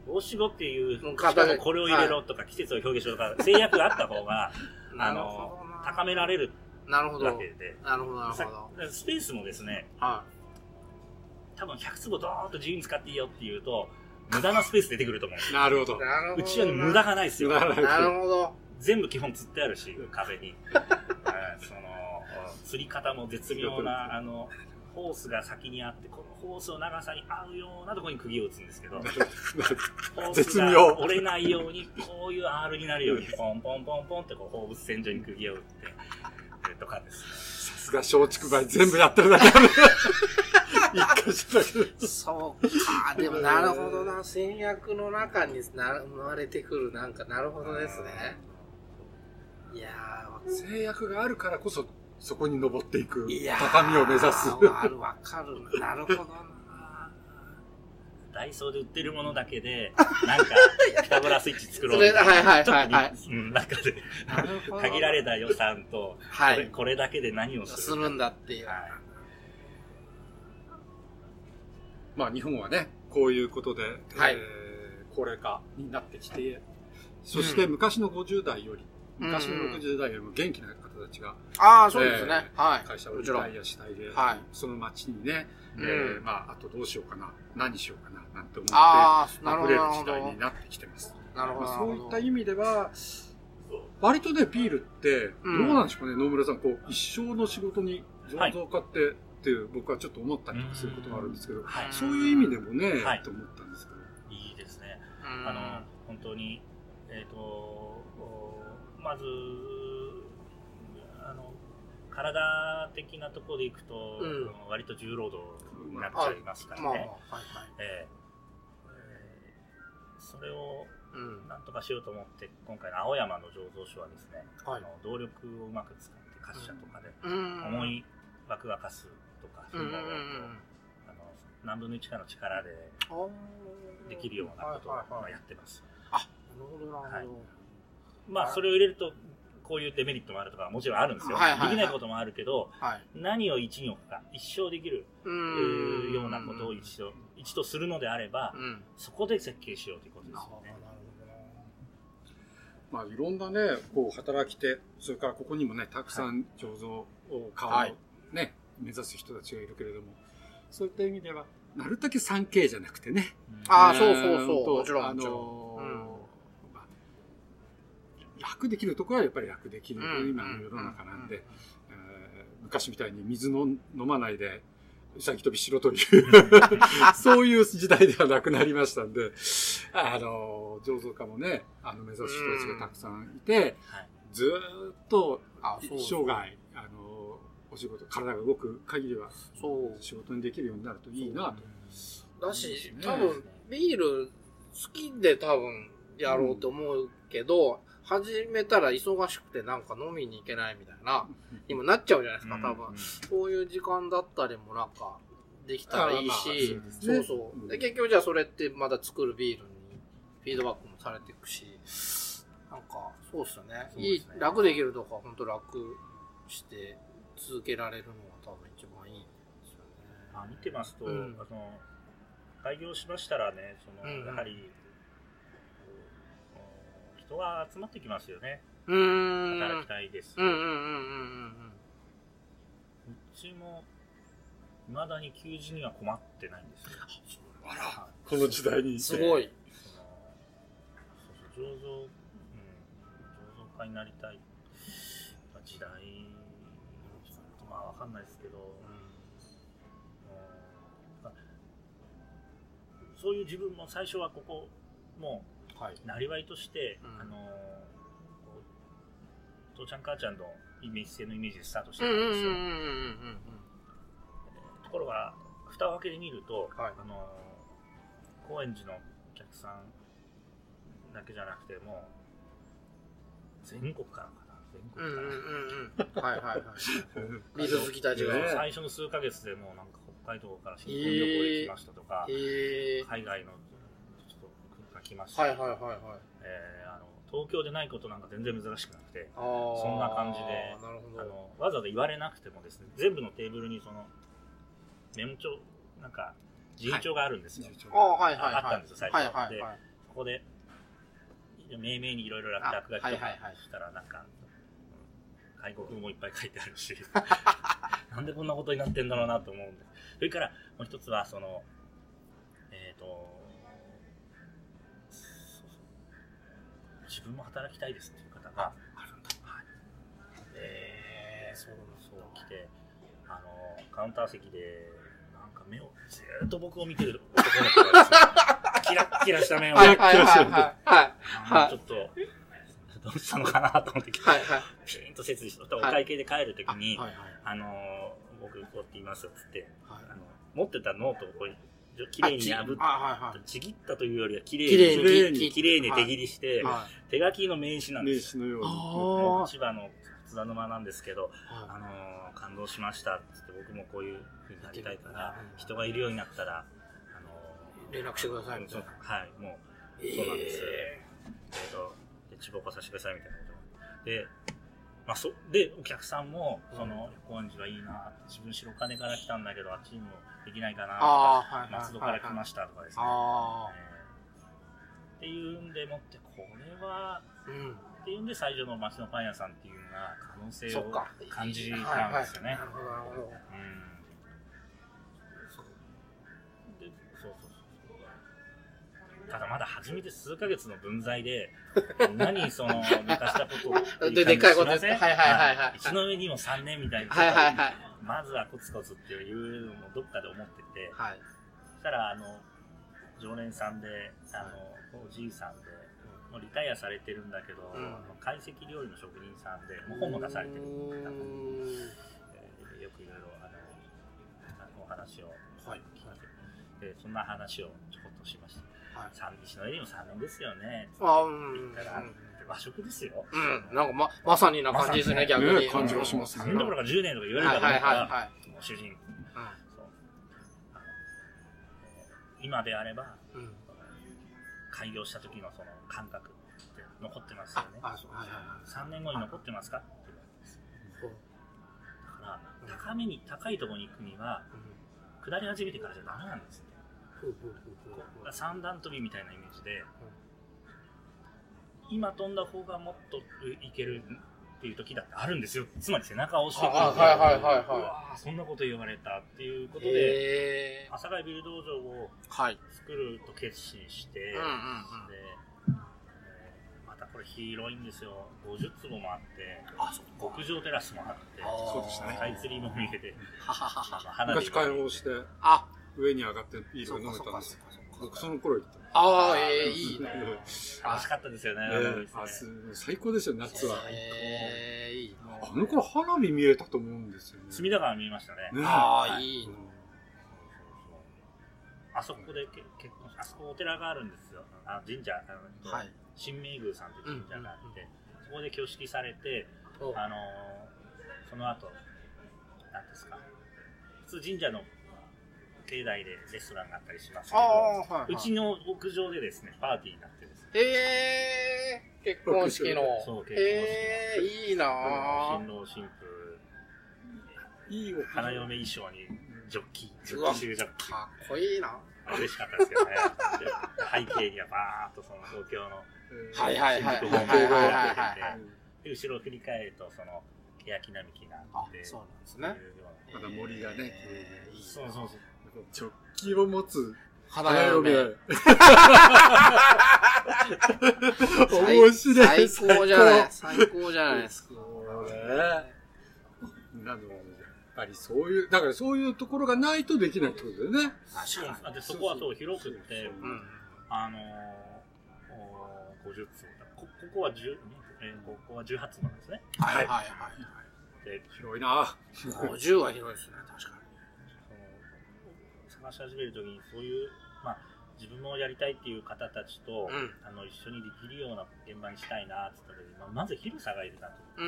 [SPEAKER 3] 五七五っていう、
[SPEAKER 1] もう
[SPEAKER 3] し
[SPEAKER 1] 型
[SPEAKER 3] か
[SPEAKER 1] で
[SPEAKER 3] もこれを入れろとか、季節を表現しろとか、制約があった方が、あの、高められる
[SPEAKER 1] なるほど。な
[SPEAKER 3] わけ
[SPEAKER 1] る
[SPEAKER 3] で、
[SPEAKER 1] ほど、なるほど。
[SPEAKER 3] さスペースもですね、
[SPEAKER 1] は
[SPEAKER 3] 多分100坪ドーンと自由に使っていいよっていうと、無駄なスペース出てくると思うんですよ。
[SPEAKER 2] なるほど
[SPEAKER 1] い。。なるほど。
[SPEAKER 3] うちはね無駄がないですよ。
[SPEAKER 2] 無駄がない
[SPEAKER 1] なるほど。
[SPEAKER 3] 全部基本釣ってあるし、壁に。 うんその、釣り方も絶妙な、あの、ホースが先にあって、このホースの長さに合うようなところに釘を打つんですけど、ホース
[SPEAKER 2] 絶
[SPEAKER 3] が
[SPEAKER 2] 妙
[SPEAKER 3] 折れないように、こういう R になるように、ポンポンポンポンってこう、放物線上に釘を打って、えとかですね。
[SPEAKER 2] さすが松竹梅全部やってるだけ だね。一箇所だけで
[SPEAKER 1] そうか。でもなるほどな。戦略の中にな生まれてくる、なんか、なるほどですね。いや
[SPEAKER 2] 制約があるからこそ、そこに登っていく
[SPEAKER 1] ー、いやー。
[SPEAKER 2] 畳を目指す。
[SPEAKER 1] わるわかるな。なるほどな。
[SPEAKER 3] ダイソーで売ってるものだけ で、なんか、ピタゴラスイッチ作ろう
[SPEAKER 1] それはいはい
[SPEAKER 3] ちょっと
[SPEAKER 1] はいはい
[SPEAKER 3] うん、中で、
[SPEAKER 1] なるほど。
[SPEAKER 3] 限られた予算と、
[SPEAKER 1] は
[SPEAKER 3] これ
[SPEAKER 1] い。
[SPEAKER 3] これだけで何をす
[SPEAKER 1] す
[SPEAKER 3] る
[SPEAKER 1] るんだっていう。
[SPEAKER 3] はい
[SPEAKER 2] まあ日本はね、こういうことで、
[SPEAKER 1] はい
[SPEAKER 2] えー高齢化になってきて、そして昔の50代より、
[SPEAKER 1] うん
[SPEAKER 2] 昔の60代よりも元気な方たちが
[SPEAKER 1] ああ、そうですね。
[SPEAKER 2] え
[SPEAKER 1] はい。
[SPEAKER 2] 会社を
[SPEAKER 1] も
[SPEAKER 2] リ
[SPEAKER 1] ちろん。は
[SPEAKER 2] タ
[SPEAKER 1] い。
[SPEAKER 2] イアしたいで、
[SPEAKER 1] あ
[SPEAKER 2] その町にね、
[SPEAKER 1] うん
[SPEAKER 2] えーまああとどうしようかな、何しようかな、なんて思って、
[SPEAKER 1] あー、なるほど、
[SPEAKER 2] 溢れる
[SPEAKER 1] なる
[SPEAKER 2] 時
[SPEAKER 1] ほど。
[SPEAKER 2] 代になってきてます。
[SPEAKER 1] なるほ
[SPEAKER 2] ま
[SPEAKER 1] ど。
[SPEAKER 2] あ、そういった意
[SPEAKER 1] 味。
[SPEAKER 2] 味では、割とね、ビールって、どうなんでしょうかね、野村さん、こう、一生の仕事に醸造家って、っていう、僕はちょっと思ったりすることがあるんですけど、
[SPEAKER 3] はい。
[SPEAKER 2] そういう意味でもね、
[SPEAKER 3] はい
[SPEAKER 2] と思ったんですけど。
[SPEAKER 3] いいですね。
[SPEAKER 1] うん
[SPEAKER 3] あの、本当に、えっ、と、おまず、あの、体的なところでいくと、
[SPEAKER 1] うん
[SPEAKER 3] 割と重労働になっちゃいますからね。
[SPEAKER 1] まあまあ、はいはい。
[SPEAKER 3] えーえーそれを
[SPEAKER 1] うん。
[SPEAKER 3] なんとかしようと思って、今回の青山の醸造所はですね、
[SPEAKER 1] は
[SPEAKER 3] あ
[SPEAKER 1] い。
[SPEAKER 3] の動力をうまく使って、滑車とかで、
[SPEAKER 1] うん。
[SPEAKER 3] 重い枠がかすとか、
[SPEAKER 1] うん
[SPEAKER 3] そううんいううのを
[SPEAKER 1] ん
[SPEAKER 3] あの何分の1かの力で
[SPEAKER 1] うん。
[SPEAKER 3] できるようなことを
[SPEAKER 1] はいはい
[SPEAKER 3] ま
[SPEAKER 1] は
[SPEAKER 3] あ
[SPEAKER 1] い
[SPEAKER 3] やってます。
[SPEAKER 1] なるほど、なるほ
[SPEAKER 3] まあ、それを入れると、こういうデメリットもあるとか、もちろんあるんですよ。
[SPEAKER 1] はいはいはい
[SPEAKER 3] できないこともあるけど、
[SPEAKER 1] ど。はい。
[SPEAKER 3] 何を一に置くか、一生できる
[SPEAKER 1] う
[SPEAKER 3] えーようなことを一度、一度するのであれば
[SPEAKER 1] う、ん。
[SPEAKER 3] そこで設計しようということで
[SPEAKER 1] なる
[SPEAKER 3] すよ
[SPEAKER 1] ほど、な
[SPEAKER 3] ね。
[SPEAKER 2] まあ、いろんなね、こう、働き手、それからここにもね、たくさん醸造家を
[SPEAKER 1] はい
[SPEAKER 2] ね、目指す人たちがいるけれども、そういった意味では、なるだけ 3K じゃなくてね、
[SPEAKER 1] あーそう
[SPEAKER 2] えー
[SPEAKER 1] そうそう
[SPEAKER 2] と
[SPEAKER 1] もちろん
[SPEAKER 2] あの
[SPEAKER 1] もちろ
[SPEAKER 2] ー
[SPEAKER 1] うん
[SPEAKER 2] まあ楽できるところはやっぱり楽できる、
[SPEAKER 1] るほど。
[SPEAKER 2] 今の世の中なんで、。えー昔みたいに水の飲まないで、うさぎ飛びし ろという、そういう時代ではなくなりましたんで、あのー、醸造家もね、あの、目指す人たちがたくさんいて、
[SPEAKER 3] はい
[SPEAKER 2] ずーっと
[SPEAKER 1] あ、そう。
[SPEAKER 2] 生涯、あのー、お仕事、体が動く限りは
[SPEAKER 1] そう。
[SPEAKER 2] 仕事にできるようになるといいなと。
[SPEAKER 1] だ
[SPEAKER 2] いい
[SPEAKER 1] し
[SPEAKER 2] で、すね
[SPEAKER 1] 多分、ビール好きで多分やろうと思うけど、始めたら忙しくてなんか飲みに行けないみたいな、今なっちゃうじゃないですか、多分。そういう時間だったりもなんか、できたらいいし、
[SPEAKER 2] あまあそう
[SPEAKER 1] そう
[SPEAKER 2] ですね
[SPEAKER 1] そうう。
[SPEAKER 2] ん
[SPEAKER 1] で、結局じゃあそれってまだ作るビールにフィードバックもされていくし、なんか、そうっすよね。
[SPEAKER 3] そうですね
[SPEAKER 1] いい、楽できるとこは本当楽して続けられるのが多分一番いいですよ
[SPEAKER 3] まあ、見てますと、
[SPEAKER 1] うん
[SPEAKER 3] あの開業しましたらね、その
[SPEAKER 1] うんうん
[SPEAKER 3] やはり、こう人が集まってきますよね、
[SPEAKER 1] ね。うーん。
[SPEAKER 3] 働きたいです。
[SPEAKER 1] うんうんうんうんうんうん。
[SPEAKER 3] うちも、いまだに求人には困ってないんですよ。
[SPEAKER 2] あら、この時代にして
[SPEAKER 1] すご。い。
[SPEAKER 3] そのそうそう醸造、うん、醸造家になりたいまあ時代、ちょっとまあわかんないですけど、うんまあそういう自分も最初はここ、もう、
[SPEAKER 1] はい。
[SPEAKER 3] なりわいとして、
[SPEAKER 1] うん
[SPEAKER 3] あのーこう父ちゃん母ちゃんのイメージ性のイメージでスタートして
[SPEAKER 1] う
[SPEAKER 3] た
[SPEAKER 1] ん
[SPEAKER 3] ん
[SPEAKER 1] うんうんうん
[SPEAKER 3] で
[SPEAKER 1] うん
[SPEAKER 3] すよ、
[SPEAKER 1] うん
[SPEAKER 3] ところが蓋を開けてみると、
[SPEAKER 1] はい
[SPEAKER 3] あのー高円寺のお客さんだけじゃなくてもう全国からかな全
[SPEAKER 1] うん。うん
[SPEAKER 3] 国
[SPEAKER 1] うん
[SPEAKER 3] か
[SPEAKER 1] うんう
[SPEAKER 3] ら、
[SPEAKER 1] ん。はいはいはい。ビール好きたち
[SPEAKER 3] あの
[SPEAKER 1] が。
[SPEAKER 2] ね
[SPEAKER 3] 最初の数ヶ月でもうなんか北海道から新婚旅行で来ましたとか、
[SPEAKER 1] へえ。
[SPEAKER 3] 海外のちょっと国が来ました、
[SPEAKER 1] はいはいはいはい。
[SPEAKER 3] えーあの東京でないことなんか全然珍しくなくて
[SPEAKER 1] あー
[SPEAKER 3] そんな感じで
[SPEAKER 1] なるほ
[SPEAKER 3] あ
[SPEAKER 1] ど。
[SPEAKER 3] のわざわざ言われなくてもですね全部のテーブルにそのメモ帳なんか人帳があるんですよ、
[SPEAKER 1] ああ、はいはいはい。
[SPEAKER 3] あったんですよ最
[SPEAKER 1] はい
[SPEAKER 3] 初
[SPEAKER 1] はいはい。
[SPEAKER 3] そこで命名にいろいろ
[SPEAKER 1] あ
[SPEAKER 3] 落書きとか
[SPEAKER 1] はいはいはい
[SPEAKER 3] したらなんか、うん外国語もいっぱい書いてある しなんでこんなことになってんだろうなと思うんでそれからもう一つはそのえっ、とそうそう自分も働きたいですっていう方が
[SPEAKER 1] あるんだ。
[SPEAKER 3] はい
[SPEAKER 1] ええ、そう
[SPEAKER 3] そう来てあのカウンター席でなんか目をずーっと僕を見てる男の子が ですねキラッキラした目を
[SPEAKER 1] は
[SPEAKER 3] ね
[SPEAKER 1] いはいはいはい。
[SPEAKER 3] あのちょっとどうしたのかなと思って
[SPEAKER 1] はいはいはい。
[SPEAKER 3] ピーンと切離したお会計で帰るとき
[SPEAKER 1] あ
[SPEAKER 3] に、
[SPEAKER 1] はいはい
[SPEAKER 3] あのー僕こうやって言いますっつって
[SPEAKER 1] はい
[SPEAKER 3] あの持ってたノートをこうじょ綺麗に破
[SPEAKER 1] あはい
[SPEAKER 3] っ
[SPEAKER 1] は
[SPEAKER 3] てちぎったというよりは綺
[SPEAKER 1] 綺麗
[SPEAKER 3] 麗
[SPEAKER 1] に
[SPEAKER 3] に
[SPEAKER 2] 綺
[SPEAKER 1] 麗に
[SPEAKER 3] 綺麗に手切りして、
[SPEAKER 1] い。はい。
[SPEAKER 3] 手書きの名刺なんで
[SPEAKER 2] 名
[SPEAKER 3] す
[SPEAKER 2] 刺のように。
[SPEAKER 1] あ
[SPEAKER 3] 千葉の津田沼なんですけど
[SPEAKER 1] あ。
[SPEAKER 3] あのー感動しましたっつって僕もこういう風になりたいから
[SPEAKER 1] うん
[SPEAKER 3] 人がいるようになったら、あのー
[SPEAKER 1] 連絡してくださいみたいな
[SPEAKER 3] はいもう
[SPEAKER 1] ええ
[SPEAKER 3] そうなんです、えーとでちぼこさせてくださいみたいなことで,、まあ、そでお客さんもその高円寺はいいな自分白金から来たんだけどあっちにもできないかなとか
[SPEAKER 1] ああ、はいはい。
[SPEAKER 3] 松戸から来ま
[SPEAKER 1] し
[SPEAKER 3] したとかですね、
[SPEAKER 1] あ
[SPEAKER 3] えーっていうんでもってこれは
[SPEAKER 1] あ。うん。
[SPEAKER 3] っていうんで最初の町のパン屋さんっていうのが可能性
[SPEAKER 1] そっ
[SPEAKER 3] を
[SPEAKER 1] か。
[SPEAKER 3] 感じたんですよね、
[SPEAKER 1] はいはいなるほど、なるほど。
[SPEAKER 3] うんでそうそうそうそうただまだ初めて数ヶ月の分際で何その抜かしたことをって
[SPEAKER 1] でで
[SPEAKER 3] う感じ
[SPEAKER 1] かいこと
[SPEAKER 3] しません
[SPEAKER 1] ですねはいはいはいはい
[SPEAKER 3] 一の上にも3年みたいな、
[SPEAKER 1] はいはいはい。
[SPEAKER 3] まずはコツコツっていうのもどっかで思ってて
[SPEAKER 1] はい。
[SPEAKER 3] そしたらあの常連さんであのおじいさんでもうリタイアされてるんだけど、
[SPEAKER 1] うん
[SPEAKER 3] 懐石料理の職人さんでもう本も出されてる方でえーよくいろいろあのお話を
[SPEAKER 1] はい。
[SPEAKER 3] 聞いてでそんな話をちょこっとしました
[SPEAKER 1] はい
[SPEAKER 3] 「三日のエリも3年ですよね」って
[SPEAKER 1] あうん。
[SPEAKER 3] 言ったら「和食ですよ」
[SPEAKER 1] うん。なんかま、まさにな感じですね、逆に。
[SPEAKER 2] ね感じがします
[SPEAKER 3] 3
[SPEAKER 2] ね
[SPEAKER 3] 年どころか10年とか言われる
[SPEAKER 1] は
[SPEAKER 3] か
[SPEAKER 1] い
[SPEAKER 3] ら、
[SPEAKER 1] はいはいはい。
[SPEAKER 3] もう主
[SPEAKER 1] う
[SPEAKER 3] 人
[SPEAKER 1] ん
[SPEAKER 3] そうあのえー今であれば
[SPEAKER 1] うん
[SPEAKER 3] 開業した時のその感覚って残ってますよ
[SPEAKER 1] あ
[SPEAKER 3] ね、
[SPEAKER 1] あ、そう、はいはいは
[SPEAKER 3] 3年後に残ってますかって言われます
[SPEAKER 1] い。そう
[SPEAKER 3] だから高めに高いところに行くには
[SPEAKER 1] うん
[SPEAKER 3] 下り始めてからじゃダメなんですって
[SPEAKER 1] ふうふうふうふうふう
[SPEAKER 3] 三段跳びみたいなイメージで、今飛んだ方がもっといけるっていう時だってあるんですよつまり背中を押してくる
[SPEAKER 1] あはいはいはいはいう
[SPEAKER 3] わーそんなこと言われたっていうことで
[SPEAKER 1] へえ
[SPEAKER 3] 阿佐ヶ谷ビル道場を
[SPEAKER 1] はい。
[SPEAKER 3] 作ると決心して、
[SPEAKER 1] うんうんうん
[SPEAKER 3] で、えーまたこれ広いんですよ50坪もあって
[SPEAKER 1] あ、そっ
[SPEAKER 3] 屋上テラスもあって
[SPEAKER 2] そうでしたね
[SPEAKER 3] スカイツリーも見えて
[SPEAKER 1] はははは。
[SPEAKER 3] 花火
[SPEAKER 2] 昔
[SPEAKER 3] も
[SPEAKER 2] 解放して、
[SPEAKER 1] あ、
[SPEAKER 2] 上に上がってビール
[SPEAKER 1] そ
[SPEAKER 2] を
[SPEAKER 1] う
[SPEAKER 2] 飲
[SPEAKER 1] か
[SPEAKER 2] め
[SPEAKER 1] そう
[SPEAKER 2] たん
[SPEAKER 1] か
[SPEAKER 2] です
[SPEAKER 1] そう
[SPEAKER 2] よ。
[SPEAKER 1] かそうか。
[SPEAKER 2] 僕その頃行った。
[SPEAKER 1] ああ、ええ、 いいな。
[SPEAKER 2] ね
[SPEAKER 3] 楽しかったですよね
[SPEAKER 2] え
[SPEAKER 3] あの
[SPEAKER 2] あ
[SPEAKER 3] です
[SPEAKER 2] す
[SPEAKER 3] ね
[SPEAKER 2] 最高ですよ、夏は。
[SPEAKER 1] ええ、いいな。
[SPEAKER 2] あの頃花火見えたと思うんですよね。
[SPEAKER 3] 隅田川見えましたね
[SPEAKER 2] ねえ
[SPEAKER 1] ああ、いいな。
[SPEAKER 3] ああそこでけ結婚しあそこお寺があるんですよ。あ神社、あの、
[SPEAKER 1] はい
[SPEAKER 3] 新明宮さんという神社があって、そこで挙式されて、
[SPEAKER 1] お
[SPEAKER 3] あのーその後、なんですか、普通神社の境内でレストランがあったりしますけど、
[SPEAKER 1] あーはいはいう
[SPEAKER 3] ちの屋上でですね、パーティーになってですね、
[SPEAKER 1] えー、結婚式の。
[SPEAKER 3] そう結婚式の
[SPEAKER 1] えー、いいな
[SPEAKER 3] 新
[SPEAKER 1] ぁ。
[SPEAKER 3] 郎新婦、
[SPEAKER 2] いいお
[SPEAKER 3] 花嫁衣装にジョッキ、ジョ
[SPEAKER 1] うわ
[SPEAKER 3] ッキシュージョッキ。
[SPEAKER 1] かっこいいな
[SPEAKER 3] 嬉しかったですけどね。で背景にはバーッとその東京の
[SPEAKER 1] はいはいはい
[SPEAKER 3] 新
[SPEAKER 1] はい
[SPEAKER 3] 宿
[SPEAKER 1] はい
[SPEAKER 3] の
[SPEAKER 1] はい
[SPEAKER 3] が出
[SPEAKER 1] はい
[SPEAKER 3] て
[SPEAKER 1] はい。
[SPEAKER 3] てで後ろを振り返るとその欅並木があ
[SPEAKER 1] あ
[SPEAKER 3] って、
[SPEAKER 1] そうなんです
[SPEAKER 3] っ
[SPEAKER 1] ね
[SPEAKER 3] て。いうよう
[SPEAKER 2] まだ森がね
[SPEAKER 1] えーい
[SPEAKER 3] ないそうそうそう
[SPEAKER 2] ジョッキを持つ
[SPEAKER 1] 花
[SPEAKER 2] 花
[SPEAKER 1] 嫁。
[SPEAKER 2] 嫁。面白い。
[SPEAKER 1] 最高じゃない。最高じゃないですか。
[SPEAKER 2] そうね。なので、やっぱりそういう、だからそういうところがないとできないってことだよね。
[SPEAKER 3] そうなんですあでそこはそう広くって
[SPEAKER 1] うん。
[SPEAKER 3] あのーおー50坪だこここは10、えーここは18坪なんですね
[SPEAKER 1] はいいはい
[SPEAKER 3] で
[SPEAKER 2] 広いな。
[SPEAKER 1] はい。50は広いですね、確か
[SPEAKER 3] その探し始めるときにそういうまあ自分もやりたいっていう方たち
[SPEAKER 1] う
[SPEAKER 3] と、
[SPEAKER 1] ん
[SPEAKER 3] あの一緒にできるような現場にしたいなって言った時に、まあ、まず広さがいるなと
[SPEAKER 1] に。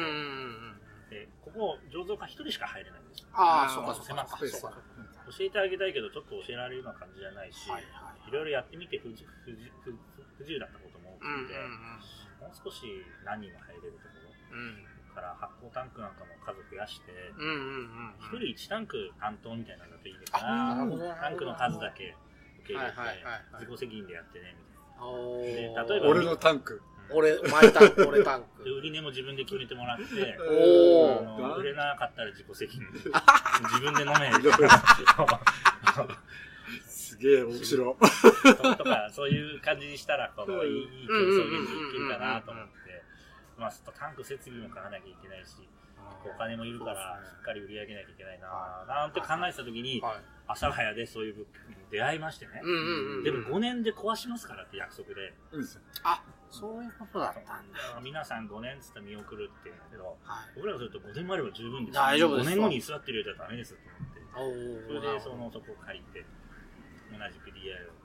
[SPEAKER 1] うんうん
[SPEAKER 3] 思って、
[SPEAKER 1] うん。
[SPEAKER 3] でここ醸造家一人しか入れないんですよ
[SPEAKER 1] ああ、
[SPEAKER 2] あー
[SPEAKER 1] そうかそう
[SPEAKER 3] 狭
[SPEAKER 1] か
[SPEAKER 3] く
[SPEAKER 1] そうか。
[SPEAKER 3] て
[SPEAKER 1] そうか
[SPEAKER 3] 教えてあげたいけどちょっと教えられるような感じじゃないし、
[SPEAKER 1] はい
[SPEAKER 3] い
[SPEAKER 1] はい。
[SPEAKER 3] ろいろやってみて不自不自不不自由だったことも多く
[SPEAKER 1] うんうん
[SPEAKER 3] て、もう少し何人も入れるところ
[SPEAKER 1] うん。
[SPEAKER 3] から発酵タンクなんかも数増やして
[SPEAKER 1] うんうんうん。
[SPEAKER 3] 一、人一タンク担当みたいなのだといいですから、
[SPEAKER 2] あ
[SPEAKER 3] タンクの数だけ受け入れて、
[SPEAKER 1] はいはいはいはい
[SPEAKER 3] 自己責任でやってねみたいな
[SPEAKER 1] おー
[SPEAKER 3] で例えば
[SPEAKER 2] 俺のタンク。
[SPEAKER 3] うん
[SPEAKER 1] 俺、マイタンク、俺タン
[SPEAKER 3] で
[SPEAKER 1] ク。
[SPEAKER 3] 売り値も自分で決めてもらって
[SPEAKER 1] お
[SPEAKER 3] あ
[SPEAKER 1] ー
[SPEAKER 3] の売れ
[SPEAKER 2] ー。
[SPEAKER 3] なかったら自己責 任自分で飲めみたいな
[SPEAKER 2] すげえ面 白い。
[SPEAKER 3] ととか、そういう感じにしたら、この、いい、いい競争現実できるかなと思って、まあ、ちょっとタンク設備も買わなきゃいけないし、お金もいるから、しっかり売り上げなきゃいけないな、なんて考えてた時に、
[SPEAKER 1] はい。
[SPEAKER 3] 阿佐ヶ谷でそういう物件に出会いましてね
[SPEAKER 1] うん。うんうん。
[SPEAKER 3] でも5年で壊しますからって約束で、
[SPEAKER 2] うん
[SPEAKER 1] あ、そういうことだったんだ。
[SPEAKER 3] 皆さん5年っつったら見送るって言うんだけど、
[SPEAKER 1] はい。
[SPEAKER 3] 僕らがすると5年もあれば十分です。
[SPEAKER 1] 大丈夫です
[SPEAKER 3] 5年後に居座ってるようじゃダメですと思って。
[SPEAKER 1] おー
[SPEAKER 3] それでそのそこを借りて同じく DI を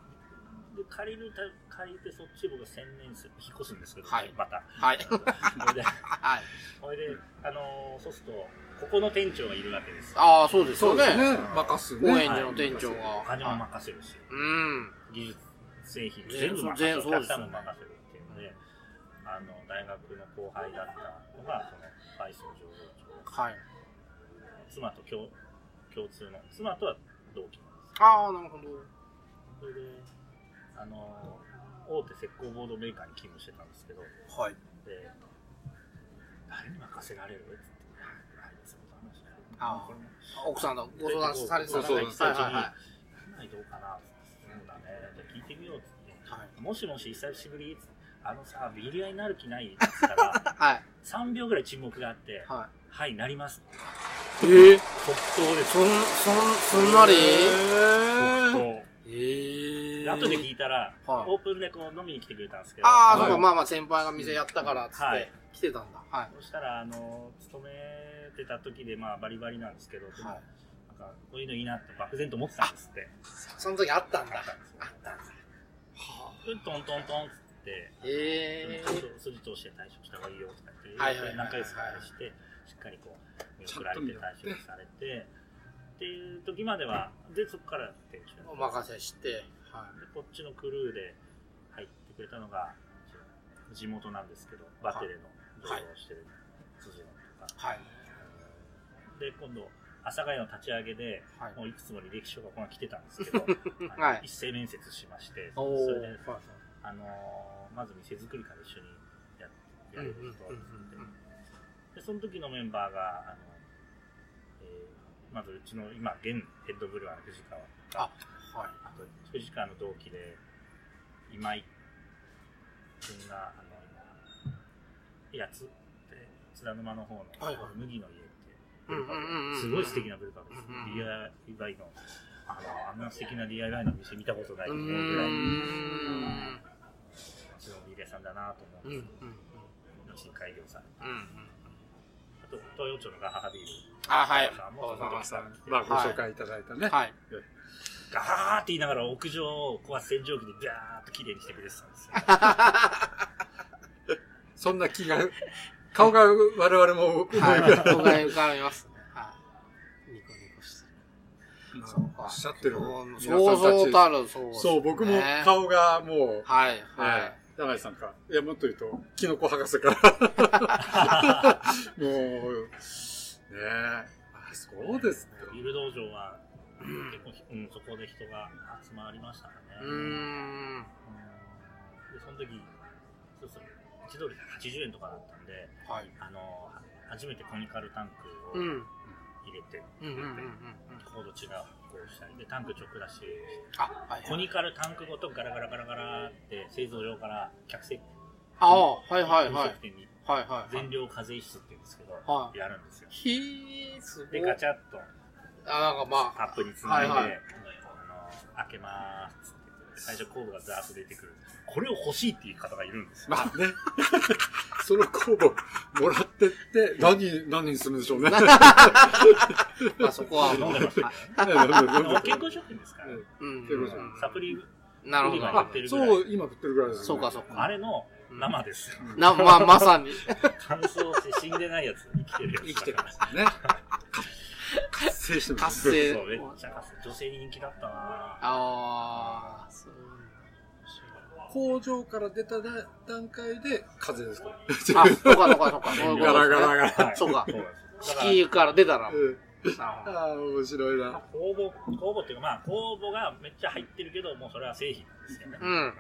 [SPEAKER 3] で借りるた借りてそっち僕が専念する引っ越すんですけど、
[SPEAKER 1] はい
[SPEAKER 3] また
[SPEAKER 1] はい。
[SPEAKER 3] それで
[SPEAKER 1] はい。
[SPEAKER 3] それで、あのーそうするとここの店長がいるわけですよ
[SPEAKER 1] ああ、そうです
[SPEAKER 2] そ
[SPEAKER 1] よ
[SPEAKER 2] うで
[SPEAKER 1] ね。
[SPEAKER 2] すね。任す
[SPEAKER 1] 高
[SPEAKER 2] ね
[SPEAKER 1] 円。寺の店長
[SPEAKER 3] お金も
[SPEAKER 1] が。
[SPEAKER 3] 任せるし
[SPEAKER 1] うん。
[SPEAKER 3] 技術製品
[SPEAKER 1] 全
[SPEAKER 3] 全部任せる
[SPEAKER 1] そ
[SPEAKER 3] お
[SPEAKER 1] うそう
[SPEAKER 3] 客さんも任せるっていうのであの大学の後輩だったのがそのバイソン醸造
[SPEAKER 1] はい。
[SPEAKER 3] 長妻と共共通の妻とは同期なんです
[SPEAKER 1] ああ、なるほど。
[SPEAKER 3] それで、あの、大手石膏ボードメーカーに勤務してたんですけど、で、
[SPEAKER 2] はい。
[SPEAKER 3] 誰に任せられるって言って、あいつの話だよ
[SPEAKER 1] あ
[SPEAKER 3] これも
[SPEAKER 1] 奥さんのご相談されてた
[SPEAKER 2] そうそう
[SPEAKER 1] はいはいはい。
[SPEAKER 3] 都内どうかなって言って、そうだね、じゃあ聞いてみようって言っ
[SPEAKER 1] はい
[SPEAKER 3] て、もしもし久しぶりっつってあのさ、ビール屋になる気ないって言ったら、
[SPEAKER 1] はい。
[SPEAKER 3] 3秒ぐらい沈黙があって、
[SPEAKER 1] は
[SPEAKER 3] はい、なります。
[SPEAKER 1] い。ええ
[SPEAKER 3] 即答です。
[SPEAKER 1] そん、そん、そんなり
[SPEAKER 3] 即答
[SPEAKER 1] ええ
[SPEAKER 3] で後で聞いたら、
[SPEAKER 1] はい
[SPEAKER 3] オープンでこう飲みに来てくれたんですけど、
[SPEAKER 1] ああ、
[SPEAKER 2] は
[SPEAKER 1] そ
[SPEAKER 2] いう
[SPEAKER 1] か、まあまあ先輩が店やったから、つっ
[SPEAKER 3] は
[SPEAKER 1] て
[SPEAKER 3] い、
[SPEAKER 1] 来てたんだ。はい。
[SPEAKER 3] そしたら、あの、勤めてた時で、まあ、バリバリなんですけど、でも
[SPEAKER 1] はい
[SPEAKER 3] なんか、こういうのいいなって漠然と思ってたんですって。
[SPEAKER 1] その時あったんだ。
[SPEAKER 3] あったんですよ。うん、トントントンっつって、
[SPEAKER 1] ええ
[SPEAKER 3] うん筋通して退職した方がいいよとか言って、
[SPEAKER 1] はいはいはいはい
[SPEAKER 3] 何ヶ月かあれして、しっかりこう、見送られて退職されて、っていう時までは、で、そこから店長
[SPEAKER 1] お任せして。は
[SPEAKER 3] で、こっちのクルーで入ってくれたのが、地元なんですけど、バテレの醸造をしてる辻野とか、
[SPEAKER 1] い。はい。
[SPEAKER 3] で今度阿佐ヶ谷の立ち上げで
[SPEAKER 1] はい。
[SPEAKER 3] もういくつも履歴書がこの来てたんですけ ど、あの
[SPEAKER 1] はい
[SPEAKER 3] 一斉面接しましてそ
[SPEAKER 1] おお。
[SPEAKER 3] れ
[SPEAKER 1] はい
[SPEAKER 3] で、あのーまず店作りから一緒にややることになって、
[SPEAKER 1] うんうんうん
[SPEAKER 3] でその時のメンバーがあの、えーまずうちの今現ヘッドブルワーの藤川とか
[SPEAKER 1] はい。
[SPEAKER 3] あと藤川の同期で今井君があの今八つって津田沼の方の
[SPEAKER 1] はいはい
[SPEAKER 3] 麦の家って
[SPEAKER 1] う
[SPEAKER 3] ブ
[SPEAKER 1] ん
[SPEAKER 3] ル
[SPEAKER 1] う
[SPEAKER 3] カー
[SPEAKER 1] んうんうん
[SPEAKER 3] すごい素敵なブルカーです
[SPEAKER 1] うんうん。
[SPEAKER 3] DIY のあの、あんな素敵な DIY の店見たことないと
[SPEAKER 1] うー。
[SPEAKER 3] 思うぐらい、うんちのビール屋さんだなと
[SPEAKER 1] うん。う
[SPEAKER 3] 思うん
[SPEAKER 1] ん
[SPEAKER 3] ですけど、後に開業され
[SPEAKER 1] うんうん。
[SPEAKER 3] あと、東洋町のガハハビール。
[SPEAKER 1] あ、はい。
[SPEAKER 3] さんも
[SPEAKER 1] お
[SPEAKER 3] その
[SPEAKER 1] 母
[SPEAKER 3] 時
[SPEAKER 2] ま
[SPEAKER 1] 様
[SPEAKER 2] あ、ご紹介いただいたね。
[SPEAKER 1] はい。
[SPEAKER 3] ガーって言いながら屋上をこう洗浄機でビャーっと綺麗にしてくれてたんですよ。
[SPEAKER 2] そんな気が、顔が我々も動く。
[SPEAKER 1] はい。お題浮かびますね。はい。ニコニコして
[SPEAKER 2] そうおっしゃってる。
[SPEAKER 1] る。
[SPEAKER 2] 皆さ
[SPEAKER 1] そ
[SPEAKER 2] ん
[SPEAKER 1] うそうた
[SPEAKER 2] たち
[SPEAKER 1] る、そう。
[SPEAKER 2] そう、僕も顔がもう、
[SPEAKER 1] はい、は
[SPEAKER 2] はい
[SPEAKER 1] い。。
[SPEAKER 2] 長井さんか。いや、もっと言うと、キノコ博 士から。もう、ねえ。あそうですか。
[SPEAKER 3] ビル道場は、結構、うん、そこで人が集まりましたかね。
[SPEAKER 1] うーん。
[SPEAKER 3] で、その時、そうそう、1ドル80円とかだったんで、
[SPEAKER 1] はい。
[SPEAKER 3] あの、は初めてコニカルタンク
[SPEAKER 1] う
[SPEAKER 3] を
[SPEAKER 1] ん。う
[SPEAKER 3] 入
[SPEAKER 1] ん
[SPEAKER 3] れて、
[SPEAKER 1] うんうんうんうん。
[SPEAKER 3] コード違うこうしたり、で、タンク直出しして、
[SPEAKER 1] あ、はい
[SPEAKER 3] コ
[SPEAKER 1] はい。
[SPEAKER 3] ニカルタンクごとガラガラガラガラって、製造場から客席、
[SPEAKER 1] ああ、はいはいはい
[SPEAKER 3] 飲。食店に
[SPEAKER 1] はいはい。
[SPEAKER 3] 全量課税室って言うんですけど、
[SPEAKER 1] はい
[SPEAKER 3] やるんですよ。
[SPEAKER 1] ひー、すご
[SPEAKER 3] で、
[SPEAKER 1] い。
[SPEAKER 3] ガチャッと
[SPEAKER 1] あ、なんかま
[SPEAKER 3] カップにつないで、
[SPEAKER 1] はいはい
[SPEAKER 3] あの開けまーすって言って、最初コードがザーッと出てくる。これを欲しいっていう方がいるんですよ。
[SPEAKER 2] まあね。その工房もらってって、何、何にするんでし ょうね。
[SPEAKER 1] あ、まあそこは
[SPEAKER 3] 飲
[SPEAKER 1] も
[SPEAKER 3] ん
[SPEAKER 1] う
[SPEAKER 3] で。ましたけ
[SPEAKER 2] ねなんだ
[SPEAKER 3] どね。あの
[SPEAKER 2] なんだ
[SPEAKER 3] 健康食品ですから、
[SPEAKER 2] うん
[SPEAKER 1] うん
[SPEAKER 2] というこ
[SPEAKER 1] う
[SPEAKER 2] と
[SPEAKER 1] ん。
[SPEAKER 3] サプリ、
[SPEAKER 1] なるほど。
[SPEAKER 2] あそう、今振ってるぐらいです、ね。
[SPEAKER 1] そうかそうか。
[SPEAKER 3] あれの生ですよ。
[SPEAKER 1] な、まあまさに。
[SPEAKER 3] 乾燥して死んでないやつ、生きてるやつ。
[SPEAKER 2] 生きてるんですね。活性してます。
[SPEAKER 1] 活性
[SPEAKER 3] そう、めっちゃかす。女性に人気だったな
[SPEAKER 1] ああ、そう。
[SPEAKER 2] 工場から出た段階で風邪ですか
[SPEAKER 1] あ、そうかそうかそうか。そういうことですね
[SPEAKER 2] ガラガラガラ。
[SPEAKER 3] ぁ
[SPEAKER 1] そうか
[SPEAKER 3] そうなんですよ。
[SPEAKER 1] 地球から出たらもう。
[SPEAKER 2] うん
[SPEAKER 1] なるほど
[SPEAKER 2] ああ、面白い
[SPEAKER 3] だ
[SPEAKER 2] な
[SPEAKER 3] か。ら公募、公募っていうか、まあ、公募がめっちゃ入ってるけど、もうそれは製品なんですよね。
[SPEAKER 1] うん、うん、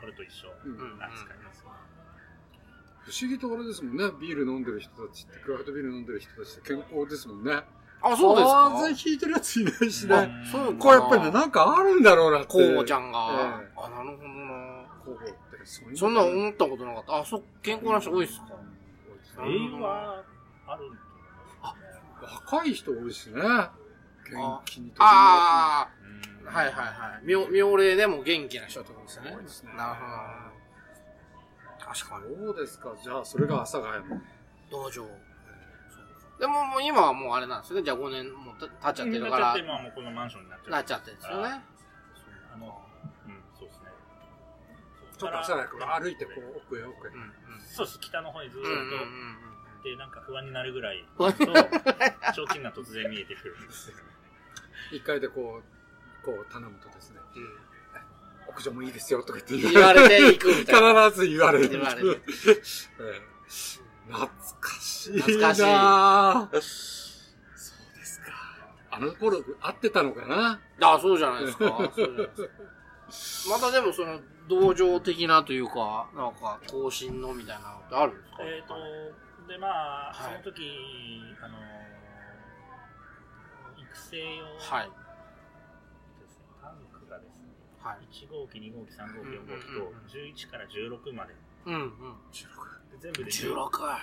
[SPEAKER 3] これと一緒
[SPEAKER 2] うん
[SPEAKER 3] な扱いですよ。
[SPEAKER 2] 不思議とあれですもんね。ビール飲んでる人たちって、クラフトビール飲んでる人たちって健康ですもんね。
[SPEAKER 1] あ、そうですか。
[SPEAKER 2] 風邪ひいてるやついないし
[SPEAKER 3] う
[SPEAKER 2] ね。
[SPEAKER 3] ん
[SPEAKER 1] そうか
[SPEAKER 2] これやっぱりね、なんかあるんだろうなって。
[SPEAKER 1] こうちゃんが。
[SPEAKER 2] ええ
[SPEAKER 1] あ、なるほどな。
[SPEAKER 2] 工房ってそういうの
[SPEAKER 1] そんな思ったことなかった。あ、そ、健康な人多いっすか
[SPEAKER 3] 栄養はあると思いますね。
[SPEAKER 2] 若い人多いしね。元気にと
[SPEAKER 1] あ
[SPEAKER 3] うん
[SPEAKER 1] あ、はいはいはい。妙、妙齢でも元気な人ってことですよね。
[SPEAKER 2] 多いですね
[SPEAKER 1] なるほど。確かに。
[SPEAKER 2] どうですかじゃあ、それが朝がやも。
[SPEAKER 1] 道場。でももう今はもうあれなんですよね。じゃあ5年もう経っちゃってるか
[SPEAKER 3] なっ
[SPEAKER 1] ら
[SPEAKER 3] ちゃって、、今もうこのマンションになっちゃって
[SPEAKER 1] なっちゃってるんですよね。
[SPEAKER 3] あの、うん、そうですね。
[SPEAKER 2] ちょっと朝がやから歩いてこう、奥へ奥へ
[SPEAKER 1] う。んうん。
[SPEAKER 3] そうです、北の方にずーっ
[SPEAKER 1] う
[SPEAKER 3] と、
[SPEAKER 1] んうんうん
[SPEAKER 3] で、なんか不安になるぐらい、
[SPEAKER 1] 不
[SPEAKER 3] と、
[SPEAKER 1] 安
[SPEAKER 3] 提灯が突然見えて くるんですよ。
[SPEAKER 2] 一回でこう、こう頼むとですね、
[SPEAKER 1] う
[SPEAKER 2] 屋上もいいですよとか言って
[SPEAKER 1] ん。言われていくみたいな。
[SPEAKER 2] 必ず言われる。
[SPEAKER 1] 言われる
[SPEAKER 2] ええ懐かしいな
[SPEAKER 1] 懐かしい
[SPEAKER 2] そうですか。あの頃、合ってたのかな
[SPEAKER 1] あ、そうじゃないですか。そうじゃないですか。またでもその、同情的なというか、なんか、更新のみたいなのってあるんですか
[SPEAKER 3] えっと、で、ま
[SPEAKER 1] は
[SPEAKER 3] あ、
[SPEAKER 1] い
[SPEAKER 3] その時、あのー、育成用ですね、
[SPEAKER 1] はい。
[SPEAKER 3] タンクがですね、
[SPEAKER 1] はい。
[SPEAKER 3] 1号機、2号機、3号機、4号機
[SPEAKER 1] うんうんうんうん
[SPEAKER 3] と、11から16まで、
[SPEAKER 1] うんうん。
[SPEAKER 3] で全部で
[SPEAKER 1] 16。
[SPEAKER 3] 10
[SPEAKER 1] は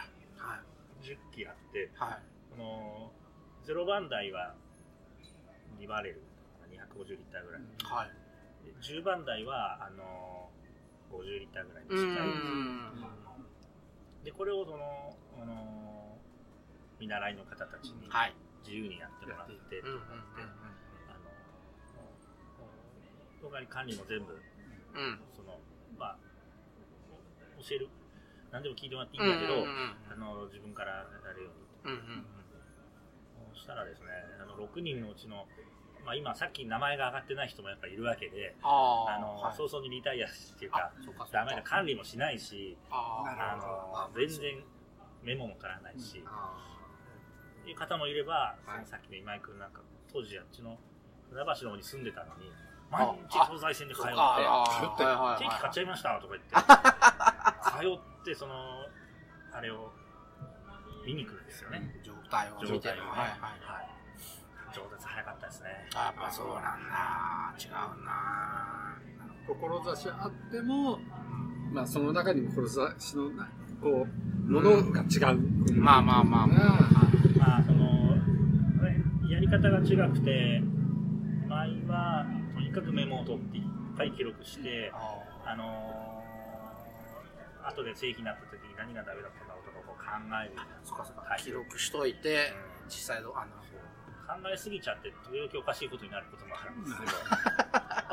[SPEAKER 1] い。
[SPEAKER 3] 機あって、
[SPEAKER 1] はい。
[SPEAKER 3] この、0番台は2バレル、250リッターぐらい。
[SPEAKER 1] はい。
[SPEAKER 3] で10番台は、あのー、50リッターぐらいの
[SPEAKER 1] う
[SPEAKER 3] ちっちゃい
[SPEAKER 1] ん。
[SPEAKER 3] でこれをその、あのー見習いの方たちに
[SPEAKER 1] はい。
[SPEAKER 3] 自由にやってもらって、
[SPEAKER 1] うんうん
[SPEAKER 3] あのー他に管理も全
[SPEAKER 1] うん
[SPEAKER 3] 部
[SPEAKER 1] うん。うん。
[SPEAKER 3] そのまあ教える何でも聞いてもらっていいんだけど、
[SPEAKER 1] うんうん
[SPEAKER 3] あの自分からやるように
[SPEAKER 1] うんうん。
[SPEAKER 3] そうしたらですねあの6人のうちの、まあ、今さっき名前が上がってない人もやっぱいるわけで
[SPEAKER 1] ああ。
[SPEAKER 3] あの、
[SPEAKER 1] はい
[SPEAKER 3] 早々にリタイアっていう
[SPEAKER 1] あ
[SPEAKER 3] か、
[SPEAKER 1] そうかそうか。
[SPEAKER 3] ダメだ管理もしないし
[SPEAKER 1] あ
[SPEAKER 2] な
[SPEAKER 3] あ
[SPEAKER 2] るほ
[SPEAKER 3] の全然メモも取らないし、
[SPEAKER 1] ーあ
[SPEAKER 3] っていう方もいれば、
[SPEAKER 1] はい
[SPEAKER 3] そのさっきの今井君なんか当時あっちの船橋の方に住んでたのに毎日東西線で
[SPEAKER 1] ー。
[SPEAKER 3] 通
[SPEAKER 1] そう
[SPEAKER 3] って
[SPEAKER 1] か。あー
[SPEAKER 2] 通って
[SPEAKER 1] はいはいはい
[SPEAKER 3] ケーキ買っちゃいましたとか言って通ってそのあれを見に来るんですよね
[SPEAKER 1] 状態を
[SPEAKER 3] 状
[SPEAKER 1] 見て
[SPEAKER 3] 態を
[SPEAKER 1] る。
[SPEAKER 3] ね
[SPEAKER 1] はいはい。
[SPEAKER 3] はい上達早かったですね
[SPEAKER 1] あやっぱそうなんだ。違うな。
[SPEAKER 2] 志あっても、まあその中にも志のな、こう、ものが違う。
[SPEAKER 1] まあまあまあまあ。
[SPEAKER 3] まあそのやり方が違くて今井はとにかくメモを取っていっぱい記録して、
[SPEAKER 1] あ
[SPEAKER 3] あのー、後で正規になった時に何がダメだったんだろうとかこう考える
[SPEAKER 1] ーそっかそっか
[SPEAKER 3] はい
[SPEAKER 1] 記録しといて、実際どうあの、
[SPEAKER 3] そう考えすぎちゃって、時々おかしいことになることもあるんですけど、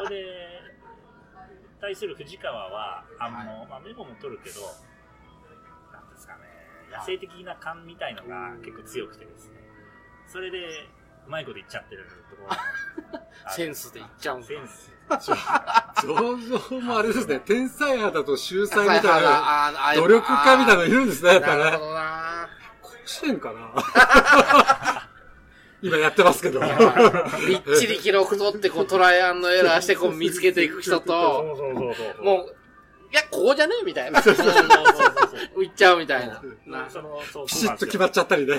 [SPEAKER 3] それで、対する藤川は、あの、まあ、メモも取るけど、なんですかね、野生的な感みたいのが結構強くてですね、それで、うまいこと言っちゃってるところもある
[SPEAKER 1] センスでいっちゃうんだ
[SPEAKER 3] センス。
[SPEAKER 2] 醸造もあれですね、天才肌と秀才み
[SPEAKER 1] あ
[SPEAKER 2] たいな、
[SPEAKER 1] ああ
[SPEAKER 2] 努力家みたいなのいるんですね、やっ
[SPEAKER 1] な
[SPEAKER 2] ぱ
[SPEAKER 1] る
[SPEAKER 2] ね
[SPEAKER 1] ほ。どな
[SPEAKER 2] 甲子園かな 今やってま すけど。
[SPEAKER 1] びっちり記録取って、こう、トライアンドエラーして、こう、見つけていく人と、
[SPEAKER 3] うそうそうそうそう
[SPEAKER 1] もう、いや、こうじゃねみたいな。
[SPEAKER 3] そうそうそうそう
[SPEAKER 1] いっちゃうみたいな。
[SPEAKER 3] な
[SPEAKER 1] な
[SPEAKER 3] そのそう
[SPEAKER 2] ピシッと決
[SPEAKER 3] っ
[SPEAKER 2] まっちゃったりね。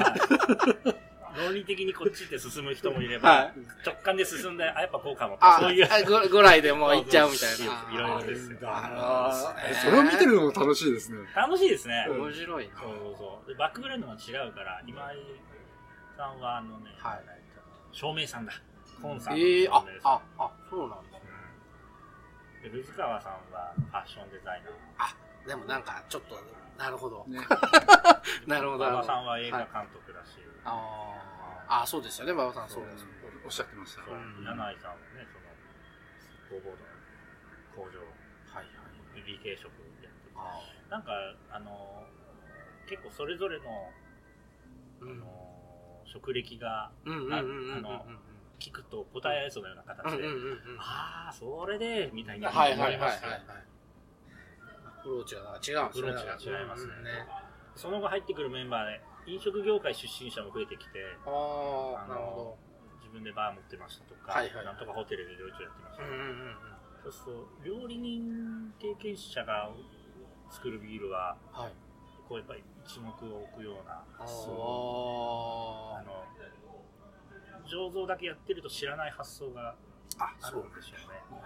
[SPEAKER 3] 論理的にこっちって進む人もいれば、
[SPEAKER 1] はい
[SPEAKER 3] 直感で進んで、あ、やっぱこうかもって、
[SPEAKER 1] あ
[SPEAKER 3] そういう。
[SPEAKER 1] あぐぐらいでもういっちゃうみたい
[SPEAKER 3] いろいろ
[SPEAKER 1] な。
[SPEAKER 3] ですよ。
[SPEAKER 1] あ
[SPEAKER 2] えそれを見てるのも楽しいですね。
[SPEAKER 3] 楽しいですね。
[SPEAKER 1] 面白いな。
[SPEAKER 3] そうそうそう。で、バックグラウンドが違うから、今井さんはあのね、
[SPEAKER 1] はい
[SPEAKER 3] 照明さんだ。コンさんの照
[SPEAKER 1] ええ
[SPEAKER 3] 明
[SPEAKER 1] あ、
[SPEAKER 3] さん。
[SPEAKER 1] あ、あ、そうなんだ。
[SPEAKER 3] で、藤川さんはファッションデザイナー。
[SPEAKER 1] でもなんか、ちょっと、なるほど。
[SPEAKER 2] ね
[SPEAKER 1] なるほど
[SPEAKER 3] 馬場さんは映画監督だし、
[SPEAKER 1] あーあ、そうですよね、馬場さん、そうです。
[SPEAKER 2] おっしゃってました。
[SPEAKER 3] そう
[SPEAKER 1] うん
[SPEAKER 3] 柳井さんはね、その、工房の工
[SPEAKER 1] は
[SPEAKER 3] 場、
[SPEAKER 1] いはい。
[SPEAKER 3] BK 職やってる
[SPEAKER 1] あ
[SPEAKER 3] なんか、あの、結構それぞれの、
[SPEAKER 1] ーう
[SPEAKER 3] あ
[SPEAKER 1] ん
[SPEAKER 3] の、職歴が
[SPEAKER 1] うんうんうんうんうん
[SPEAKER 3] 聞くと答え合えそうなような
[SPEAKER 1] うんうん
[SPEAKER 3] 形
[SPEAKER 1] うん
[SPEAKER 3] で、
[SPEAKER 1] うんうん。
[SPEAKER 3] ああ、それで、みたいな。
[SPEAKER 1] はいはいはいはい。
[SPEAKER 3] すよ
[SPEAKER 1] アプローチが違うんですね。
[SPEAKER 3] アプローチが違いますね
[SPEAKER 1] うん
[SPEAKER 3] その後入ってくるメンバーで、飲食業界出身者も増えてきて、
[SPEAKER 1] ああ、なるほ
[SPEAKER 3] 自分でバー持ってましたとか、
[SPEAKER 1] はいはい
[SPEAKER 3] なんとかホテルで料理長やってま
[SPEAKER 1] ど。
[SPEAKER 3] した
[SPEAKER 1] う
[SPEAKER 3] と
[SPEAKER 1] んう
[SPEAKER 3] か、
[SPEAKER 1] んうん。
[SPEAKER 3] そうすると、料理人経験者が作るビールは、
[SPEAKER 1] はい。
[SPEAKER 3] こうやっぱり一目を置くような
[SPEAKER 1] あ
[SPEAKER 3] 発想。あ
[SPEAKER 1] あ。
[SPEAKER 3] の、醸造だけやってると知らない発想が
[SPEAKER 1] あ、
[SPEAKER 3] あ
[SPEAKER 1] そ
[SPEAKER 3] る
[SPEAKER 1] う。
[SPEAKER 3] んでしょうね。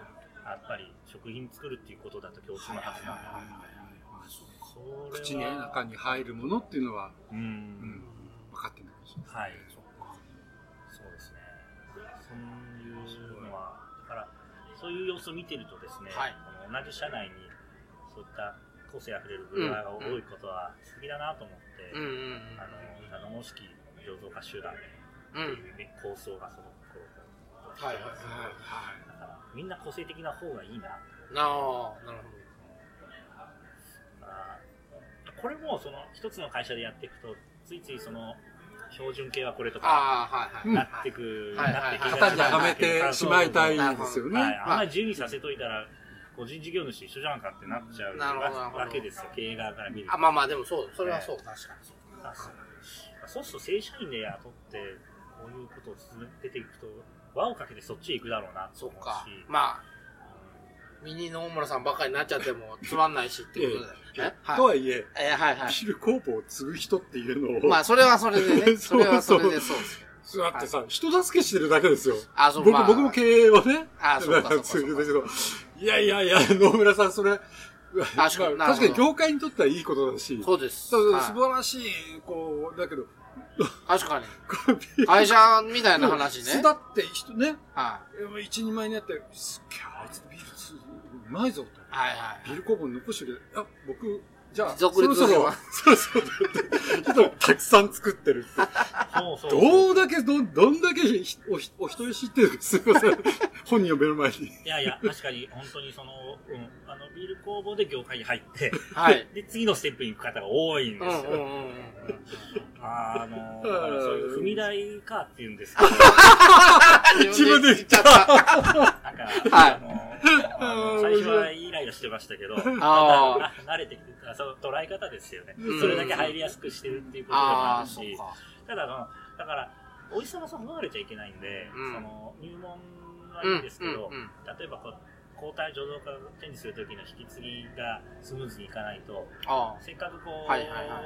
[SPEAKER 3] やっぱり食品作るっていうことだと共通のはずなんでこれは
[SPEAKER 2] 口の中に入るものっていうのは
[SPEAKER 3] う
[SPEAKER 2] うんん。分かってないですね
[SPEAKER 3] はい。そうですね。そういうのは、だから、そういう様子を見てるとですね、
[SPEAKER 1] はい
[SPEAKER 3] この同じ社内に、そういった個性あふれるブルワーが多いことは素敵だなと思って、
[SPEAKER 1] うんうん
[SPEAKER 3] あの、頼もしき醸造家集団
[SPEAKER 1] うん。うん。
[SPEAKER 3] というね、構想がすごくこう、
[SPEAKER 1] はいはい
[SPEAKER 3] だから、みんな個性的な方がいいな。
[SPEAKER 1] なあ、なる
[SPEAKER 3] あーこれも、その、一つの会社でやっていくと、ついついその、標準系はこれと
[SPEAKER 1] ほど。
[SPEAKER 3] か、
[SPEAKER 1] ああ、はいはい。
[SPEAKER 3] なってく、
[SPEAKER 1] はい
[SPEAKER 3] なってき
[SPEAKER 1] はい
[SPEAKER 2] 型にはめてしまいたいんですよ
[SPEAKER 3] はい、
[SPEAKER 2] ね。
[SPEAKER 3] あんまり自由にさせといたら、個人事業主一緒じゃんかってなっちゃう
[SPEAKER 1] なるほどなるほど
[SPEAKER 3] わけですよ、経営側から見ると。
[SPEAKER 1] あ、まあまあ、でもそう、それはそう、確かにそう。
[SPEAKER 3] あそうそうすると正社員で雇って、こういうことを続けていくと、輪をかけてそっちへ行くだろうなと
[SPEAKER 1] そっ
[SPEAKER 3] 思うし、
[SPEAKER 1] か。まあ、ミニの大村さんばっかりになっちゃってもつまんないしっていうことだよね。
[SPEAKER 2] と
[SPEAKER 1] はい。
[SPEAKER 2] はいえ、
[SPEAKER 1] えー、はいはい
[SPEAKER 2] ビ。ール工房を継ぐ人っていうのを、
[SPEAKER 1] まあ、それはそれでね。そ
[SPEAKER 2] そうそう
[SPEAKER 1] れはそれでそうですよ。
[SPEAKER 2] だってさ、人助けしてるだけですよ。
[SPEAKER 1] あ、そう
[SPEAKER 2] 僕
[SPEAKER 1] まあ
[SPEAKER 2] 僕も経営をね、
[SPEAKER 1] あそうかそうか
[SPEAKER 2] 継ぐんですけ
[SPEAKER 1] そう
[SPEAKER 2] ど
[SPEAKER 1] か、
[SPEAKER 2] いやいやいや、野村さん、それ、まあ
[SPEAKER 1] かに
[SPEAKER 2] 確かに業界にとってはいいことだし、
[SPEAKER 1] そうです。
[SPEAKER 2] そう
[SPEAKER 1] はい
[SPEAKER 2] 素晴らしい、こう、だけど、
[SPEAKER 1] 確かに。
[SPEAKER 2] このビール
[SPEAKER 1] 会社みたいな話ね。
[SPEAKER 2] だって人ね、
[SPEAKER 1] はい。
[SPEAKER 2] 一人前になって、すっげえ、あいつビールつうまいぞと。
[SPEAKER 1] はいは
[SPEAKER 2] ビール工房に残してるけど、あ、僕、じゃあ、そ
[SPEAKER 1] 続々
[SPEAKER 2] ろそろ
[SPEAKER 1] は、
[SPEAKER 2] そろそろだって、人たくさん作ってるって。
[SPEAKER 3] そうそう
[SPEAKER 2] どうだけ、ど、どんだけひおひ、お一人知ってるか、すいません。本人を目の前に。
[SPEAKER 3] いやいや、確かに本当にその、うん、あのビール工房で業界に入って、
[SPEAKER 1] い。はい。
[SPEAKER 3] で次のステップに行く方が多いん
[SPEAKER 1] う
[SPEAKER 3] で
[SPEAKER 1] んう
[SPEAKER 3] す
[SPEAKER 1] ん
[SPEAKER 3] よ。
[SPEAKER 1] うんうん。
[SPEAKER 3] あー あのーだからそういう踏み台かって言うんですけど、
[SPEAKER 2] 自分で言っ
[SPEAKER 1] ちゃった。
[SPEAKER 3] なんか、
[SPEAKER 1] はい
[SPEAKER 3] あのーあの最初はイライラしてましたけど、
[SPEAKER 1] あー
[SPEAKER 3] な慣れてきて、あそう捉え方ですよね
[SPEAKER 2] う。ん
[SPEAKER 3] それだけ入りやすくしてるっていうこともあ
[SPEAKER 1] ああ、
[SPEAKER 3] る
[SPEAKER 1] そう
[SPEAKER 3] し、
[SPEAKER 1] か。
[SPEAKER 3] ただあの、だから、おいしさもそのままれちゃいけないんで、
[SPEAKER 1] うん
[SPEAKER 3] その入門は
[SPEAKER 1] うんう
[SPEAKER 3] いい
[SPEAKER 1] んん
[SPEAKER 3] ですけど、
[SPEAKER 1] うん。
[SPEAKER 3] 例えばこう、交代醸造家を手にするときの引き継ぎがスムーズにいかないと、
[SPEAKER 1] あ
[SPEAKER 3] せっかくこう、
[SPEAKER 1] はいいはいは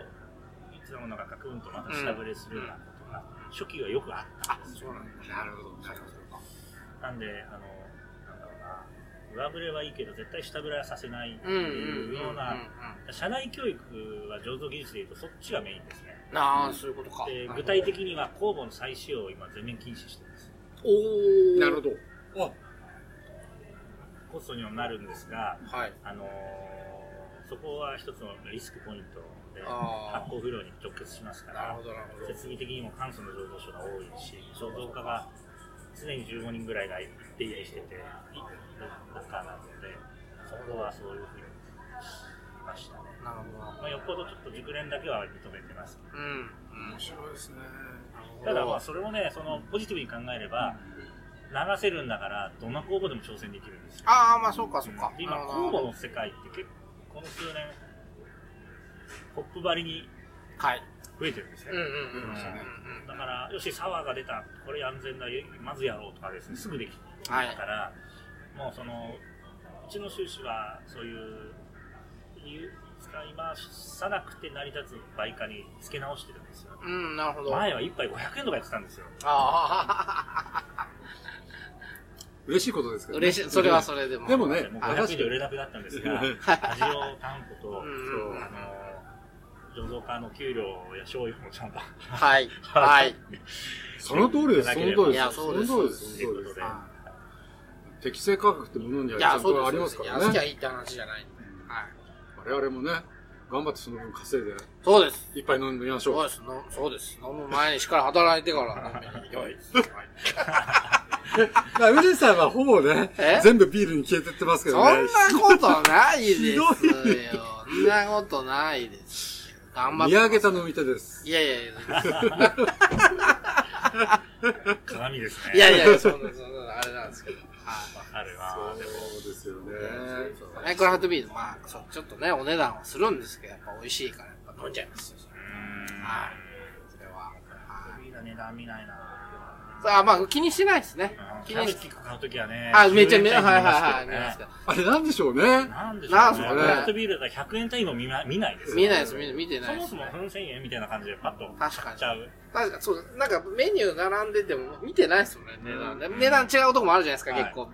[SPEAKER 1] い
[SPEAKER 3] つのものがガクンとまた下振れするようなことが、初期はよくあったんです
[SPEAKER 1] そ
[SPEAKER 3] よ。
[SPEAKER 1] うなんだ。
[SPEAKER 2] なるほど、なる
[SPEAKER 3] なんで、あの、なんだろうな、上振れはいいけど、絶対下振れはさせないって
[SPEAKER 1] うんうん
[SPEAKER 3] いう
[SPEAKER 1] うん
[SPEAKER 3] よ
[SPEAKER 1] う。
[SPEAKER 3] うんな、
[SPEAKER 1] な
[SPEAKER 3] 社内教育は醸造技術でいうと、そっちがメインですね。
[SPEAKER 1] あ、そういうことか。
[SPEAKER 3] で具体的には酵母の再使用を今全面禁止してます。
[SPEAKER 1] おー。
[SPEAKER 2] なるほど。あ、
[SPEAKER 3] コストにもなるんですが、
[SPEAKER 1] ど。はい。
[SPEAKER 3] あのーそこは一つのリスクポイントで、
[SPEAKER 1] あー
[SPEAKER 3] 発酵不良に直結しますか
[SPEAKER 1] なる
[SPEAKER 3] ら
[SPEAKER 1] ほ、ど、なるほど。
[SPEAKER 3] 設備的にも簡素の醸造所が多いし、醸造家が常に15人ぐらいが出入りしてて、農家なので、そこはそういうふうにしましたね。
[SPEAKER 1] なるほどなるほ
[SPEAKER 3] まあ、よっぽどちょっと熟練だけは認めてます。
[SPEAKER 1] ど。うん。
[SPEAKER 2] 面白いですね。
[SPEAKER 3] ただまあそれをね、そのポジティブに考えれば、流せるんだから、どんな工房でも挑戦できるんですよ。
[SPEAKER 1] ああ、まあそうかそうか。
[SPEAKER 3] で今、
[SPEAKER 1] なる
[SPEAKER 3] 工
[SPEAKER 1] ほ
[SPEAKER 3] 房
[SPEAKER 1] ど
[SPEAKER 3] の世界って結構、この数年、ホップ張りに
[SPEAKER 1] はい。
[SPEAKER 3] 増えてるんですね。
[SPEAKER 1] うんうんうんうんうんうん。
[SPEAKER 3] だから、よし、サワーが出た、これ安全だ、まずやろうとかですね、すぐできる。
[SPEAKER 1] は
[SPEAKER 3] だ
[SPEAKER 1] い。
[SPEAKER 3] から、もうその、うちの収支は、そういう、いう使い回さなくて成り立つ売価に付け直してるんですよ。
[SPEAKER 1] うん、なるほど。あ
[SPEAKER 3] 前は1杯500円とかやってたんですよ。
[SPEAKER 1] あ
[SPEAKER 2] 嬉しいことですけ
[SPEAKER 1] ー、
[SPEAKER 2] ど、
[SPEAKER 1] 嬉し い。それは
[SPEAKER 2] れ。
[SPEAKER 1] それでも。
[SPEAKER 2] でもね
[SPEAKER 3] もう
[SPEAKER 2] あ
[SPEAKER 3] 500円で売れなくなったんですが、味を担保と、
[SPEAKER 1] うんうんうん
[SPEAKER 3] あの、醸造家の給料や醤油もち ゃんと、
[SPEAKER 1] はい。 はい。
[SPEAKER 2] その通りです、その通りです。
[SPEAKER 1] いやそうです
[SPEAKER 2] その通りです、
[SPEAKER 3] とい
[SPEAKER 2] その
[SPEAKER 3] う
[SPEAKER 2] 通りで
[SPEAKER 3] こと
[SPEAKER 2] す
[SPEAKER 3] で、。
[SPEAKER 2] 適正価格ってものにはいちゃ
[SPEAKER 1] や、
[SPEAKER 2] ん
[SPEAKER 1] そうです
[SPEAKER 2] と
[SPEAKER 1] よ。
[SPEAKER 2] ありますから
[SPEAKER 1] 安きゃ
[SPEAKER 2] ね。
[SPEAKER 1] いいって話じゃないんで。はい。
[SPEAKER 2] 我々もね、頑張ってその分稼いで、
[SPEAKER 1] そうです。
[SPEAKER 2] いっぱい飲みまし
[SPEAKER 1] そ
[SPEAKER 2] ょ
[SPEAKER 1] う
[SPEAKER 2] う。
[SPEAKER 1] です。のそうです。飲む前にしっかり働いてから 飲みに行けばいいです。
[SPEAKER 2] まあ、宇治さんはほぼね
[SPEAKER 1] え、
[SPEAKER 2] 全部ビールに消えてってますけ
[SPEAKER 1] そ
[SPEAKER 2] どね。
[SPEAKER 1] んなことないですよ。
[SPEAKER 2] ひどい
[SPEAKER 1] そんなことないですよ。頑張って
[SPEAKER 2] 見上げた飲み手です。
[SPEAKER 1] いやいやいや。
[SPEAKER 3] 鏡ですね。
[SPEAKER 1] いやいや、そんな、そんな、あれなんですけど。はい。
[SPEAKER 3] わかる
[SPEAKER 2] そ
[SPEAKER 3] わ。
[SPEAKER 2] う
[SPEAKER 3] でも
[SPEAKER 2] ですよね。
[SPEAKER 1] ね、クラフトビール、まあ、そう、ちょっとね、お値段はするんですけど、やっぱ美味しいから、やっぱ飲んじゃいますよ、それ
[SPEAKER 3] うーん
[SPEAKER 1] はい。それは。はい
[SPEAKER 3] みんな値段見ないな。
[SPEAKER 1] さあ、まあ、気にしないですね。気
[SPEAKER 3] キ
[SPEAKER 1] に
[SPEAKER 3] ャベ
[SPEAKER 1] し
[SPEAKER 3] ツ買うときはね。
[SPEAKER 1] あ、めっちゃ、
[SPEAKER 3] 10
[SPEAKER 1] め
[SPEAKER 3] 円
[SPEAKER 1] はい
[SPEAKER 3] 単位
[SPEAKER 1] はいはい、見
[SPEAKER 3] 見ますけどね
[SPEAKER 1] ますけど。
[SPEAKER 2] あれなんでしょうね。
[SPEAKER 3] なんでしょう
[SPEAKER 1] なん
[SPEAKER 3] ね。
[SPEAKER 1] す
[SPEAKER 2] か
[SPEAKER 3] ク
[SPEAKER 2] ね
[SPEAKER 3] ラフトビールだから100円単位も見な見ないですよ
[SPEAKER 1] 見ないです、見見てな
[SPEAKER 3] そ
[SPEAKER 1] いで
[SPEAKER 3] も
[SPEAKER 1] す
[SPEAKER 3] そ。も1000円みたいな感じでパッと
[SPEAKER 1] 確か
[SPEAKER 3] 買っ
[SPEAKER 1] に
[SPEAKER 3] ち。ゃう。
[SPEAKER 1] 確かに、そう、なんかメニュー並んでても見てないですよね、値段。
[SPEAKER 3] うん
[SPEAKER 1] 値段違うとこもあるじゃないですか、
[SPEAKER 3] はい
[SPEAKER 1] 結構。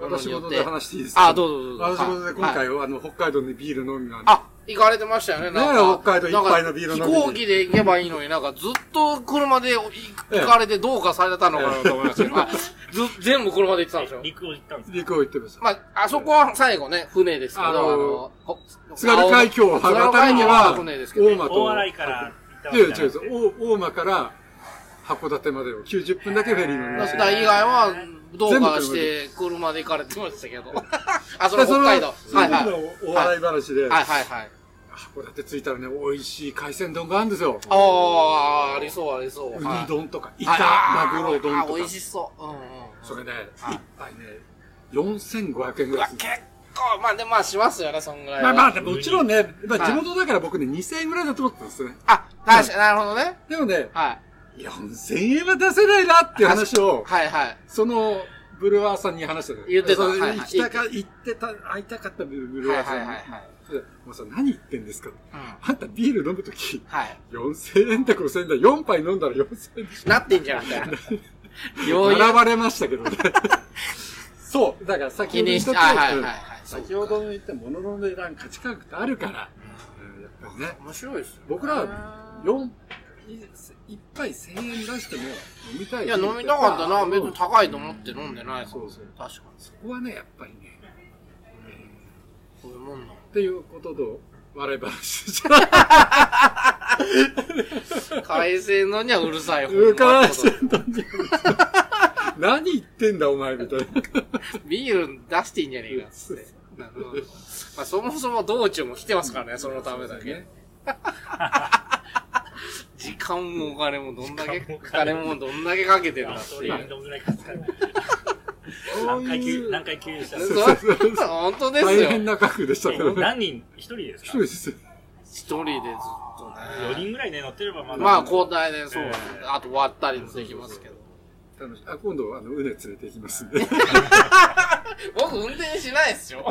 [SPEAKER 2] 私事で話していいですか
[SPEAKER 1] あ、どうぞどうぞ。
[SPEAKER 2] 私事で今
[SPEAKER 1] はい
[SPEAKER 2] 回は、あの、北海道でビール飲みなんで。
[SPEAKER 1] あ、行かれてましたよね、なんか。
[SPEAKER 2] ねえ北海道いっぱいのビール飲んで
[SPEAKER 1] なんか飛行機で行けばいいのになんかずっと車で行行かれてどうかされたのかなと思いましたけど、まあず全部車で行ってたんですよ。
[SPEAKER 3] 陸を行ったんですよ。
[SPEAKER 2] 陸を行ってました。
[SPEAKER 1] まあ、あそこは最後ね、船ですけど、あ
[SPEAKER 2] あ
[SPEAKER 1] の
[SPEAKER 2] の
[SPEAKER 1] ほ
[SPEAKER 2] 津軽海峡を渡るために
[SPEAKER 1] 津軽海
[SPEAKER 2] は、
[SPEAKER 1] 峡船ですけど
[SPEAKER 2] 大間と、
[SPEAKER 3] 大洗から行ったわ
[SPEAKER 2] いや
[SPEAKER 3] け
[SPEAKER 2] いや違うで
[SPEAKER 3] じゃなくて。
[SPEAKER 2] す大大間から函館までを90分だけフェリー乗り
[SPEAKER 1] だ
[SPEAKER 2] ま
[SPEAKER 1] っ
[SPEAKER 2] したた。
[SPEAKER 1] ら以外は、どう
[SPEAKER 2] 全部
[SPEAKER 1] か
[SPEAKER 2] 車で
[SPEAKER 1] して車で行かれてましたけど。 あ、それ
[SPEAKER 2] で
[SPEAKER 1] 北
[SPEAKER 2] の
[SPEAKER 1] 海道。
[SPEAKER 2] その
[SPEAKER 1] はい
[SPEAKER 2] 時
[SPEAKER 1] はい。
[SPEAKER 2] の大笑い話で、
[SPEAKER 1] はいはいはい。
[SPEAKER 2] 函館着いたらね、美味しい海鮮丼があるんですよ。
[SPEAKER 1] ああ、ありそうありそう。
[SPEAKER 2] ウニ
[SPEAKER 1] はい
[SPEAKER 2] 丼とか、イ
[SPEAKER 1] は
[SPEAKER 2] カ、
[SPEAKER 1] い
[SPEAKER 2] マグロ丼
[SPEAKER 1] あ
[SPEAKER 2] と
[SPEAKER 1] 美
[SPEAKER 2] か
[SPEAKER 1] 味。しそう。うんうんうん。
[SPEAKER 2] それね、
[SPEAKER 1] はい
[SPEAKER 2] 一杯ね、4500円ぐ
[SPEAKER 1] う
[SPEAKER 2] ら
[SPEAKER 1] わ
[SPEAKER 2] いす
[SPEAKER 1] 結
[SPEAKER 2] る。
[SPEAKER 1] 構、まあでもまあしますよね、そんぐらい
[SPEAKER 2] ま
[SPEAKER 1] は。
[SPEAKER 2] あまあ、でももちろんね、まあ
[SPEAKER 1] はい
[SPEAKER 2] 地元だから僕ね、2000円ぐらいだと思ってたんですね。
[SPEAKER 1] あ、確かに、なるほどね。
[SPEAKER 2] でもね、
[SPEAKER 1] はい。
[SPEAKER 2] 4000円は出せないなっていう話を、
[SPEAKER 1] はいはい。
[SPEAKER 2] その、ブルワーさんに話したのよ
[SPEAKER 1] 言ってた
[SPEAKER 2] それで
[SPEAKER 1] はいはい
[SPEAKER 2] 行きたか、行ってた、会いたかったブル
[SPEAKER 1] は
[SPEAKER 2] ワ
[SPEAKER 1] い
[SPEAKER 2] ーさ
[SPEAKER 1] はい
[SPEAKER 2] ん
[SPEAKER 1] はい
[SPEAKER 2] に。
[SPEAKER 1] はい。
[SPEAKER 2] それでもうさ、何言ってんですか
[SPEAKER 1] うん。
[SPEAKER 2] あんたビール飲むとき、
[SPEAKER 1] はい。
[SPEAKER 2] 4000円だ5000円だ、4杯飲んだら4000円でし
[SPEAKER 1] なってんじゃん、みたいな。
[SPEAKER 2] ょ。
[SPEAKER 1] 余裕
[SPEAKER 2] 並ばれました けどね。そう、だから先
[SPEAKER 1] 気
[SPEAKER 2] ほど
[SPEAKER 1] に
[SPEAKER 2] 言っ
[SPEAKER 1] したて、
[SPEAKER 2] 通り
[SPEAKER 1] はいはいはいはい。
[SPEAKER 2] 先ほどの言ったものの値段、価値観ってあるから、うんやっぱりね、
[SPEAKER 1] 面白いですよね。
[SPEAKER 2] 僕らは4、1杯1000円出しても飲みたい。
[SPEAKER 1] いや、飲みたかったな。別に
[SPEAKER 2] そ
[SPEAKER 1] 高いと思って飲んでないから。
[SPEAKER 2] うそう。
[SPEAKER 1] 確かに。
[SPEAKER 2] そこはね、やっぱりね、
[SPEAKER 1] そういうもんなの。
[SPEAKER 2] っていうことと、笑い話じ
[SPEAKER 1] 海鮮のに はうるさい
[SPEAKER 2] ゃ
[SPEAKER 1] 方。
[SPEAKER 2] ん。うかわしてんだんじゃん。何言ってんだお前みたいな。
[SPEAKER 1] ビール出していいんじゃねえかっつって。なるほど。まあ、そもそも道中も来てますからね、そのためだけ。。時間もお金もどんだけ、
[SPEAKER 3] 時間もお
[SPEAKER 1] お
[SPEAKER 3] 金
[SPEAKER 1] 金
[SPEAKER 3] も
[SPEAKER 1] もどんだけかけてるんだっ
[SPEAKER 3] 一
[SPEAKER 1] て
[SPEAKER 3] 人
[SPEAKER 1] いう。
[SPEAKER 3] どんぐらい買ったの
[SPEAKER 2] そう
[SPEAKER 3] 何回給
[SPEAKER 2] いう
[SPEAKER 3] 何回給油した
[SPEAKER 1] そう
[SPEAKER 3] の
[SPEAKER 1] そうそう本当です
[SPEAKER 2] 大
[SPEAKER 1] よ。
[SPEAKER 2] 変な額でしたけどね。
[SPEAKER 3] 何人一人です
[SPEAKER 2] 一
[SPEAKER 3] か
[SPEAKER 2] 人ですよ。
[SPEAKER 1] 一人でずっとね。
[SPEAKER 3] 4人ぐらいね乗ってればまだ
[SPEAKER 1] まあ、交代でそうなんで
[SPEAKER 3] ええ
[SPEAKER 1] あと割ったりもできますけど。
[SPEAKER 2] 楽しい。あ、今度、あの、うね連れて行きますんで。
[SPEAKER 1] 僕運転しないっすよ。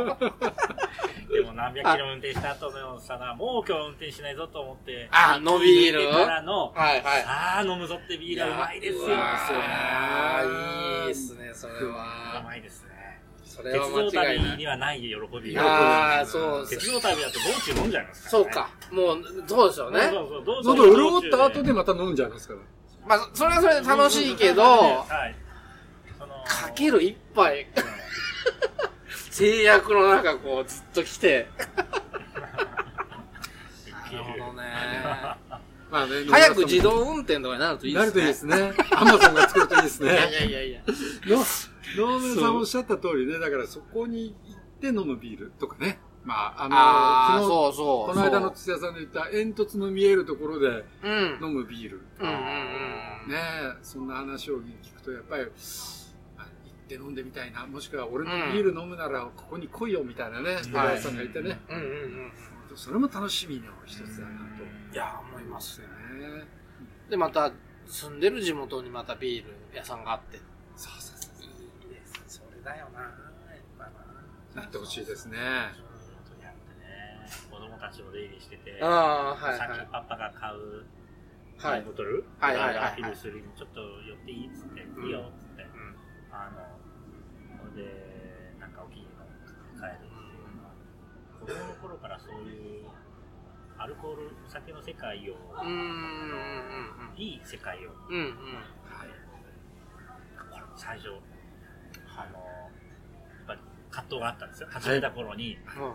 [SPEAKER 3] でも何百キロ運転した後のさなもう今日運転しないぞと思って
[SPEAKER 1] あ、のビール
[SPEAKER 3] 抜いてからの
[SPEAKER 1] はいはい。
[SPEAKER 3] ああ飲むぞってビールはうまいですよ
[SPEAKER 1] うわーいい
[SPEAKER 2] で
[SPEAKER 1] ですすね、それ
[SPEAKER 3] う
[SPEAKER 1] は。
[SPEAKER 3] まいですね
[SPEAKER 1] そ
[SPEAKER 3] 鉄
[SPEAKER 1] れは
[SPEAKER 3] 道
[SPEAKER 1] 間違いな
[SPEAKER 3] 旅
[SPEAKER 1] い。
[SPEAKER 3] にはない喜び
[SPEAKER 1] ああ、そうです。
[SPEAKER 3] 鉄道旅だと道中飲んじゃいますから
[SPEAKER 1] そ
[SPEAKER 3] ね
[SPEAKER 1] うか。もう、そうですよね。
[SPEAKER 3] そうそうそう道
[SPEAKER 2] 喉
[SPEAKER 3] 中
[SPEAKER 2] 潤った後でまた飲んじゃいますから。
[SPEAKER 1] まあ、それはそれで楽しいけど、
[SPEAKER 3] はいその
[SPEAKER 1] かける一杯、制約の中、こう、ずっと来て。
[SPEAKER 3] 消える。
[SPEAKER 1] ほどね。
[SPEAKER 2] まあね
[SPEAKER 1] 早く自動運転とかになるといいで
[SPEAKER 2] な
[SPEAKER 1] すね。
[SPEAKER 2] るといいですね。アマゾンが作るといいです
[SPEAKER 1] いやい
[SPEAKER 2] ね。
[SPEAKER 1] やいやいや。
[SPEAKER 2] の、野村さんおっしゃった通りね、だからそこに行って飲むビールとかね。まあ、
[SPEAKER 1] あ
[SPEAKER 2] あ
[SPEAKER 1] あ、
[SPEAKER 2] の、
[SPEAKER 1] そうそう。
[SPEAKER 2] この間の土屋さんの言った煙突の見えるところで
[SPEAKER 1] うん。うん
[SPEAKER 2] 飲むビール。
[SPEAKER 1] うんうんうん。
[SPEAKER 2] ねえ、そんな話を聞くと、やっぱり、あ行って飲んでみたいな、もしくは俺のビール飲むならここに来いよみたいなね、野村さんがいてね。
[SPEAKER 1] うんうんうん。
[SPEAKER 2] それも楽しみの一つだなと思い
[SPEAKER 1] いや、思いますね。
[SPEAKER 2] ね。
[SPEAKER 1] で、また、住んでる地元にまたビール屋さんがあって。
[SPEAKER 2] そうそうそ
[SPEAKER 1] いいです。それだよな。やっぱな
[SPEAKER 2] う。なってほしいですね。
[SPEAKER 3] やってね子供たちも出入りしてて、さ
[SPEAKER 1] ああ、はい
[SPEAKER 3] っきパパが買う
[SPEAKER 1] は
[SPEAKER 3] マ
[SPEAKER 1] い。
[SPEAKER 3] イボトル、
[SPEAKER 1] はいはいはいはい
[SPEAKER 3] アピールするにちょっと寄っていいっつって、
[SPEAKER 1] うん
[SPEAKER 3] いいよっつって、
[SPEAKER 1] うん
[SPEAKER 3] あの、これで、なんかお気に入りの買えるっていうのは、子供の頃からそういう、アルコール、お酒の世界を、
[SPEAKER 1] うんうん
[SPEAKER 3] いい世界を、
[SPEAKER 1] うんうん。うん
[SPEAKER 3] これも最初、あの、やっぱり葛藤があったんですよ。始めた頃に、
[SPEAKER 1] うん。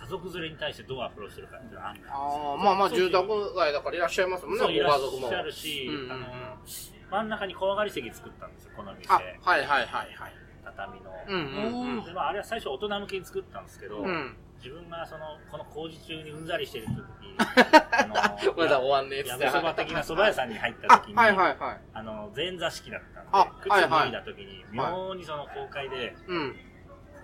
[SPEAKER 3] 家族連れに対してどうアプローチするかっていうのがあったんですよ
[SPEAKER 1] ああ、まあまあ住宅街だからいらっしゃいますもんね、
[SPEAKER 3] そうい
[SPEAKER 1] ご
[SPEAKER 3] らっ
[SPEAKER 1] 家族も。
[SPEAKER 3] しゃるし、
[SPEAKER 1] うんうんうん
[SPEAKER 3] あの真ん中に怖がり席作ったんですよこの店
[SPEAKER 1] あ、はいはいはいはい。
[SPEAKER 3] 畳の、
[SPEAKER 1] うんうんうん
[SPEAKER 3] でまあ、あれは最初大人向けに作ったんですけど、
[SPEAKER 1] うん。
[SPEAKER 3] 自分がそのこの工事中にうんざりしてる時 にあの
[SPEAKER 1] まだ終わんねえっつ
[SPEAKER 3] や
[SPEAKER 1] っ
[SPEAKER 3] ぶ
[SPEAKER 1] て。
[SPEAKER 3] そば的な蕎麦屋さんに入った
[SPEAKER 1] あ
[SPEAKER 3] 時、に
[SPEAKER 1] はいはいはい。
[SPEAKER 3] あの前座敷だったんで
[SPEAKER 1] あ
[SPEAKER 3] 靴
[SPEAKER 1] はい
[SPEAKER 3] 脱
[SPEAKER 1] はい
[SPEAKER 3] いだ時に妙にその崩壊で
[SPEAKER 1] うん。うん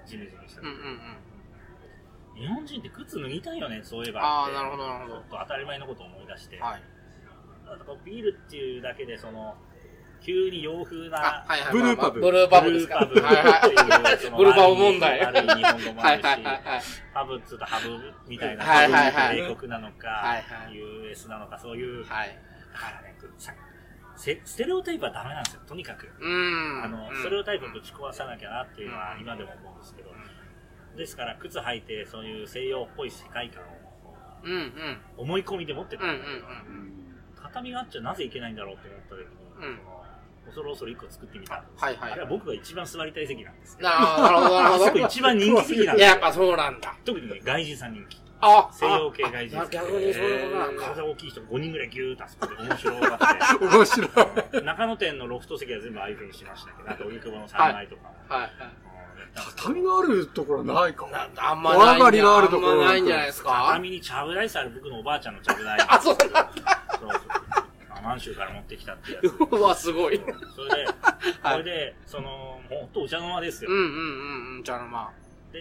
[SPEAKER 3] ジメジメした、
[SPEAKER 1] うんうん。
[SPEAKER 3] 日本人って靴脱ぎたいよねそういえば
[SPEAKER 1] あ
[SPEAKER 3] っ
[SPEAKER 1] あ、
[SPEAKER 3] て
[SPEAKER 1] なるほどなるほ
[SPEAKER 3] ちょっと当たり前のことを思い出して、
[SPEAKER 1] ど。はい。
[SPEAKER 3] あとこうビールっていうだけでその急に洋風
[SPEAKER 1] あ
[SPEAKER 3] な、
[SPEAKER 1] はいはい。
[SPEAKER 2] ブルーパブ
[SPEAKER 1] まあまあブルーパブですか。
[SPEAKER 3] ブルー
[SPEAKER 1] はい
[SPEAKER 3] パブって
[SPEAKER 1] は
[SPEAKER 3] いうその
[SPEAKER 1] ブルーパブ問題
[SPEAKER 3] 悪い日本語
[SPEAKER 1] い。
[SPEAKER 3] もあ
[SPEAKER 1] は
[SPEAKER 3] る
[SPEAKER 1] い
[SPEAKER 3] し、
[SPEAKER 1] はいはいはい。
[SPEAKER 3] パブっつうとハブみたいな、
[SPEAKER 1] はいはいはい
[SPEAKER 3] 英国なのか、
[SPEAKER 1] はいはい
[SPEAKER 3] US なのか、そういう、
[SPEAKER 1] はい。
[SPEAKER 3] だからねさせステレオタイプはダメなんですよ、とにかく。
[SPEAKER 1] うん。
[SPEAKER 3] あの、
[SPEAKER 1] うん
[SPEAKER 3] ステレオタイプをぶち壊さなきゃなっていうのは今でも思うんですけど、ですから靴履いてそういう西洋っぽい世界観を
[SPEAKER 1] うんうん。
[SPEAKER 3] 思い込みで持ってた
[SPEAKER 1] うんうんん
[SPEAKER 3] だけど、
[SPEAKER 2] うん
[SPEAKER 3] 畳があっちゃなぜいけないんだろうって思った時に、
[SPEAKER 1] うん
[SPEAKER 3] その恐る恐る一個作ってみたんですよ
[SPEAKER 1] はいはいはい
[SPEAKER 3] あれは僕が一番座りたい席なんです
[SPEAKER 1] うん。なるほど、なるほど、なる
[SPEAKER 3] あそ
[SPEAKER 1] ほ
[SPEAKER 3] こ一番人気席な
[SPEAKER 1] ど。い
[SPEAKER 3] んです
[SPEAKER 1] や、
[SPEAKER 3] よ
[SPEAKER 1] やっぱそうなんだ。
[SPEAKER 3] 特にね外人さん人気
[SPEAKER 1] あ
[SPEAKER 3] 西洋系外人
[SPEAKER 1] あ逆にそういうことなんだ。
[SPEAKER 3] 体大きい人5人ぐらいギューッと遊んで面白かっ
[SPEAKER 2] 面白い。
[SPEAKER 3] て中野店のロフト席は全部ああいうふうにしましたけどあと荻窪の3階とかも、
[SPEAKER 1] はいはい。
[SPEAKER 3] うんやったんですけど
[SPEAKER 2] 畳のあるところないか。
[SPEAKER 1] なんだあんまないんじゃ。
[SPEAKER 2] 小上がりがあるところ
[SPEAKER 1] あんまないんじゃないですか
[SPEAKER 3] 畳にチャブライスある僕のおばあちゃんのチャブライス
[SPEAKER 1] あそうなんだ
[SPEAKER 3] そうそうあ満州から持ってきたってやつ
[SPEAKER 1] うわ、すごい。
[SPEAKER 3] そ れで、これで、その、もうほんとお茶の間ですよ
[SPEAKER 1] うん。うんうんうん、茶の間。
[SPEAKER 3] で、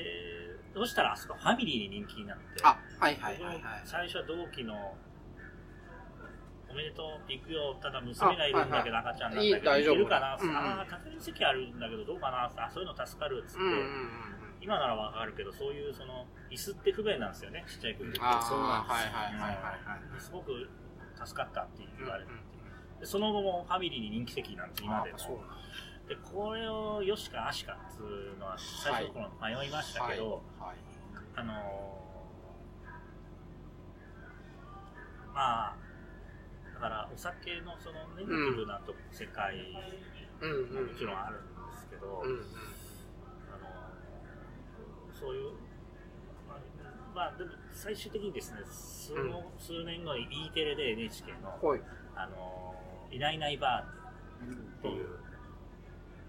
[SPEAKER 3] そしたら、あそこファミリーに人気になって、
[SPEAKER 1] あ、はいはいはいはい。
[SPEAKER 3] 最初は同期の、おめでとうって行くよ、ただ娘がいるんだけど、赤ちゃんなんだけど、
[SPEAKER 1] いい大丈夫
[SPEAKER 3] 行けるかな、
[SPEAKER 1] うんうん
[SPEAKER 3] ああ、畳の席あるんだけど、どうかな、あそういうの助かるっつって、
[SPEAKER 1] うんうんうんうん。
[SPEAKER 3] 今ならわかるけど、そういう、その、椅子って不便なんですよね、ちっちゃい子に。
[SPEAKER 1] あ
[SPEAKER 2] そうなん
[SPEAKER 1] あ、
[SPEAKER 2] です
[SPEAKER 1] はいはいはいはいはい。
[SPEAKER 3] すごく助かったって言われて、
[SPEAKER 1] うんうん
[SPEAKER 3] でその後もファミリーに人気席なんです、今
[SPEAKER 1] あ
[SPEAKER 3] でも。
[SPEAKER 1] そうなんだ
[SPEAKER 3] でこれをよしかあしかっつうのは最初の頃迷いましたけど、
[SPEAKER 1] はい。
[SPEAKER 3] あのーまあだからお酒のそのネガティブなと、世界
[SPEAKER 1] うんう
[SPEAKER 3] も
[SPEAKER 1] ん。
[SPEAKER 3] もちろんあるんですけど、
[SPEAKER 1] うんうん。
[SPEAKER 3] あのーそういうまあまあでも最終的にですね数,、
[SPEAKER 1] うん
[SPEAKER 3] 数年後に E テレで NHK の
[SPEAKER 1] ほい。
[SPEAKER 3] 「あのーいないいないバー」っていう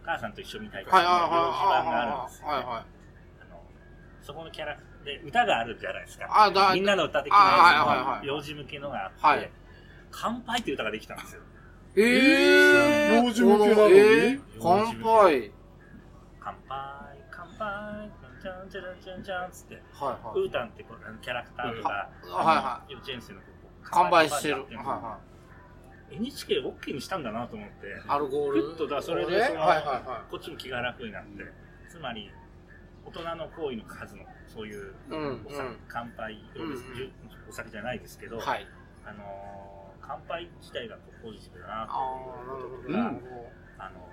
[SPEAKER 3] 母さんと一緒みたいな
[SPEAKER 1] はいはい
[SPEAKER 3] 料理番があるん
[SPEAKER 1] は
[SPEAKER 3] です
[SPEAKER 1] い
[SPEAKER 3] よ
[SPEAKER 1] はい。はいはい。
[SPEAKER 3] あのそこのキャラで歌があるじゃないですか。
[SPEAKER 1] あ、だ、
[SPEAKER 3] みんなの歌的
[SPEAKER 1] あはいはいは
[SPEAKER 3] なやつ
[SPEAKER 1] い
[SPEAKER 3] の幼児向けのがあって、
[SPEAKER 1] はい
[SPEAKER 3] 乾杯っていう歌ができたんですよ。
[SPEAKER 1] えぇー。
[SPEAKER 2] 幼児向けなのに
[SPEAKER 1] えー乾杯。
[SPEAKER 3] 乾杯、乾杯、じゃんじゃんじゃんじゃんつって、
[SPEAKER 1] はいは
[SPEAKER 3] ウ
[SPEAKER 1] い。
[SPEAKER 3] ータンってこうあのキャラクターとか、
[SPEAKER 1] あはいは
[SPEAKER 3] 幼稚園生の子こう
[SPEAKER 1] 乾杯してる。
[SPEAKER 3] 乾
[SPEAKER 1] は
[SPEAKER 3] っ
[SPEAKER 1] い
[SPEAKER 3] てやってる
[SPEAKER 1] は
[SPEAKER 3] NHK を OK にしたんだなと思って、
[SPEAKER 1] い。アルコール。
[SPEAKER 3] ふっとだそれで
[SPEAKER 1] ね
[SPEAKER 3] その
[SPEAKER 1] はいはいは
[SPEAKER 3] こっちも気が楽になって、つまり、大人の行為の数の、そういう、
[SPEAKER 1] い。うんうん
[SPEAKER 3] お。酒、乾杯、
[SPEAKER 1] うんうん
[SPEAKER 3] お酒じゃないですけど、
[SPEAKER 1] はい。
[SPEAKER 3] あのー乾杯自体がこうポジティブだな
[SPEAKER 1] あ
[SPEAKER 3] と
[SPEAKER 1] ー、
[SPEAKER 3] いう
[SPEAKER 1] な
[SPEAKER 3] こ
[SPEAKER 1] る
[SPEAKER 3] ととか、
[SPEAKER 1] ほど。
[SPEAKER 3] あの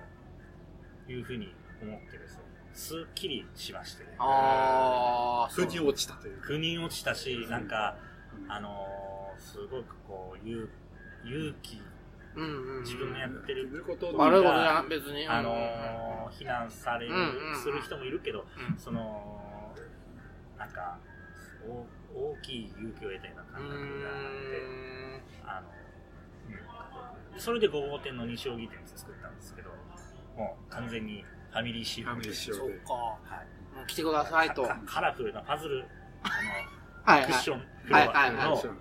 [SPEAKER 3] いうふうに思ってですね、すっきりしましてね。
[SPEAKER 1] あー、
[SPEAKER 2] 腑に落ちたというか。
[SPEAKER 3] 腑に落ちたし、なんか、あのーすごくこう、勇勇気、
[SPEAKER 1] うんうんうん。
[SPEAKER 3] 自分のやってる、
[SPEAKER 2] こと
[SPEAKER 3] と
[SPEAKER 1] 悪いことじゃん、別に。
[SPEAKER 3] あのー非難される、
[SPEAKER 1] うんうんうん
[SPEAKER 3] する人もいるけど、
[SPEAKER 1] うん
[SPEAKER 3] その、なんか、お大きい勇気を得たような感覚があってあの、うんそれで5号店の2将棋店を作ったんですけどもう完全にファミリー仕
[SPEAKER 2] ファ
[SPEAKER 3] 様
[SPEAKER 2] ミリー仕
[SPEAKER 3] で
[SPEAKER 2] 様
[SPEAKER 1] そうか。も
[SPEAKER 3] はいう
[SPEAKER 1] 来てくださいと。は
[SPEAKER 3] かカラフルなパズルあ
[SPEAKER 1] い
[SPEAKER 3] のクッ
[SPEAKER 1] はい
[SPEAKER 3] シ。ョンフロ
[SPEAKER 1] はい
[SPEAKER 3] アの、
[SPEAKER 1] はいはい
[SPEAKER 2] そう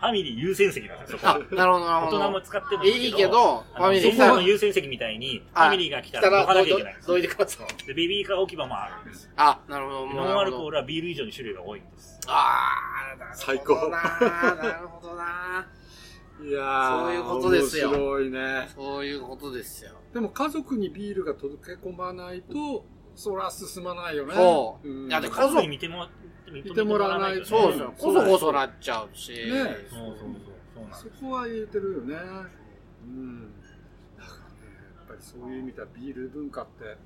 [SPEAKER 3] ファミリー優先席なんですよそこ
[SPEAKER 1] あ
[SPEAKER 3] は、
[SPEAKER 1] なるほど、なるほ
[SPEAKER 3] 大人も
[SPEAKER 1] ど。
[SPEAKER 3] 使っても
[SPEAKER 1] い
[SPEAKER 3] い
[SPEAKER 1] い
[SPEAKER 3] い
[SPEAKER 1] け
[SPEAKER 3] けど
[SPEAKER 1] ど、ファミリー
[SPEAKER 3] あの
[SPEAKER 1] さ
[SPEAKER 3] そこの
[SPEAKER 1] ん
[SPEAKER 3] 優先席みたいにフ
[SPEAKER 1] はい
[SPEAKER 3] ァミリーが来
[SPEAKER 1] 来
[SPEAKER 3] た
[SPEAKER 1] た
[SPEAKER 3] ら
[SPEAKER 1] ら
[SPEAKER 3] どかなきゃ
[SPEAKER 1] ど
[SPEAKER 3] い
[SPEAKER 1] い
[SPEAKER 3] けないんです
[SPEAKER 1] どいてください。
[SPEAKER 3] でベビーカー置き場もあるんです
[SPEAKER 1] あ、なるほど。もう
[SPEAKER 3] ノ
[SPEAKER 1] な
[SPEAKER 3] ンア
[SPEAKER 1] る
[SPEAKER 3] ル
[SPEAKER 1] ほ
[SPEAKER 3] コ
[SPEAKER 1] ど。
[SPEAKER 3] ールはビール以上に種類が多いんです
[SPEAKER 1] あー、なるほどな
[SPEAKER 2] 最高
[SPEAKER 1] なるほどな。
[SPEAKER 2] いやー
[SPEAKER 1] そういうことですよ
[SPEAKER 2] 面白いね。
[SPEAKER 1] そういうことですよ。
[SPEAKER 2] でも家族にビールが届け込まないと、そら進まないよね。
[SPEAKER 1] そうんいやでも
[SPEAKER 3] 家族に見ても
[SPEAKER 2] 見てもらわないとね
[SPEAKER 1] そうですよ。こそこそなっちゃうし。
[SPEAKER 2] ね
[SPEAKER 3] そうそうそうそうなんです
[SPEAKER 2] そこは言えてるよね。うん。だからね、やっぱりそういう意味ではビール文化って。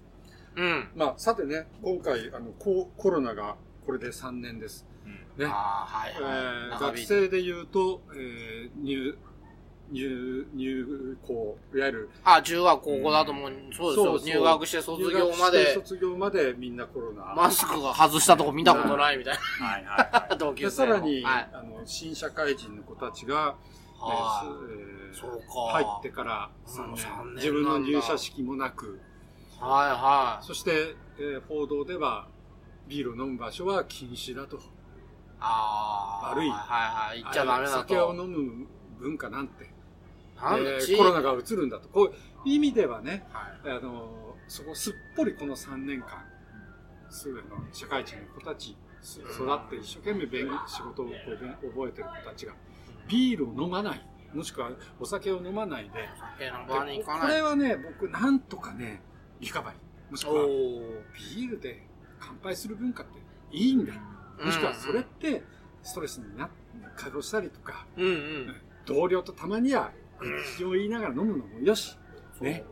[SPEAKER 1] うん。
[SPEAKER 2] まあ、さてね、今回、あの、ココロナがこれで3年です。
[SPEAKER 3] うん
[SPEAKER 2] ね。
[SPEAKER 1] ああ、はい
[SPEAKER 2] え
[SPEAKER 1] はい。
[SPEAKER 2] ー
[SPEAKER 1] 長
[SPEAKER 2] 学
[SPEAKER 1] 引い
[SPEAKER 2] 生で言うと、えー入、入、入校、いわゆる
[SPEAKER 1] あ、中学高校だともう、そうです
[SPEAKER 2] そ
[SPEAKER 1] よ。
[SPEAKER 2] うそう
[SPEAKER 1] 入学して卒業ま
[SPEAKER 2] 入学して
[SPEAKER 1] で、
[SPEAKER 2] 卒業までみんなコロナ。
[SPEAKER 1] マスクが外したとこ見たことないみたい
[SPEAKER 3] はいはいは
[SPEAKER 1] な同級
[SPEAKER 2] で
[SPEAKER 1] 生
[SPEAKER 2] さ
[SPEAKER 1] の。
[SPEAKER 2] らに、
[SPEAKER 1] はい。
[SPEAKER 2] あの新社会人の子たちが、え
[SPEAKER 1] は
[SPEAKER 2] ー
[SPEAKER 1] い。
[SPEAKER 2] す
[SPEAKER 1] そうか。
[SPEAKER 2] えー入ってから
[SPEAKER 1] うん三
[SPEAKER 2] 3
[SPEAKER 1] 年
[SPEAKER 2] 年自分の入社式もなく
[SPEAKER 1] はいはい。
[SPEAKER 2] そして、えー報道ではビールを飲む場所は禁止だと
[SPEAKER 1] ああ。
[SPEAKER 2] 悪い
[SPEAKER 1] はいはい。行っちゃダメ
[SPEAKER 2] ああい
[SPEAKER 1] だ
[SPEAKER 2] う酒を飲
[SPEAKER 1] と。
[SPEAKER 2] む文化なんて
[SPEAKER 1] なん
[SPEAKER 2] え
[SPEAKER 1] で
[SPEAKER 2] ー
[SPEAKER 1] 地
[SPEAKER 2] コロナがうつるんだとこういう意味ではね
[SPEAKER 1] はい
[SPEAKER 2] あのそこすっぽりこの3年間すあの社会人の子たちす育って一生懸命勉仕事をこう勉覚えてる子たちがビールを飲まないもしくはお酒を飲まないで
[SPEAKER 1] 酒の場に
[SPEAKER 2] で
[SPEAKER 1] 行か
[SPEAKER 2] こ
[SPEAKER 1] な
[SPEAKER 2] れ
[SPEAKER 1] い。
[SPEAKER 2] はね僕なんとかねリカバリーもしく
[SPEAKER 1] お
[SPEAKER 2] は
[SPEAKER 1] お。
[SPEAKER 2] ビールで乾杯する文化っていいんだもしくはそれってストレスにな解放したりとか
[SPEAKER 1] うんうん。
[SPEAKER 2] 同僚とたまには口を言いながら飲むのもよし
[SPEAKER 1] そう
[SPEAKER 2] ね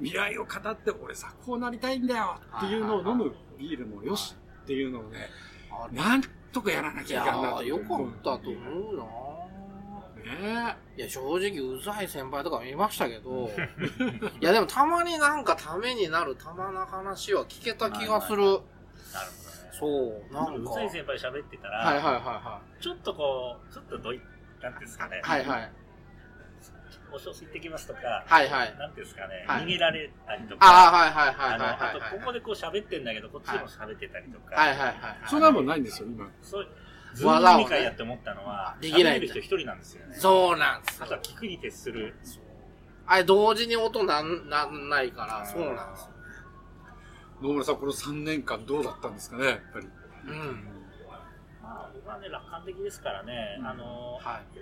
[SPEAKER 2] 未来を語って俺さこうなりたいんだよっていうのを飲むビールもよしっていうのをね
[SPEAKER 1] あれ
[SPEAKER 2] なんとかやらなき
[SPEAKER 1] い
[SPEAKER 2] ゃい
[SPEAKER 1] や
[SPEAKER 2] かんな
[SPEAKER 1] ー、よかったと
[SPEAKER 2] ね
[SPEAKER 1] 思うな
[SPEAKER 2] え
[SPEAKER 1] いや、正直、うざい先輩とか見ましたけど、いや、でもたまになんかためになるたまな話は聞けた気がする。
[SPEAKER 3] いなるほどね
[SPEAKER 1] そう、な
[SPEAKER 3] で
[SPEAKER 1] ん
[SPEAKER 3] も
[SPEAKER 1] か。
[SPEAKER 3] う
[SPEAKER 1] は
[SPEAKER 3] さ
[SPEAKER 1] い
[SPEAKER 3] い先輩喋ってたら、
[SPEAKER 1] はいはいは
[SPEAKER 3] ちょっとこう、ちょっとどい、なんていうんですかね、
[SPEAKER 1] い。はいはい。
[SPEAKER 3] お小水行ってきますとか、
[SPEAKER 1] はいはい。
[SPEAKER 3] なんていうんですかね、
[SPEAKER 1] はい
[SPEAKER 3] 逃げられたりとか、
[SPEAKER 1] ああ、はいはいはい
[SPEAKER 3] あの
[SPEAKER 1] はい
[SPEAKER 3] あ
[SPEAKER 1] はい
[SPEAKER 3] と、ここでこう喋ってんだけど、こっちでも喋ってたりとか、
[SPEAKER 1] はい。はいはいはい。
[SPEAKER 2] そんなもんないんですよ今
[SPEAKER 3] そう、ズーム
[SPEAKER 1] 技をね
[SPEAKER 3] 飲み会やって思ったのは、
[SPEAKER 1] できない
[SPEAKER 3] 喋れる人一人なんですよね。
[SPEAKER 1] そうなんです
[SPEAKER 3] あとは聞くに徹する。
[SPEAKER 1] あれ、同時に音なん、なんないから、そうなんですよ。
[SPEAKER 2] 野村さんこの3年間どうだったんですかねやっぱり
[SPEAKER 1] うん。
[SPEAKER 3] まあ、僕はね、楽観的ですからね、あの、
[SPEAKER 1] はい。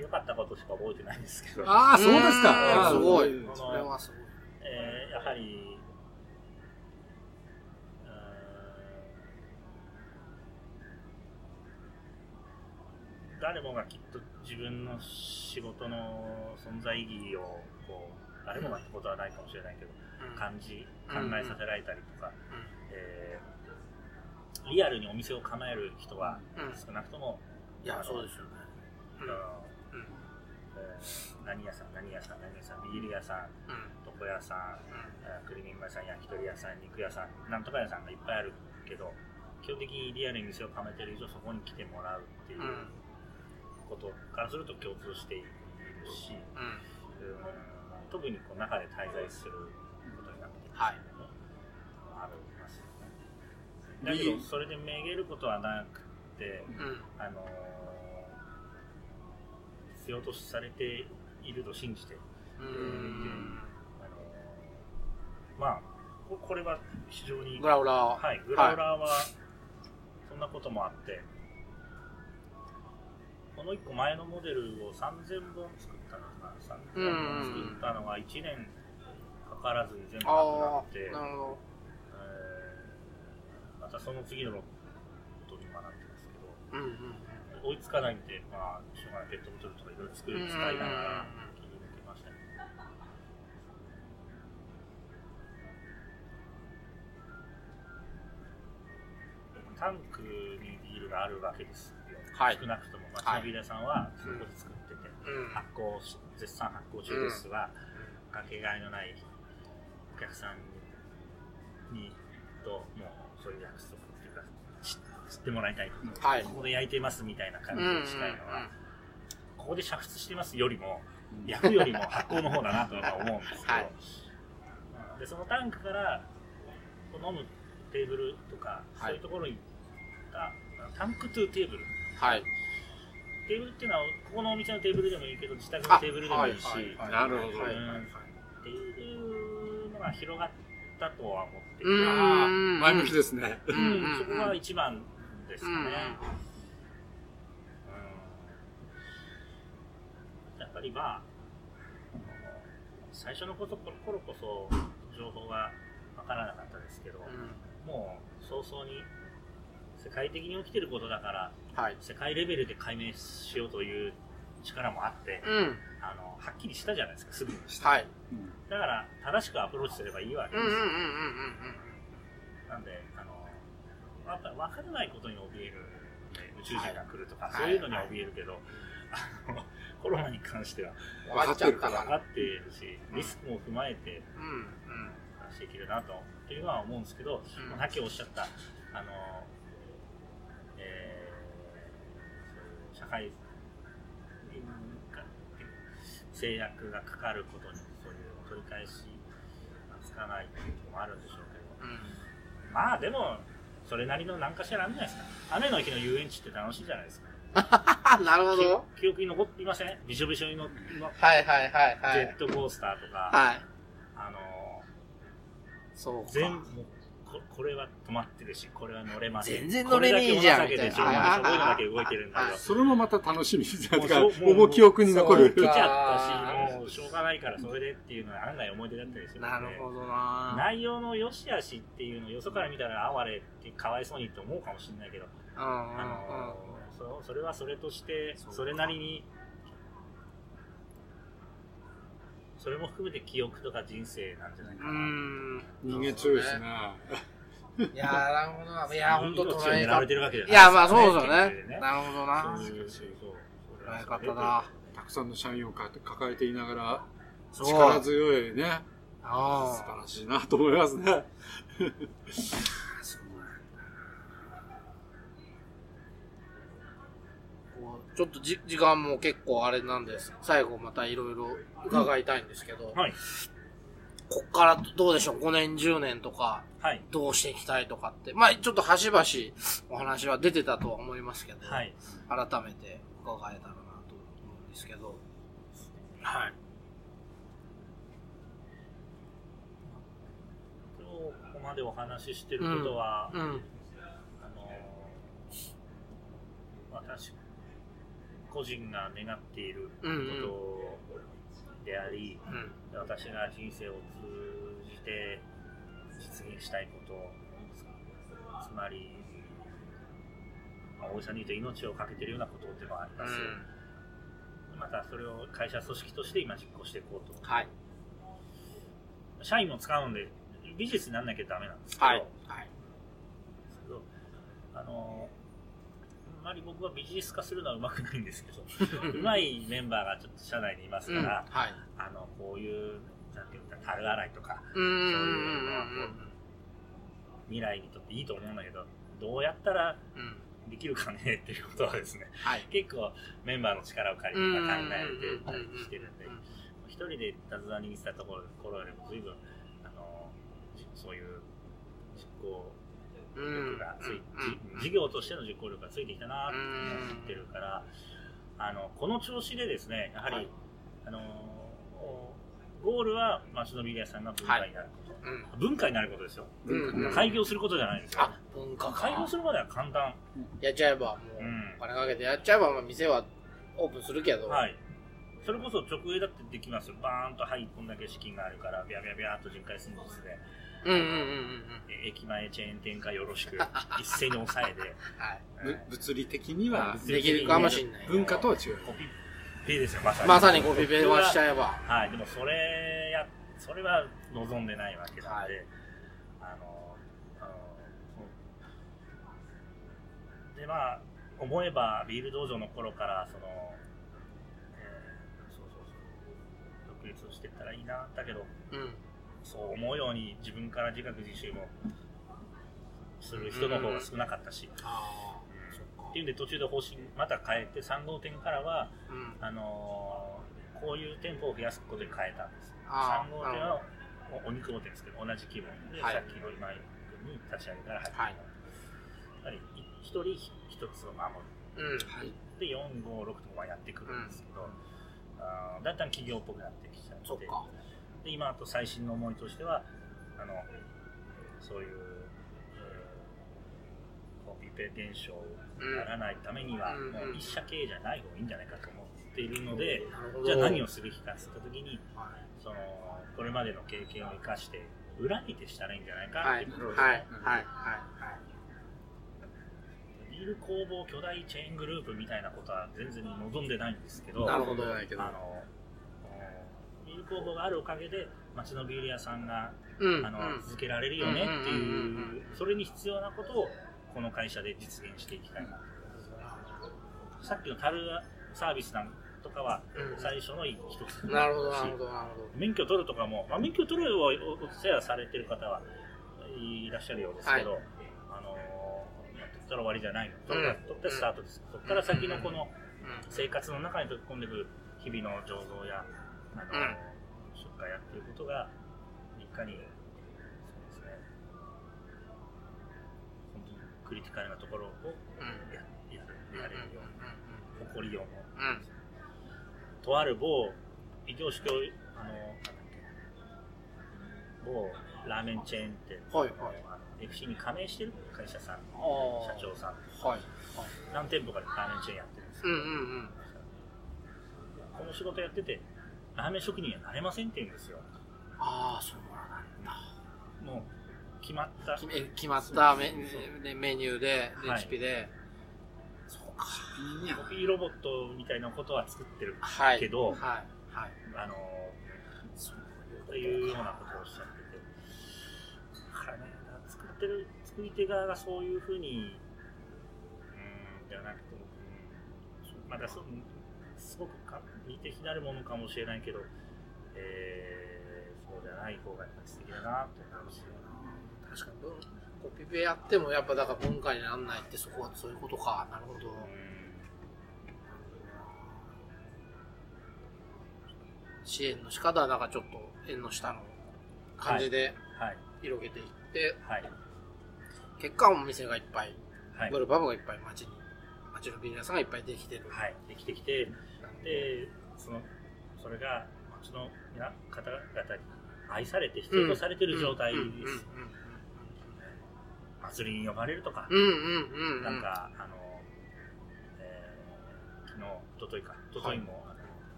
[SPEAKER 3] 良かったことしか覚えてないんですけど、
[SPEAKER 2] ああそうです
[SPEAKER 1] ーん
[SPEAKER 2] か
[SPEAKER 1] すごい
[SPEAKER 2] うん。
[SPEAKER 1] それはすごい。
[SPEAKER 3] えーやはり、うーん誰もがきっと自分の仕事の存在意義をこう誰もがってことはないかもしれないけど感じ考えさせられたりとか、えーリアルにお店を構える人は
[SPEAKER 1] うん。うん。
[SPEAKER 3] 少なくとも、
[SPEAKER 1] いや、そうですよね。
[SPEAKER 3] あのえー何屋さん何屋さん何屋さんビール屋さん
[SPEAKER 1] うん。うん。
[SPEAKER 3] 床屋さんえークリーニング屋さん、焼き鳥屋さん、肉屋さん、なんとか屋さんがいっぱいあるけど、基本的にリアルに店を構えてる以上、そこに来てもらうっていう
[SPEAKER 1] うん。うん。うん。
[SPEAKER 3] ことからすると共通しているし、うん特にこう中で滞在することになってくる
[SPEAKER 1] はい。
[SPEAKER 3] のもありますよね。だけど、それでめげることはなくて、
[SPEAKER 1] うん。
[SPEAKER 3] あのー必要とされていると信じて
[SPEAKER 1] うー
[SPEAKER 3] あのーまあここれは非常に
[SPEAKER 1] ん。グラウラー。
[SPEAKER 3] はいグラウラーはそんなこともあって、この1個前のモデルを3000本作ったのか
[SPEAKER 1] う
[SPEAKER 3] な
[SPEAKER 1] ん
[SPEAKER 3] 3000本作ったのが1年かからずに全部なくな
[SPEAKER 1] あ
[SPEAKER 3] っ
[SPEAKER 1] あ
[SPEAKER 3] て、
[SPEAKER 1] ー、なるほ
[SPEAKER 3] えーまたその次のことに今なってますけ
[SPEAKER 1] ど。うんうん。
[SPEAKER 3] ど追いつかないんでまあしょうがないペットボトルとかいろいろ作り使いながら切り抜けましたねタンクにビールがあるわけですよ、
[SPEAKER 1] はい
[SPEAKER 3] 少なくとも町
[SPEAKER 1] は
[SPEAKER 3] の
[SPEAKER 1] い
[SPEAKER 3] ビール屋さんはそこで作ってて、
[SPEAKER 1] うん。
[SPEAKER 3] 発酵し絶賛発酵中ですが、かけがえのないお客さんにともうそういう約束っていうかし知ってもらいたいこと、
[SPEAKER 1] はい
[SPEAKER 3] ここで焼いてますみたいな感じにしたいのは、ここで煮沸してますよりも、焼くよりも発酵の方だなとは思うんですけど、
[SPEAKER 1] はい
[SPEAKER 3] でそのタンクからこう飲むテーブルとか、
[SPEAKER 1] はい
[SPEAKER 3] そういうところにがタンクトゥテーブル
[SPEAKER 1] はい。
[SPEAKER 3] テーブルっていうのはここのお店のテーブルでもいいけど自宅のテーブルでもいいし、
[SPEAKER 1] はいはい
[SPEAKER 2] なるほど
[SPEAKER 1] はい
[SPEAKER 3] うんっていうのが広がったとは思っていて、
[SPEAKER 1] う
[SPEAKER 3] うん
[SPEAKER 1] ーん。
[SPEAKER 2] 前向きですね。
[SPEAKER 1] うんうん
[SPEAKER 3] そこが一番ですかね。うんやっぱりまあ、最初のこと頃こそ情報がわからなかったですけど、
[SPEAKER 1] うん
[SPEAKER 3] もう早々に世界的に起きてることだから、
[SPEAKER 1] はい。
[SPEAKER 3] 世界レベルで解明しようという力もあって、
[SPEAKER 1] うん。
[SPEAKER 3] あのはっきりしたじゃないですか、すぐに。
[SPEAKER 1] はい。
[SPEAKER 2] うん
[SPEAKER 3] だから、正しくアプローチすればいいわけ
[SPEAKER 1] う
[SPEAKER 3] で
[SPEAKER 1] ん
[SPEAKER 3] す
[SPEAKER 1] うん
[SPEAKER 3] よ。
[SPEAKER 1] うんうん
[SPEAKER 3] なんで、あの、やっぱ分からないことに怯えるんで、宇宙人が来るとか、
[SPEAKER 1] はい
[SPEAKER 3] そういうのには怯えるけど、あの、コロナに関しては
[SPEAKER 1] うんうん。わかっちゃった
[SPEAKER 3] 分
[SPEAKER 1] から。
[SPEAKER 3] かっているし、リスクも踏まえて
[SPEAKER 1] うんうん。
[SPEAKER 3] 話していけるなと、っていうのは思うんですけ
[SPEAKER 1] う
[SPEAKER 3] ど、
[SPEAKER 1] ん
[SPEAKER 3] まあさっきおっしゃった、あの、えーそういう社会、制約がかかることに、そういう取り返しがつかないっていうのもあるんでしょうけど、
[SPEAKER 1] うん
[SPEAKER 3] まあでも、それなりの何かしらあるんじゃないですか。雨の日の遊園地って楽しいじゃないですか。
[SPEAKER 1] あ、なるほど。
[SPEAKER 3] 記憶に残っていませんびしょびしょに乗って、の
[SPEAKER 1] はいはいはいは
[SPEAKER 3] ジェ
[SPEAKER 1] い
[SPEAKER 3] ッ。トコースターとか、
[SPEAKER 1] はい。
[SPEAKER 3] あの
[SPEAKER 1] そう
[SPEAKER 3] ー
[SPEAKER 1] か。
[SPEAKER 3] 全部、もうここれは止まってるし、これは乗れません。
[SPEAKER 1] 全然乗れねえじゃん
[SPEAKER 3] これだけ
[SPEAKER 1] みたいな
[SPEAKER 3] お情けでしょ、こういうのだけ動いてるんだけど。
[SPEAKER 2] それもまた楽しみじゃないですか
[SPEAKER 3] もうそう。も
[SPEAKER 2] 重
[SPEAKER 3] う
[SPEAKER 2] 記憶に残
[SPEAKER 1] そう
[SPEAKER 2] る。
[SPEAKER 3] 来ち
[SPEAKER 1] か
[SPEAKER 3] ゃったし、もうしょうがないからそれでっていうのは案外思い出だったりするので
[SPEAKER 1] なるほどな
[SPEAKER 3] 内容の良し悪しっていうのをよそから見たら哀れってかわいそうにって思うかもしれないけど、
[SPEAKER 1] うん
[SPEAKER 3] あ
[SPEAKER 1] うんうん
[SPEAKER 3] のそそれはそれとして
[SPEAKER 2] そうか
[SPEAKER 3] それなりにそれも含めて記憶とか人生なんじゃないか
[SPEAKER 1] う
[SPEAKER 3] な、
[SPEAKER 1] ん。
[SPEAKER 2] 人間強いですね。
[SPEAKER 1] いやー、なるほどな。いやー、ほんと
[SPEAKER 3] 命を
[SPEAKER 1] 捉え
[SPEAKER 3] 狙わ
[SPEAKER 1] 方
[SPEAKER 3] れ。てるわけじゃない
[SPEAKER 1] いや、まあそうですよ
[SPEAKER 3] 人生で
[SPEAKER 1] ね。なるほどな。
[SPEAKER 3] そういうそうそれ
[SPEAKER 1] 捉
[SPEAKER 3] は
[SPEAKER 1] え
[SPEAKER 3] それで
[SPEAKER 1] 方だ。
[SPEAKER 2] たくさんの社員を抱えていながら、
[SPEAKER 1] そう。
[SPEAKER 2] 力強いね。素
[SPEAKER 1] あ
[SPEAKER 2] 晴らしいなと思いますね。
[SPEAKER 1] あ、すごいこうちょっとじ時間も結構あれなんです。最後またいろいろ伺いたいんですけど、
[SPEAKER 3] はい
[SPEAKER 1] こっからどうでしょう ?5 年、10年とか、
[SPEAKER 3] はい
[SPEAKER 1] どうしていきたいとかって。まあちょっと端々お話は出てたとは思いますけど、
[SPEAKER 3] はい
[SPEAKER 1] 改めて伺えたらなと思うんですけど。はい。
[SPEAKER 3] 今日ここまでお話ししてることは、
[SPEAKER 1] うん。
[SPEAKER 3] あの私個人が願っていることであり、
[SPEAKER 1] うん。
[SPEAKER 3] 私が人生を通じて実現したいことつまり、まあ、お医者に言うと命を懸けてるようなことでもあり
[SPEAKER 1] う
[SPEAKER 3] ます、
[SPEAKER 1] ん。
[SPEAKER 3] またそれを会社組織として今実行していこうと
[SPEAKER 1] はい。
[SPEAKER 3] 社員も使うんでビジネスにならなきゃダメなんですけど,、
[SPEAKER 1] はい。はい。
[SPEAKER 3] けどあのあんまり僕はビジネス化するのはうまくないんですけど うまいメンバーがちょっと社内にいます
[SPEAKER 1] う
[SPEAKER 3] か
[SPEAKER 1] ん。
[SPEAKER 3] ら、
[SPEAKER 1] はい。
[SPEAKER 3] あのこういうなんていうか樽洗いとか
[SPEAKER 1] うんうんうん
[SPEAKER 3] 未来にとっていいと思うんだけどどうやったら
[SPEAKER 1] うんうん。
[SPEAKER 3] できるかねっていうことはですね
[SPEAKER 1] はい。
[SPEAKER 3] 結構メンバーの力を借りて考えてたりしてるんで
[SPEAKER 1] うんうんうん
[SPEAKER 3] 一人で雑談にしたところころよりも随分あのじそういう実行力がつい、
[SPEAKER 1] うん
[SPEAKER 3] じ事業としての実行力がついてきたなって思ってるからあのこの調子でですねやはり、
[SPEAKER 1] はい
[SPEAKER 3] あのゴールは町のビリヤさんが文化になること、
[SPEAKER 1] うん
[SPEAKER 3] 文化になることですよ
[SPEAKER 1] うん
[SPEAKER 3] 開業することじゃないんですよ
[SPEAKER 1] あ、文化
[SPEAKER 3] 開業
[SPEAKER 1] か
[SPEAKER 3] す。るまでは簡単
[SPEAKER 1] やっちゃえば、もう、
[SPEAKER 3] うん
[SPEAKER 1] お金かけてやっちゃえば、まあ、店はオープンするけど。
[SPEAKER 3] はい。それこそ直営だってできますよ。バーンと、はい、こんだけ資金があるから、ビャビャビャーっと人海戦術で、
[SPEAKER 1] うんうんうんうんうん。
[SPEAKER 3] え駅前チェーン展開よろしく、一斉に抑えて、
[SPEAKER 1] はい。
[SPEAKER 2] ぶ物理的には
[SPEAKER 1] できるかもしんない。
[SPEAKER 2] 文化とは違う。
[SPEAKER 3] コピペですよ、まさに。
[SPEAKER 1] まさにコピペはしちゃえば。
[SPEAKER 3] はい、でもそれや、それは望んでないわけなんで、あの、あのそうで、まあ、思えばビール道場の頃から、その、えーそうそうそう、独立をしてったらいいな、だけど、
[SPEAKER 1] うん。
[SPEAKER 3] そう思うように自分から自覚自習もする人の方が少なかったし。
[SPEAKER 1] ああ、そ
[SPEAKER 3] って
[SPEAKER 1] っ
[SPEAKER 3] いうんで途中で方針また変えて3号店からは
[SPEAKER 1] か。うん。
[SPEAKER 3] あのーこういう店舗を増やすことに変えたんです
[SPEAKER 1] あ
[SPEAKER 3] 3
[SPEAKER 1] ー
[SPEAKER 3] 号店はおお肉号店ですけど同じ規模で、
[SPEAKER 1] はい
[SPEAKER 3] さっきの今井君に立ち上げから入って、
[SPEAKER 1] はい
[SPEAKER 3] やっぱりい一人一つを守
[SPEAKER 1] うん。
[SPEAKER 3] る
[SPEAKER 2] はい。
[SPEAKER 3] で456とかやってくるんですけど、あーだんだん企業っぽくなってきちゃって
[SPEAKER 1] そっか。
[SPEAKER 3] で今あと最新の思いとしてはあのそういう、えーコピペ伝承
[SPEAKER 1] う
[SPEAKER 3] に
[SPEAKER 1] ん。
[SPEAKER 3] ならないためには、
[SPEAKER 1] うん
[SPEAKER 3] もう一社経営じゃない方がいいんじゃないかと思っているので、
[SPEAKER 1] なるほど。
[SPEAKER 3] じゃあ何
[SPEAKER 1] を。
[SPEAKER 3] をすべきかって言った時に
[SPEAKER 1] は
[SPEAKER 3] そのこれまでの経験を生かして裏に徹したらいいんじゃない
[SPEAKER 1] い。
[SPEAKER 3] か
[SPEAKER 1] は
[SPEAKER 3] って
[SPEAKER 1] い。
[SPEAKER 3] いう
[SPEAKER 2] なるほど
[SPEAKER 1] はい。はい。はい。
[SPEAKER 3] ビール工房巨大チェーングループみたいなことは全然望んでないんですけど
[SPEAKER 1] なるほど
[SPEAKER 2] ないけど
[SPEAKER 3] あ。のうんビール工房があるおかげで町のビール屋さんが
[SPEAKER 1] うん。
[SPEAKER 3] あの、
[SPEAKER 1] うん
[SPEAKER 3] 続けられるよねっていう,、
[SPEAKER 1] うんうんうんうん
[SPEAKER 3] それに必要なことをこの会社で実現していきたいな、さっきの樽サービスなんとかは
[SPEAKER 1] うん
[SPEAKER 3] 最初の一つ、
[SPEAKER 1] なるほど、なるほど、なるほど。
[SPEAKER 3] 免許取るとかも、まあ、免許取るをおお世話されてる方はいらっしゃるようですけど、あのーまあ取ったら終わりじゃないの取った,、取ったらスタートです、そこから先のこの生活の中に溶け込んでくる日々の醸造や、あの
[SPEAKER 1] うん
[SPEAKER 3] 出荷やっていうことがいかにそうですね本当にクリティカルなところを
[SPEAKER 1] うん。うん。
[SPEAKER 3] ややるやれるよう
[SPEAKER 1] う
[SPEAKER 3] な誇りをも
[SPEAKER 1] ん。うん。
[SPEAKER 3] とある某異業種教あのなんだっけ某ラーメンチェーン店の、
[SPEAKER 1] はいはい
[SPEAKER 3] あの FC に加盟してる会社さん
[SPEAKER 1] ああ。
[SPEAKER 3] 社長さん
[SPEAKER 1] 長。はい。
[SPEAKER 3] 何店舗かでラーメンチェーンやってるんですけ
[SPEAKER 1] うん
[SPEAKER 3] ど、
[SPEAKER 1] うん
[SPEAKER 3] この仕事やってて、ラーメン職人にはなれませんって言うんですよ。
[SPEAKER 1] うん。ああ、そうなんだ。
[SPEAKER 3] もう、決まった。
[SPEAKER 1] 決め決まったメメメニューで、
[SPEAKER 3] はい
[SPEAKER 1] レシピで。そうか。
[SPEAKER 3] コピーロボットみたいなことは作ってる。
[SPEAKER 1] はい。
[SPEAKER 3] けど
[SPEAKER 1] はい。はい。
[SPEAKER 3] あのー、というようなことをおっしゃってて。だからね、だから作ってる、作り手側がそういうふうに、うーん、ではなくても、うん、まだそう、すごくか見てなるものかもしれないけど、えー、そうじゃない方がやっぱり素敵だなと思いますよ
[SPEAKER 1] 確かに文、コピペやってもやっぱだから文化にならないってそこはそういうことか。なるほど。
[SPEAKER 3] うん
[SPEAKER 1] 支援の仕方はなんかちょっと縁の下の感じで
[SPEAKER 3] はい、
[SPEAKER 1] 広げていって、
[SPEAKER 3] はい、
[SPEAKER 1] 結果お店がいっぱい、
[SPEAKER 3] はい
[SPEAKER 1] ブ、ルバブがいっぱい街に、街のビジネスがいっぱいできてる。
[SPEAKER 3] はい、できてきて、で、その、それが、町の皆方々に愛されて必要とされてる状態で
[SPEAKER 1] うんうん
[SPEAKER 3] す。祭りに呼ばれるとか、
[SPEAKER 1] うんうんうんうんうん。
[SPEAKER 3] なんか、あの、えー、昨日、一昨日か、一昨日も、あ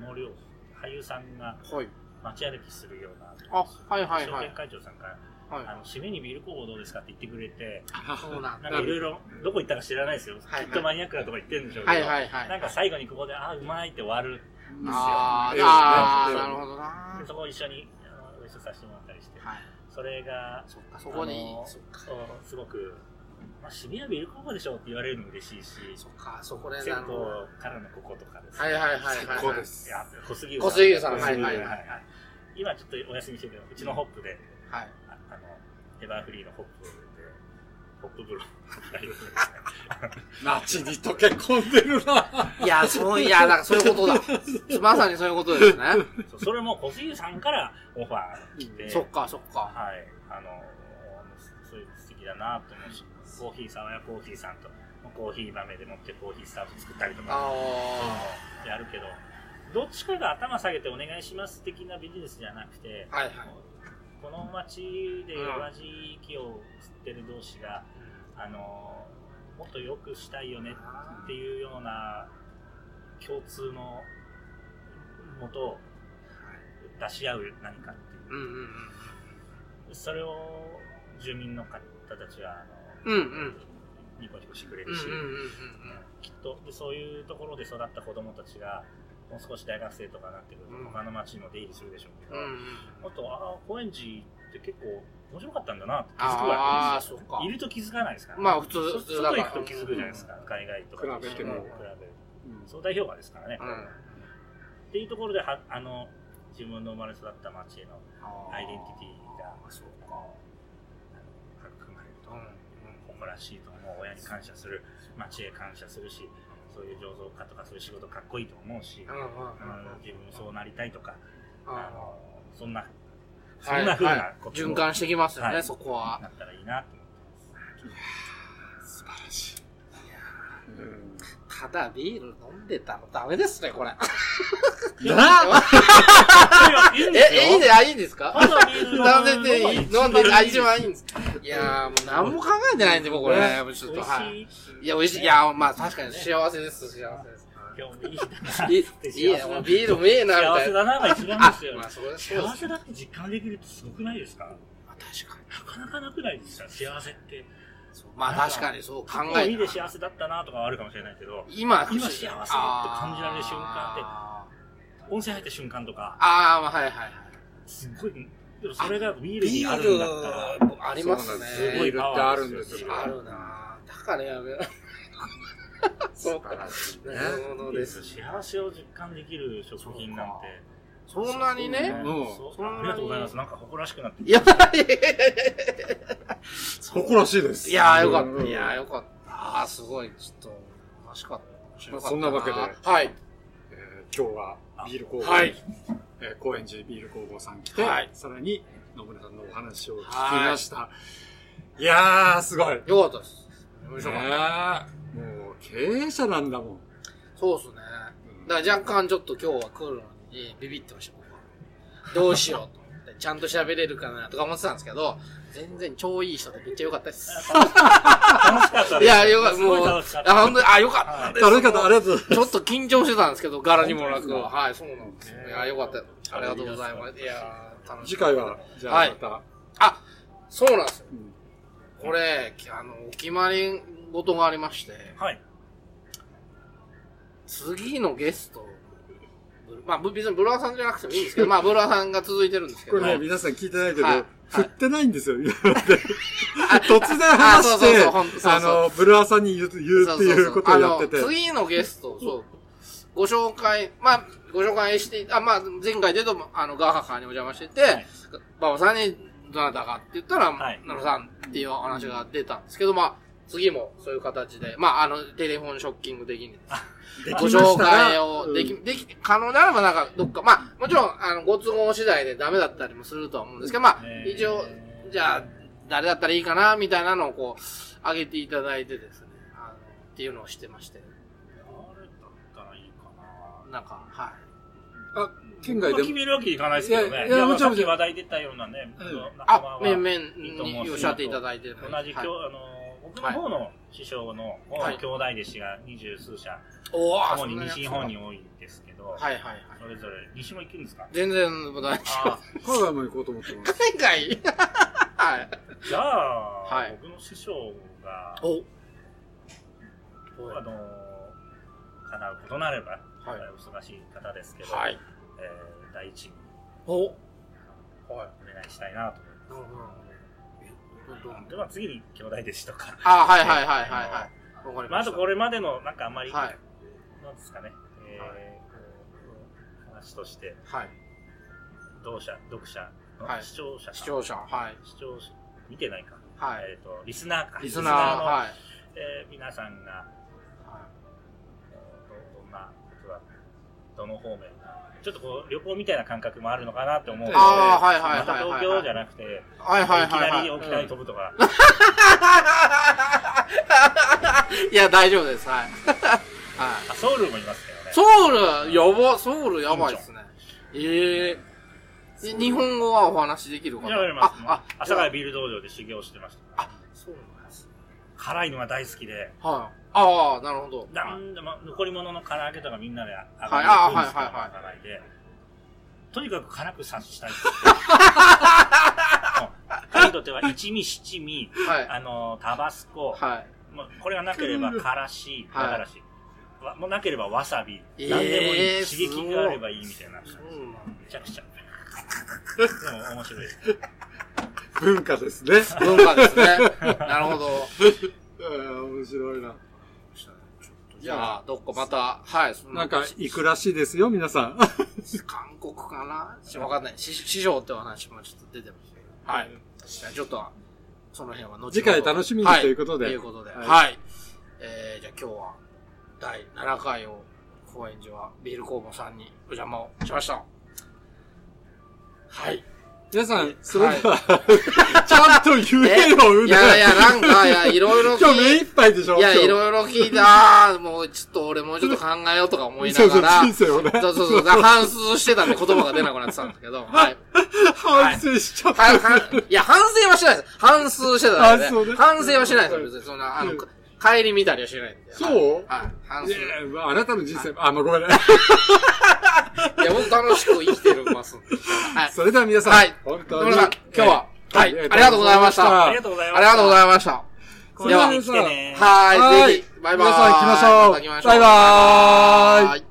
[SPEAKER 3] の、小野良俳優さんが
[SPEAKER 1] はい。
[SPEAKER 3] 街歩きするような、
[SPEAKER 1] あ、はいはい
[SPEAKER 3] 商
[SPEAKER 1] はい
[SPEAKER 3] 店。会長さんから、
[SPEAKER 1] はい
[SPEAKER 3] あの、締めにビール工房どうですかって言ってくれて、
[SPEAKER 1] そうなん
[SPEAKER 3] な
[SPEAKER 1] だ。
[SPEAKER 3] んかいろいろ、どこ行ったか知らないですよ。
[SPEAKER 1] はい
[SPEAKER 3] きっとマニアックなとこ行ってるんでしょうけ
[SPEAKER 1] は
[SPEAKER 3] ど。
[SPEAKER 1] いはいはい。
[SPEAKER 3] なんか最後にここで、ああ、うまいって終わる。
[SPEAKER 1] あー
[SPEAKER 2] ですよ
[SPEAKER 1] あ
[SPEAKER 2] え
[SPEAKER 1] ー、
[SPEAKER 2] え
[SPEAKER 1] なるほどな。は
[SPEAKER 3] でそこを一緒にあのご一緒させてもらったりして。
[SPEAKER 1] い。
[SPEAKER 3] それが、
[SPEAKER 1] そっか、そこに
[SPEAKER 3] あ、の
[SPEAKER 1] そっか
[SPEAKER 3] そうすごく、まあ、シビアビルコーでしょって言われるのも嬉しいし、
[SPEAKER 1] そっか、そこで、
[SPEAKER 3] 銭
[SPEAKER 1] なる
[SPEAKER 3] 湯
[SPEAKER 1] ほど。
[SPEAKER 3] からのこことかです。
[SPEAKER 1] はい
[SPEAKER 3] い。
[SPEAKER 1] はいはいはい。
[SPEAKER 2] 最高で。す。
[SPEAKER 3] や、小杉
[SPEAKER 1] 小杉湯
[SPEAKER 3] さ
[SPEAKER 1] さ
[SPEAKER 3] ん。
[SPEAKER 1] ん
[SPEAKER 3] 小杉湯
[SPEAKER 1] はいはい
[SPEAKER 3] はいはい今ちょっとお休みしてるけど、うちのホップで、
[SPEAKER 1] はい。
[SPEAKER 3] ああの、エバーフリーのホップで、ホップブローやります ね
[SPEAKER 2] 街に溶け込んでるな。
[SPEAKER 1] いや、そう、いや、だからそういうこと だ。まさにそういうことですね。
[SPEAKER 3] そうそれも小杉湯さんからオファー来て、
[SPEAKER 1] そっか、そっか。
[SPEAKER 3] はい、あの、そういう素敵だなと思うし、コーヒー、爽やコーヒーさんと、コーヒー豆で持ってコーヒースタート作ったりとか、
[SPEAKER 1] あ
[SPEAKER 3] やるけど、どっちかが頭下げてお願いします的なビジネスじゃなくて、
[SPEAKER 1] あ。はいはい。
[SPEAKER 3] この町で同じ息を吸ってる同士が、あの、もっと良くしたいよねっていうような共通のもとを出し合う何かっていう。
[SPEAKER 1] うんうんうん。
[SPEAKER 3] それを住民の方たちはあ
[SPEAKER 1] うんうん。
[SPEAKER 3] のニコニコしてくれ
[SPEAKER 1] うん
[SPEAKER 3] る
[SPEAKER 1] うん
[SPEAKER 3] し、
[SPEAKER 1] うんうん
[SPEAKER 3] きっとでそういうところで育った子どもたちがもう少し大学生とかになってくると、
[SPEAKER 1] うん
[SPEAKER 3] 他の町にも出入りするでしょうけ
[SPEAKER 1] う
[SPEAKER 3] ど、
[SPEAKER 1] んうん。
[SPEAKER 3] あとああ高円寺って結構面白かったんだなって気づ
[SPEAKER 1] あ
[SPEAKER 3] くわ
[SPEAKER 1] あ、そっか
[SPEAKER 3] けですよい。ると気づかないですから、
[SPEAKER 1] まあ普通
[SPEAKER 3] そ
[SPEAKER 1] 普通だか
[SPEAKER 3] 外
[SPEAKER 1] ら
[SPEAKER 3] 行くと気づくじゃないですか、海外とかと一緒
[SPEAKER 1] 比
[SPEAKER 3] に
[SPEAKER 1] べても
[SPEAKER 3] 比べる相対評価ですからね、
[SPEAKER 1] うん。
[SPEAKER 3] っ
[SPEAKER 1] あ
[SPEAKER 3] ていうところではあの自分の生まれ育った町への
[SPEAKER 1] ー
[SPEAKER 3] アイデンティティが
[SPEAKER 1] そうか。
[SPEAKER 3] 誇らしいと思う親に感謝する町へ感謝するしそういう醸造家とかそういう仕事かっこいいと思うし、
[SPEAKER 1] うんうん
[SPEAKER 3] うん自分もそうなりたいとか
[SPEAKER 1] うん
[SPEAKER 3] あのそんなそ
[SPEAKER 1] はい
[SPEAKER 3] んな風な
[SPEAKER 1] はい
[SPEAKER 3] こと
[SPEAKER 1] 循環してきますよね、
[SPEAKER 3] はい
[SPEAKER 1] そこは。
[SPEAKER 3] なったらいいなと思って
[SPEAKER 4] 素晴らしい。
[SPEAKER 1] ただビール飲んでたらダメですね、こ れ。
[SPEAKER 3] ます。いやいいんですよ
[SPEAKER 1] え、いいで、あ、いいんですか
[SPEAKER 3] まだビール
[SPEAKER 1] 飲んでていい、飲んでて、あ、一
[SPEAKER 3] いい
[SPEAKER 1] 番いいんです。いやー、もう何も考えてないんで、僕これ、ね、ちょっと、
[SPEAKER 3] 美味
[SPEAKER 1] はい。
[SPEAKER 3] しい。
[SPEAKER 1] いや、美味しい。いや、まあ確かに幸せです、幸せです。
[SPEAKER 3] 今日もいい日だな。
[SPEAKER 1] いい、いいね、もうビールもええな、み
[SPEAKER 3] 幸
[SPEAKER 1] た
[SPEAKER 3] せ
[SPEAKER 1] いな。
[SPEAKER 3] だなが一番
[SPEAKER 1] あ
[SPEAKER 3] ですよ、。
[SPEAKER 1] まあそれはそうで
[SPEAKER 3] 幸
[SPEAKER 1] す。
[SPEAKER 3] せだって実感できるってすごくないですか
[SPEAKER 1] まあ確かに。
[SPEAKER 3] なかなかなくないですか幸せって。
[SPEAKER 1] そうまあ確かに、そう考
[SPEAKER 3] 過去
[SPEAKER 1] え
[SPEAKER 3] に
[SPEAKER 1] たら
[SPEAKER 3] で幸せだったなとかはあるかもしれないけど、
[SPEAKER 1] 今、
[SPEAKER 3] 今幸せって感じられる瞬間って
[SPEAKER 1] て。
[SPEAKER 3] 温泉入った瞬間とか、
[SPEAKER 1] あー、まあはいはいはい。
[SPEAKER 3] すごい、でもそれがビールにあるんだったら、
[SPEAKER 1] ありますね。
[SPEAKER 2] すごいルってあるんですよ。
[SPEAKER 1] あるなぁだからやめ そうかな。なるほどです。
[SPEAKER 3] 幸せを実感できる食品なんて。
[SPEAKER 1] そんなにね。
[SPEAKER 2] うん
[SPEAKER 3] そう
[SPEAKER 1] そんなに
[SPEAKER 3] ありがとうございます。なんか誇らしくなってき
[SPEAKER 1] いや、
[SPEAKER 4] 誇らしいです。
[SPEAKER 1] いやーよかった。いやーよかった。あーすごい。ちょっと、楽しかった。面白かった
[SPEAKER 2] そんなわけで
[SPEAKER 1] はい。
[SPEAKER 2] えー今日はビール工房、
[SPEAKER 1] はい。
[SPEAKER 2] えー高円寺ビール工房さん来て、
[SPEAKER 1] はい
[SPEAKER 2] さらに野村さんのお話を聞きました。い、やー、すごい。ね
[SPEAKER 1] よかったです。面白かった。
[SPEAKER 2] えもう経営者なんだもん。
[SPEAKER 1] そうっすね。だから若干ちょっと今日は来るのにビビってました、僕は。どうしようと思って。ちゃんと喋れるかなとか思ってたんですけど、全然超いい人でめっちゃ良かったです。
[SPEAKER 3] た。楽しかっ た
[SPEAKER 1] いや、よかった、
[SPEAKER 3] すごい
[SPEAKER 1] もう
[SPEAKER 3] 楽しかっ、
[SPEAKER 1] あ、
[SPEAKER 3] た。
[SPEAKER 1] 本当に、あ、よかったです。
[SPEAKER 2] ありがとう、ありがとう。
[SPEAKER 1] ちょっと緊張してたんですけど、柄にもなく。
[SPEAKER 3] 本当です
[SPEAKER 1] はい、そうなんですよ。いや、よかった。ありがとうございます。いやー、楽し
[SPEAKER 2] 次
[SPEAKER 1] かった
[SPEAKER 2] 回は、じゃあ
[SPEAKER 1] はい
[SPEAKER 2] また、
[SPEAKER 1] あ、そうなんですよ
[SPEAKER 2] うん。
[SPEAKER 1] これ、あの、お決まり事がありまして、
[SPEAKER 3] はい。
[SPEAKER 1] 次のゲスト、まあ、ぶ別にブロワーさんじゃなくてもいいんです けど、まあ、ブロワーさんが続いてるんですけ
[SPEAKER 2] こ
[SPEAKER 1] ど、
[SPEAKER 2] れね、皆さん聞いてないけど、
[SPEAKER 1] はい
[SPEAKER 2] 振ってないんですよ、今まで 突然話し
[SPEAKER 1] あそうそう
[SPEAKER 2] て
[SPEAKER 1] そうほんそう、そう
[SPEAKER 2] あの、ブルワーさんに言う言うっていうことをやってて。
[SPEAKER 1] あの次のゲスト、そう。ご紹介、まあ、ご紹介して、あ、まあ、前回でとも、あの、ガーハカーにお邪魔してて、
[SPEAKER 3] はい
[SPEAKER 1] 馬場さんに、どなたかって言ったら、
[SPEAKER 3] はい
[SPEAKER 1] 野呂さんっていう話が出たんですけど、まあ、次もそういう形で、まあ、あの、テレフォンショッキング的に、
[SPEAKER 2] で
[SPEAKER 1] ご
[SPEAKER 2] きま
[SPEAKER 1] 紹
[SPEAKER 2] したら
[SPEAKER 1] 介をでき、
[SPEAKER 2] うん
[SPEAKER 1] でき、可能ならばなんか、どっか、まあ、もちろん、あの、ご都合次第でダメだったりもするとは思うんですけど、まあ、
[SPEAKER 3] ね
[SPEAKER 1] 一応、じゃあ、誰だったらいいかな、みたいなのをこう、上げていただいてですね、あの、っていうのをしてまして、
[SPEAKER 3] 誰だったらいいかな。
[SPEAKER 1] なんか、は
[SPEAKER 2] あ、県
[SPEAKER 3] 僕
[SPEAKER 2] 外
[SPEAKER 3] が
[SPEAKER 2] で
[SPEAKER 3] 決めるわけいかないですけど
[SPEAKER 2] いや
[SPEAKER 3] ね。
[SPEAKER 2] い
[SPEAKER 3] い
[SPEAKER 2] や
[SPEAKER 3] や、
[SPEAKER 2] も
[SPEAKER 3] も
[SPEAKER 2] ち
[SPEAKER 3] ち
[SPEAKER 2] ろん
[SPEAKER 3] ろん。話題出たようなね、
[SPEAKER 2] うん
[SPEAKER 3] 僕の
[SPEAKER 1] い。
[SPEAKER 3] 仲間
[SPEAKER 1] あ
[SPEAKER 3] は、
[SPEAKER 1] 面
[SPEAKER 3] 同
[SPEAKER 1] 々におっしゃっていただいてるので。
[SPEAKER 3] じ
[SPEAKER 1] はい
[SPEAKER 3] 教、あの、僕の方の師匠の
[SPEAKER 1] はい
[SPEAKER 3] 兄弟弟子が二十数社、
[SPEAKER 1] おー
[SPEAKER 3] 主
[SPEAKER 1] そん
[SPEAKER 3] に
[SPEAKER 1] なやつ
[SPEAKER 3] 西日本に多いんですけど、
[SPEAKER 1] はいはいはい。
[SPEAKER 3] それぞれ、西も行くんですか
[SPEAKER 1] 全然、大丈夫。
[SPEAKER 3] あ
[SPEAKER 2] 海外も行こうと思ってます。
[SPEAKER 1] 海外 はい。
[SPEAKER 3] ー じゃあ、
[SPEAKER 1] はい
[SPEAKER 3] 僕の師匠が、
[SPEAKER 1] お
[SPEAKER 3] あの、叶うことなれば、
[SPEAKER 1] はい
[SPEAKER 3] お忙しい方ですけど、
[SPEAKER 1] はい。
[SPEAKER 3] えー第一に
[SPEAKER 1] おはい。
[SPEAKER 3] お願いしたいなと
[SPEAKER 1] な
[SPEAKER 3] 思い
[SPEAKER 1] るほどなるほど。
[SPEAKER 3] ます。では次に兄弟弟子とか、
[SPEAKER 1] あ、はいはいはいはいはい。わかり
[SPEAKER 3] まあ、
[SPEAKER 1] ま
[SPEAKER 3] あ
[SPEAKER 1] した。
[SPEAKER 3] とこれまでの、なんかあんまり、
[SPEAKER 1] はい。
[SPEAKER 3] なんですかね、えーこう話として、
[SPEAKER 1] はい。
[SPEAKER 3] 同社、読者、
[SPEAKER 1] はい
[SPEAKER 3] 視聴者か
[SPEAKER 1] 視聴者、はい。
[SPEAKER 3] 視聴者、見てないか、
[SPEAKER 1] はい。
[SPEAKER 3] えっ、と、リスナーか、
[SPEAKER 1] リスナー、
[SPEAKER 3] の、
[SPEAKER 1] はい。
[SPEAKER 3] えー皆さんがえーどどんなことだどの方面ちょっとこう旅行みたいな感覚もあるのかなって思うので
[SPEAKER 1] あーはいはいはい
[SPEAKER 3] また東京じゃなくて、
[SPEAKER 1] はいはいはいい。はい
[SPEAKER 3] きなり
[SPEAKER 1] い
[SPEAKER 3] 沖縄に飛ぶとか、
[SPEAKER 1] いや、大丈夫です。はい。はい。
[SPEAKER 3] あソウルもいますけどね
[SPEAKER 1] ソウル、やば、ソウルやばいですね。ええで日本語はお話できるか
[SPEAKER 3] じ
[SPEAKER 1] な
[SPEAKER 3] ゃありますね
[SPEAKER 1] あ、
[SPEAKER 3] 阿佐ヶ谷ビール道場で修行してました
[SPEAKER 1] そうなんです。
[SPEAKER 3] 辛いのが大好きで
[SPEAKER 1] はい。ああ、なるほど。
[SPEAKER 3] なんでも残り物の唐揚げとかみんなで揚
[SPEAKER 1] はい
[SPEAKER 3] が
[SPEAKER 1] あ
[SPEAKER 3] る
[SPEAKER 1] ー
[SPEAKER 3] んです
[SPEAKER 1] はいはいはい
[SPEAKER 3] いでとにかく辛く察し たいうん彼にとっては一味七味
[SPEAKER 1] はい。
[SPEAKER 3] あのタバスコ、
[SPEAKER 1] はい。
[SPEAKER 3] もうこれがなければからし、
[SPEAKER 1] はい
[SPEAKER 3] からし、わもうなければわさび、
[SPEAKER 1] えー
[SPEAKER 3] 何でもいい、
[SPEAKER 1] す
[SPEAKER 3] 刺
[SPEAKER 1] ごい
[SPEAKER 3] 激があればいいみたいな。め
[SPEAKER 1] そうなんだ
[SPEAKER 3] ちゃく ちゃ。でも面白いです。
[SPEAKER 2] 文化ですね。
[SPEAKER 1] 文化です ね。なるほど。
[SPEAKER 2] えー面白いな。
[SPEAKER 1] じゃあ、どっかまた、はい、その
[SPEAKER 2] なんか、行くらしいですよ、皆さん。
[SPEAKER 1] 韓国かなわかんない。師師匠ってお話もちょっと出てましたけど。はい。じゃあ、ちょっと、その辺は後ほど
[SPEAKER 2] 次回楽しみにということで
[SPEAKER 1] はいということで。
[SPEAKER 2] はい
[SPEAKER 1] はい。えー、じゃあ今日は、第7回を、高円寺はビール工房さんにお邪魔をしました。はい。
[SPEAKER 2] 皆さん、それでは、ちゃんと言えよ、う
[SPEAKER 1] いやいや、なんか、いや、いろいろ
[SPEAKER 2] 今日目い
[SPEAKER 1] 聞
[SPEAKER 2] っぱいでしょ
[SPEAKER 1] いいや、
[SPEAKER 2] 今日
[SPEAKER 1] いろいろ聞いた。もうちょっと俺もうちょっと考えようとか思いながら。
[SPEAKER 2] そうそう人生をね
[SPEAKER 1] そうそうそう。だから反芻してたんで言葉が出なくなってたんですけど。はい。
[SPEAKER 2] 反省しちゃっ
[SPEAKER 1] は
[SPEAKER 2] た。
[SPEAKER 1] い、はん、いや、反省はしないです。反芻してたんで
[SPEAKER 2] あそうね
[SPEAKER 1] 反省はしないです。別に、そんな、あの、
[SPEAKER 2] うん
[SPEAKER 1] か帰り見たりはしないんで。
[SPEAKER 2] そう
[SPEAKER 1] はい。反
[SPEAKER 2] い
[SPEAKER 1] 芻。
[SPEAKER 2] や
[SPEAKER 1] い
[SPEAKER 2] いやまああなたの人生、あ、まあ、ごめんね。
[SPEAKER 1] や、僕楽しく生きてるますんで。はい。
[SPEAKER 2] それでは皆さん、
[SPEAKER 1] はい
[SPEAKER 2] 本
[SPEAKER 1] 野
[SPEAKER 2] 当に
[SPEAKER 1] 村さん、今日は、はい、ありがとうございました。
[SPEAKER 3] あ
[SPEAKER 1] あ
[SPEAKER 3] り
[SPEAKER 1] り
[SPEAKER 3] がとうございました。
[SPEAKER 1] がとうございました。
[SPEAKER 3] これは来てね。
[SPEAKER 1] は
[SPEAKER 2] は
[SPEAKER 1] ー
[SPEAKER 2] い
[SPEAKER 1] い、ぜひ、バイバーイ。
[SPEAKER 2] 皆さん来ましょう
[SPEAKER 1] た来ましょう
[SPEAKER 2] バイバーイ
[SPEAKER 1] バイバーイ